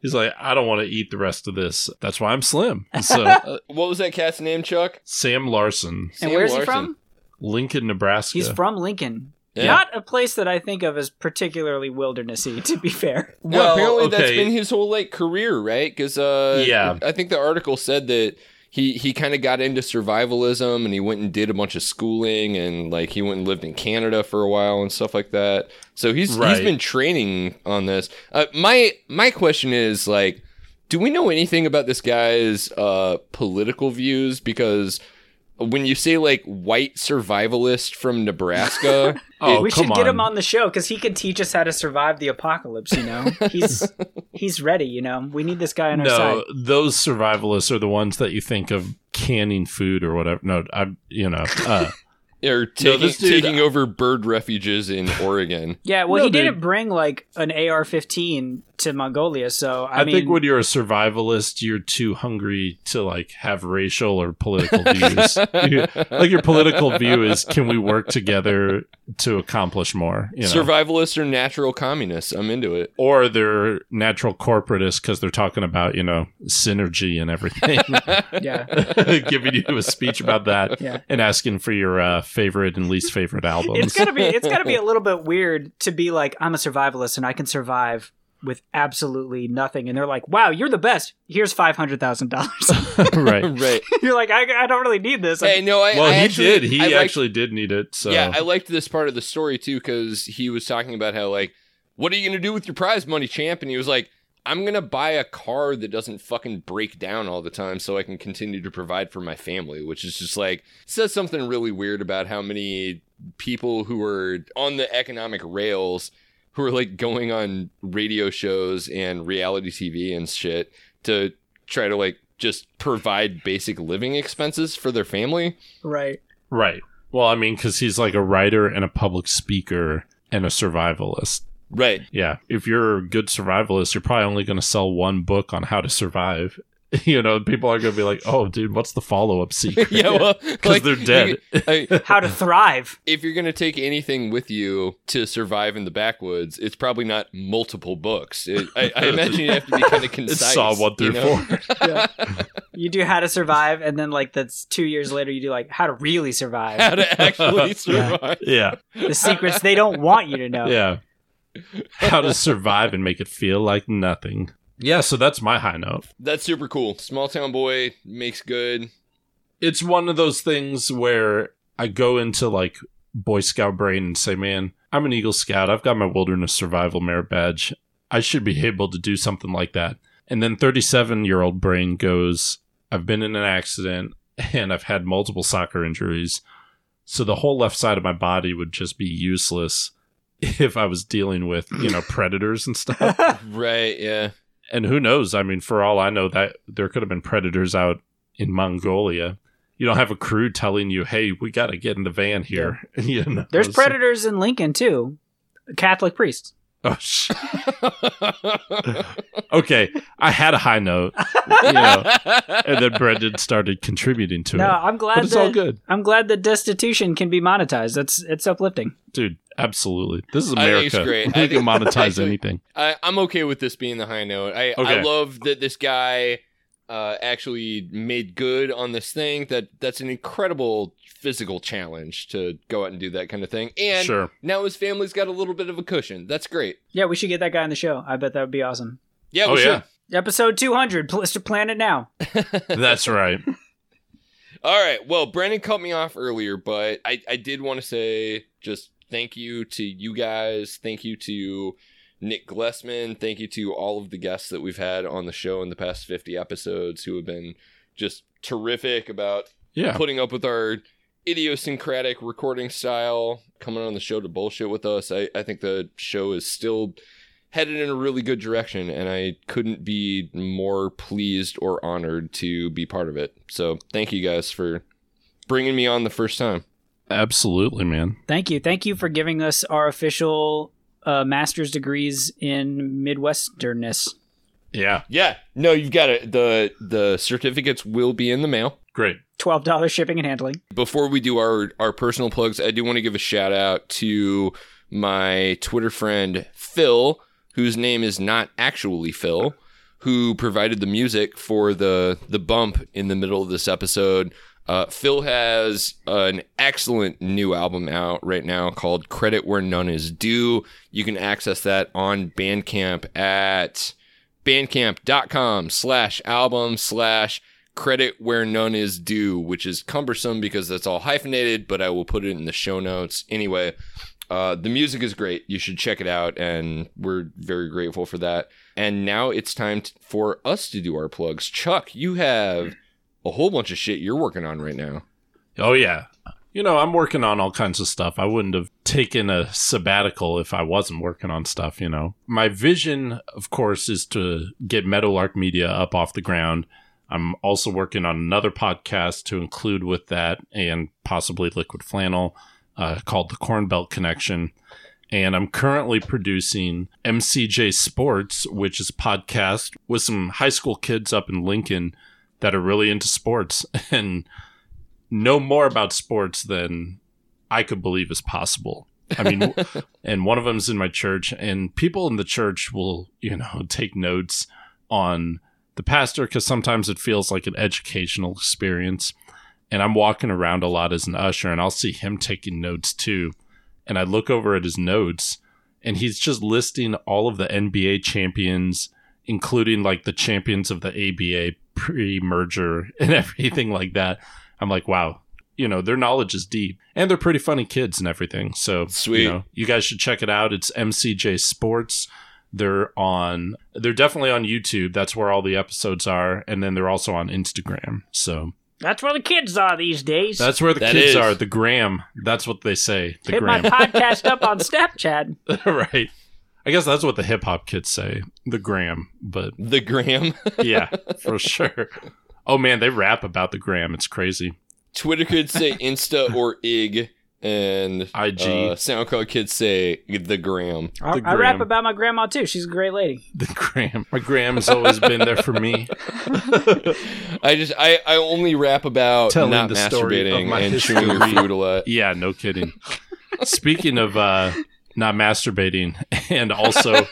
[SPEAKER 3] he's like i don't want to eat the rest of this that's why
[SPEAKER 2] [LAUGHS]
[SPEAKER 3] i'm slim so uh,
[SPEAKER 1] What was that cat's name, Chuck?
[SPEAKER 3] sam larson
[SPEAKER 2] And
[SPEAKER 1] Sam
[SPEAKER 2] where's he
[SPEAKER 1] Larson.
[SPEAKER 2] from?
[SPEAKER 3] lincoln nebraska
[SPEAKER 2] He's from Lincoln.
[SPEAKER 1] Yeah.
[SPEAKER 2] Not a place that I think of as particularly wildernessy, to be fair.
[SPEAKER 1] No,
[SPEAKER 3] Well,
[SPEAKER 1] apparently that's
[SPEAKER 3] okay.
[SPEAKER 1] been his whole like career, right? Because uh,
[SPEAKER 3] Yeah.
[SPEAKER 1] I think the article said that he he kind of got into survivalism and he went and did a bunch of schooling and like he went and lived in Canada for a while and stuff like that. So he's he's
[SPEAKER 3] Right.
[SPEAKER 1] been training on this. Uh, my my question is like, do we know anything about this guy's uh, political views? Because when you say like white survivalist from
[SPEAKER 3] [LAUGHS]
[SPEAKER 1] Nebraska,
[SPEAKER 3] [LAUGHS] Oh,
[SPEAKER 2] we
[SPEAKER 3] come
[SPEAKER 2] should get him
[SPEAKER 3] on.
[SPEAKER 2] on the show because he could teach us how to survive the apocalypse. You [LAUGHS] know, he's he's ready. You know, we need this guy on our side.
[SPEAKER 3] No, those survivalists are the ones that you think of canning food or whatever. No, I'm, you know, uh,
[SPEAKER 1] or taking,
[SPEAKER 3] this dude-
[SPEAKER 1] taking over bird refuges in Oregon.
[SPEAKER 2] Yeah, well,
[SPEAKER 3] No,
[SPEAKER 2] he
[SPEAKER 3] dude.
[SPEAKER 2] didn't bring like an AR-15 to Mongolia, so [LAUGHS] I,
[SPEAKER 3] I,
[SPEAKER 2] mean,
[SPEAKER 3] think when you're a survivalist, you're too hungry to like have racial or political views. You- like your political view is, can we work together to accomplish more? You know?
[SPEAKER 1] Survivalists or natural communists. I'm into it.
[SPEAKER 3] or they're natural corporatists because they're talking about you know synergy and everything. [LAUGHS]
[SPEAKER 2] yeah,
[SPEAKER 3] Giving you a speech about that
[SPEAKER 2] Yeah.
[SPEAKER 3] and asking for your uh, favorite and least favorite
[SPEAKER 2] [LAUGHS]
[SPEAKER 3] albums.
[SPEAKER 2] it's gonna be it's gonna
[SPEAKER 3] [LAUGHS]
[SPEAKER 2] be a little bit weird to be like, I'm a survivalist and I can survive with absolutely nothing, and they're like, Wow, you're the best. Here's five hundred thousand dollars. [LAUGHS]
[SPEAKER 3] [LAUGHS] right.
[SPEAKER 1] [LAUGHS] Right.
[SPEAKER 2] you're like, I, I don't really need this.
[SPEAKER 1] Hey, no, I.
[SPEAKER 3] well,
[SPEAKER 1] I
[SPEAKER 3] he
[SPEAKER 1] actually-
[SPEAKER 3] did. He
[SPEAKER 1] I liked-
[SPEAKER 3] actually did need it. So
[SPEAKER 1] Yeah, I liked this part of the story too because he was talking about how like, what are you gonna do with your prize money, champ? And he was like, I'm gonna buy a car that doesn't fucking break down all the time, so I can continue to provide for my family. Which is just like says something really weird about how many people who are on the economic rails who are like going on radio shows and reality TV and shit to try to like just provide basic living expenses for their family.
[SPEAKER 2] right.
[SPEAKER 3] right. Well, I mean, because he's like a writer and a public speaker and a survivalist.
[SPEAKER 1] Right.
[SPEAKER 3] Yeah, if you're a good survivalist, you're probably only going to sell one book on how to survive. [LAUGHS] You know, people are going to be like, "Oh, dude, what's the
[SPEAKER 1] [LAUGHS]
[SPEAKER 3] follow up secret?"
[SPEAKER 1] yeah, well,
[SPEAKER 3] because they're dead.
[SPEAKER 1] I-
[SPEAKER 2] How to thrive.
[SPEAKER 1] if you're gonna take anything with you to survive in the backwoods, it's probably not multiple books. It, I, I imagine you have to be kind of
[SPEAKER 3] [LAUGHS] [LAUGHS] It's
[SPEAKER 1] concise.
[SPEAKER 3] Saw one through
[SPEAKER 1] you know?
[SPEAKER 3] four. [LAUGHS]
[SPEAKER 2] You do how to survive, and then like that's two years later, you do like how to really survive.
[SPEAKER 1] [LAUGHS] How to
[SPEAKER 3] [LAUGHS]
[SPEAKER 1] actually survive.
[SPEAKER 3] Yeah,
[SPEAKER 2] the secrets they don't want you to know.
[SPEAKER 3] yeah. How to survive and make it feel like nothing. Yeah, so that's my high note.
[SPEAKER 1] That's super cool. Small town boy makes good.
[SPEAKER 3] it's one of those things where I go into like Boy Scout brain and say, man, I'm an Eagle Scout. I've got my Wilderness Survival Merit Badge. I should be able to do something like that. And then 37 year old brain goes, I've been in an accident and I've had multiple soccer injuries. So the whole left side of my body would just be useless if I was dealing with, you know, predators and stuff
[SPEAKER 1] Right?
[SPEAKER 3] [LAUGHS]
[SPEAKER 1] Yeah.
[SPEAKER 3] and who knows? I mean, for all I know, that there could have been predators out in Mongolia. You don't have a crew telling you, "Hey, we got to get in the van here." [LAUGHS] you know,
[SPEAKER 2] There's
[SPEAKER 3] so-
[SPEAKER 2] predators in Lincoln too. Catholic priests.
[SPEAKER 3] Oh, sh- okay, I had a high note, you know, and then Brendan started contributing to
[SPEAKER 2] No,
[SPEAKER 3] it.
[SPEAKER 2] I'm glad
[SPEAKER 3] But it's
[SPEAKER 2] that
[SPEAKER 3] all good,
[SPEAKER 2] I'm glad that destitution can be monetized. That's it's uplifting.
[SPEAKER 3] dude. absolutely. This is
[SPEAKER 1] I think it's
[SPEAKER 3] America.
[SPEAKER 1] great. I
[SPEAKER 3] We
[SPEAKER 1] think-
[SPEAKER 3] can monetize
[SPEAKER 1] actually-
[SPEAKER 3] anything.
[SPEAKER 1] I, I'm okay with this being the high note. I, I
[SPEAKER 3] Okay.
[SPEAKER 1] love that this guy uh, actually made good on this thing. That that's an incredible physical challenge to go out and do that kind of thing. And
[SPEAKER 3] Sure.
[SPEAKER 1] now his family's got a little bit of a cushion. That's great.
[SPEAKER 2] Yeah, we should get that guy on the show. I bet that would be awesome.
[SPEAKER 1] Yeah.
[SPEAKER 3] Oh
[SPEAKER 1] we
[SPEAKER 3] yeah,
[SPEAKER 1] should.
[SPEAKER 2] Episode 200, Blister Planet Now.
[SPEAKER 3] that's [LAUGHS] right.
[SPEAKER 1] All right. Well, Brandon cut me off earlier, but I, I did want to say just thank you to you guys. Thank you to Nick Glessman. Thank you to all of the guests that we've had on the show in the past 50 episodes who have been just terrific about
[SPEAKER 3] Yeah,
[SPEAKER 1] putting up with our idiosyncratic recording style, coming on the show to bullshit with us. I, I think the show is still headed in a really good direction, and I couldn't be more pleased or honored to be part of it. So thank you guys for bringing me on the first time.
[SPEAKER 3] absolutely, man.
[SPEAKER 2] Thank you. Thank you for giving us our official uh, master's degrees in Midwesternness.
[SPEAKER 3] Yeah,
[SPEAKER 1] Yeah, no, you've got it. the The certificates will be in the mail.
[SPEAKER 3] great.
[SPEAKER 2] $12 shipping and handling.
[SPEAKER 1] Before we do our, our personal plugs, I do want to give a shout out to my Twitter friend Phil, whose name is not actually Phil, who provided the music for the the bump in the middle of this episode. Uh, Phil has an excellent new album out right now called "Credit Where None Is Due." You can access that on Bandcamp at bandcamp.com slash album slash credit where none is due which is cumbersome because that's all hyphenated but i will put it in the show notes anyway uh, the music is great you should check it out and we're very grateful for that and now it's time t- for us to do our plugs chuck you have a whole bunch of shit you're working on right now
[SPEAKER 3] Oh yeah. You know, I'm working on all kinds of stuff. I wouldn't have taken a sabbatical if I wasn't working on stuff, you know. My vision, of course, is to get Meadowlark Media up off the ground. I'm also working on another podcast to include with that and possibly Liquid Flannel uh, called The Corn Belt Connection. And I'm currently producing MCJ Sports, which is a podcast with some high school kids up in Lincoln that are really into sports. [LAUGHS] And know more about sports than I could believe is possible. I mean, and one of them's in my church, and people in the church will, you know, [LAUGHS] take notes on the pastor because sometimes it feels like an educational experience. And I'm walking around a lot as an usher, and I'll see him taking notes too. And I look over at his notes, and he's just listing all of the NBA champions, including like the champions of the ABA pre merger [LAUGHS] and everything like that. I'm like, wow, you know, their knowledge is deep and they're pretty funny kids and everything. So,
[SPEAKER 1] Sweet.
[SPEAKER 3] you know, you guys should check it out. It's MCJ Sports. They're on, they're definitely on YouTube. That's where all the episodes are. And then they're also on Instagram. So
[SPEAKER 2] That's where the kids are these days.
[SPEAKER 3] that's where the
[SPEAKER 1] That
[SPEAKER 3] kids
[SPEAKER 1] is.
[SPEAKER 3] are. The gram. That's what they say. The
[SPEAKER 2] Hit my
[SPEAKER 3] gram.
[SPEAKER 2] podcast up
[SPEAKER 3] [LAUGHS]
[SPEAKER 2] on Snapchat.
[SPEAKER 3] right. I guess that's what the hip hop kids say. The gram. But
[SPEAKER 1] the gram [LAUGHS]
[SPEAKER 3] yeah, for sure. Oh man, they rap about the gram. It's crazy.
[SPEAKER 1] twitter could say insta or ig and
[SPEAKER 3] IG.
[SPEAKER 1] uh, soundcloud kids say the gram
[SPEAKER 2] I,
[SPEAKER 3] The
[SPEAKER 2] I rap
[SPEAKER 3] gram.
[SPEAKER 2] about my grandma too. She's a great lady.
[SPEAKER 3] The gram. My gram has always been there for me.
[SPEAKER 1] [LAUGHS] I just I, I only rap about
[SPEAKER 3] Telling
[SPEAKER 1] not
[SPEAKER 3] the story of
[SPEAKER 1] masturbating
[SPEAKER 3] my
[SPEAKER 1] and chewing your
[SPEAKER 3] history.
[SPEAKER 1] food a lot.
[SPEAKER 3] Yeah, no kidding. Speaking of uh not masturbating and also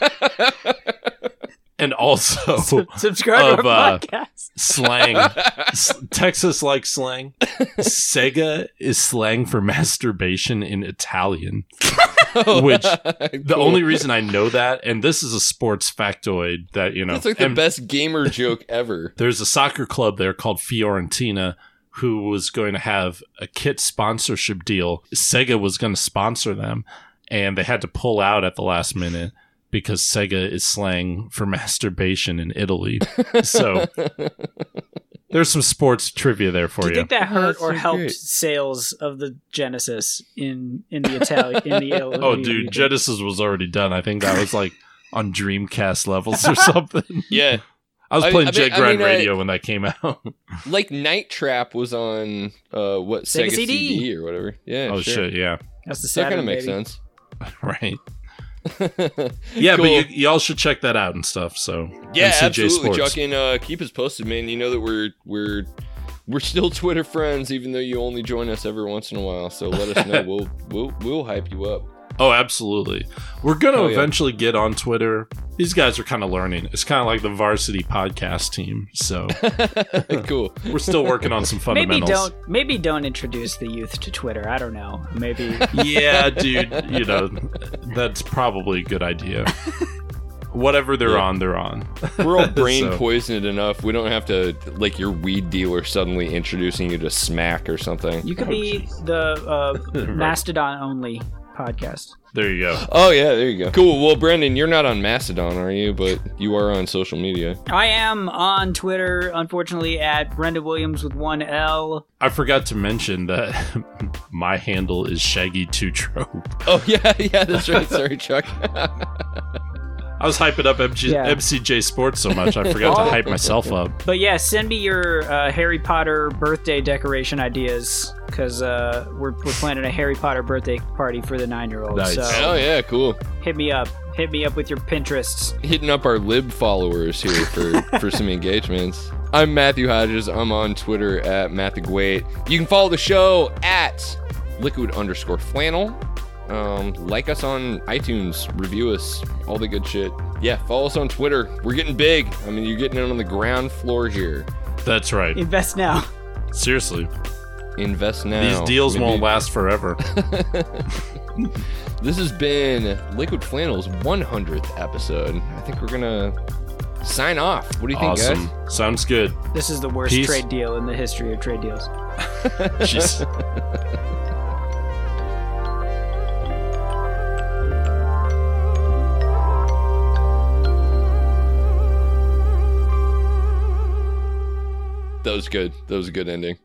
[SPEAKER 3] and also
[SPEAKER 2] Subscribe
[SPEAKER 3] Oh, Of,
[SPEAKER 2] to our
[SPEAKER 3] uh,
[SPEAKER 2] podcast.
[SPEAKER 3] slang S- Texas
[SPEAKER 1] [LAUGHS]
[SPEAKER 3] like slang. Sega is slang for masturbation in Italian. [LAUGHS]
[SPEAKER 1] [LAUGHS]
[SPEAKER 3] Which the
[SPEAKER 1] Cool.
[SPEAKER 3] only reason I know that and this is a sports factoid that you know
[SPEAKER 1] that's like the
[SPEAKER 3] and-
[SPEAKER 1] best gamer joke
[SPEAKER 3] [LAUGHS]
[SPEAKER 1] ever.
[SPEAKER 3] there's a soccer club there called Fiorentina who was going to have a kit sponsorship deal. Sega was going to sponsor them and they had to pull out at the last minute because Sega is slang for [LAUGHS] masturbation in Italy.
[SPEAKER 1] [LAUGHS]
[SPEAKER 3] So there's some sports trivia there for
[SPEAKER 2] Do
[SPEAKER 3] you.
[SPEAKER 2] you think that
[SPEAKER 1] Oh,
[SPEAKER 2] hurt
[SPEAKER 1] that's
[SPEAKER 2] or
[SPEAKER 1] so
[SPEAKER 2] helped
[SPEAKER 1] great.
[SPEAKER 2] sales of the Genesis in in the Italian in
[SPEAKER 3] [LAUGHS]
[SPEAKER 2] the Italy?
[SPEAKER 3] oh dude, Genesis was already done. I think that was like on Dreamcast levels
[SPEAKER 1] [LAUGHS]
[SPEAKER 3] or something.
[SPEAKER 1] Yeah,
[SPEAKER 3] I was
[SPEAKER 1] I-
[SPEAKER 3] playing
[SPEAKER 1] I mean-
[SPEAKER 3] Jet
[SPEAKER 1] I
[SPEAKER 3] Grind
[SPEAKER 1] mean, I-
[SPEAKER 3] Radio when that came out.
[SPEAKER 1] like Night Trap was on uh what
[SPEAKER 2] Sega
[SPEAKER 1] Sega,
[SPEAKER 2] CD.
[SPEAKER 1] CD. or whatever. Yeah.
[SPEAKER 3] oh
[SPEAKER 1] sure.
[SPEAKER 3] shit, yeah.
[SPEAKER 2] that's the
[SPEAKER 1] That kind
[SPEAKER 2] Saturn,
[SPEAKER 1] of makes
[SPEAKER 2] baby.
[SPEAKER 1] sense. [LAUGHS]
[SPEAKER 3] Right. [LAUGHS] Yeah,
[SPEAKER 1] Cool.
[SPEAKER 3] but you, y'all should check that out and stuff. So
[SPEAKER 1] yeah,
[SPEAKER 3] MCJ
[SPEAKER 1] absolutely.
[SPEAKER 3] Sports.
[SPEAKER 1] Chuck and uh, keep us posted, man. You know that we're we're we're still Twitter
[SPEAKER 3] [LAUGHS]
[SPEAKER 1] friends, even though you only join us every once in a while. So let us know. we'll we'll we'll hype you up.
[SPEAKER 3] Oh, absolutely. We're going to
[SPEAKER 1] Hell yeah.
[SPEAKER 3] eventually get on Twitter. These guys are kind of learning. It's kind of like the varsity podcast team. So
[SPEAKER 1] [LAUGHS] cool.
[SPEAKER 3] we're still working
[SPEAKER 1] [LAUGHS]
[SPEAKER 3] on some
[SPEAKER 2] Maybe
[SPEAKER 3] fundamentals.
[SPEAKER 2] don't maybe don't introduce the youth to Twitter. I don't know.
[SPEAKER 3] [LAUGHS]
[SPEAKER 2] Maybe
[SPEAKER 3] Yeah, dude. You know, that's probably a
[SPEAKER 1] [LAUGHS]
[SPEAKER 3] good idea. Whatever they're
[SPEAKER 1] Yeah.
[SPEAKER 3] on, they're on.
[SPEAKER 1] We're [LAUGHS] all brain
[SPEAKER 3] So-
[SPEAKER 1] poisoned enough. We don't have to like your weed dealer suddenly introducing you to smack or something.
[SPEAKER 2] you could be the uh,
[SPEAKER 3] [LAUGHS]
[SPEAKER 2] Mastodon only podcast.
[SPEAKER 3] There you go.
[SPEAKER 1] Oh yeah, there you go. Cool. Well, Brandon, you're not on Mastodon, are you? But you are on social media.
[SPEAKER 2] I am on Twitter, unfortunately, at Brenda Williams with one L.
[SPEAKER 3] I forgot to mention that [LAUGHS] my handle is Shaggy Two Trope.
[SPEAKER 1] Oh [LAUGHS] yeah, yeah, that's right. Sorry, Chuck.
[SPEAKER 3] I was hyping up MG-
[SPEAKER 2] Yeah.
[SPEAKER 3] MCJ Sports so much, I
[SPEAKER 1] [LAUGHS]
[SPEAKER 3] forgot
[SPEAKER 2] Oh.
[SPEAKER 3] to hype myself up.
[SPEAKER 2] But yeah, send me your uh, Harry Potter birthday decoration ideas because uh, we're, we're planning a Harry Potter birthday party for the nine year old.
[SPEAKER 3] Nice.
[SPEAKER 2] So
[SPEAKER 1] [LAUGHS] oh yeah, cool.
[SPEAKER 2] hit me up. Hit me up with your Pinterests.
[SPEAKER 1] hitting up our lib followers here for, for some engagements. I'm Matthew Hodges. I'm on Twitter at MatthewGuate. You can follow the show at liquid underscore flannel. Um, like us on iTunes, review us, all the good shit. Yeah, follow us on Twitter. We're getting big. I mean, you're getting in on the ground floor here. [LAUGHS]
[SPEAKER 3] That's right.
[SPEAKER 2] Invest now. [LAUGHS]
[SPEAKER 3] Seriously,
[SPEAKER 1] Invest now.
[SPEAKER 3] these deals
[SPEAKER 1] Oh, Maybe-
[SPEAKER 3] won't last forever.
[SPEAKER 1] This has been Liquid Flannel's 100th episode. I think we're gonna sign off. What do you think,
[SPEAKER 3] awesome.
[SPEAKER 1] guys?
[SPEAKER 3] Sounds good.
[SPEAKER 2] This is the worst
[SPEAKER 3] Peace.
[SPEAKER 2] trade deal in the history of trade deals.
[SPEAKER 3] Jeez.
[SPEAKER 1] That was good. That was a good ending.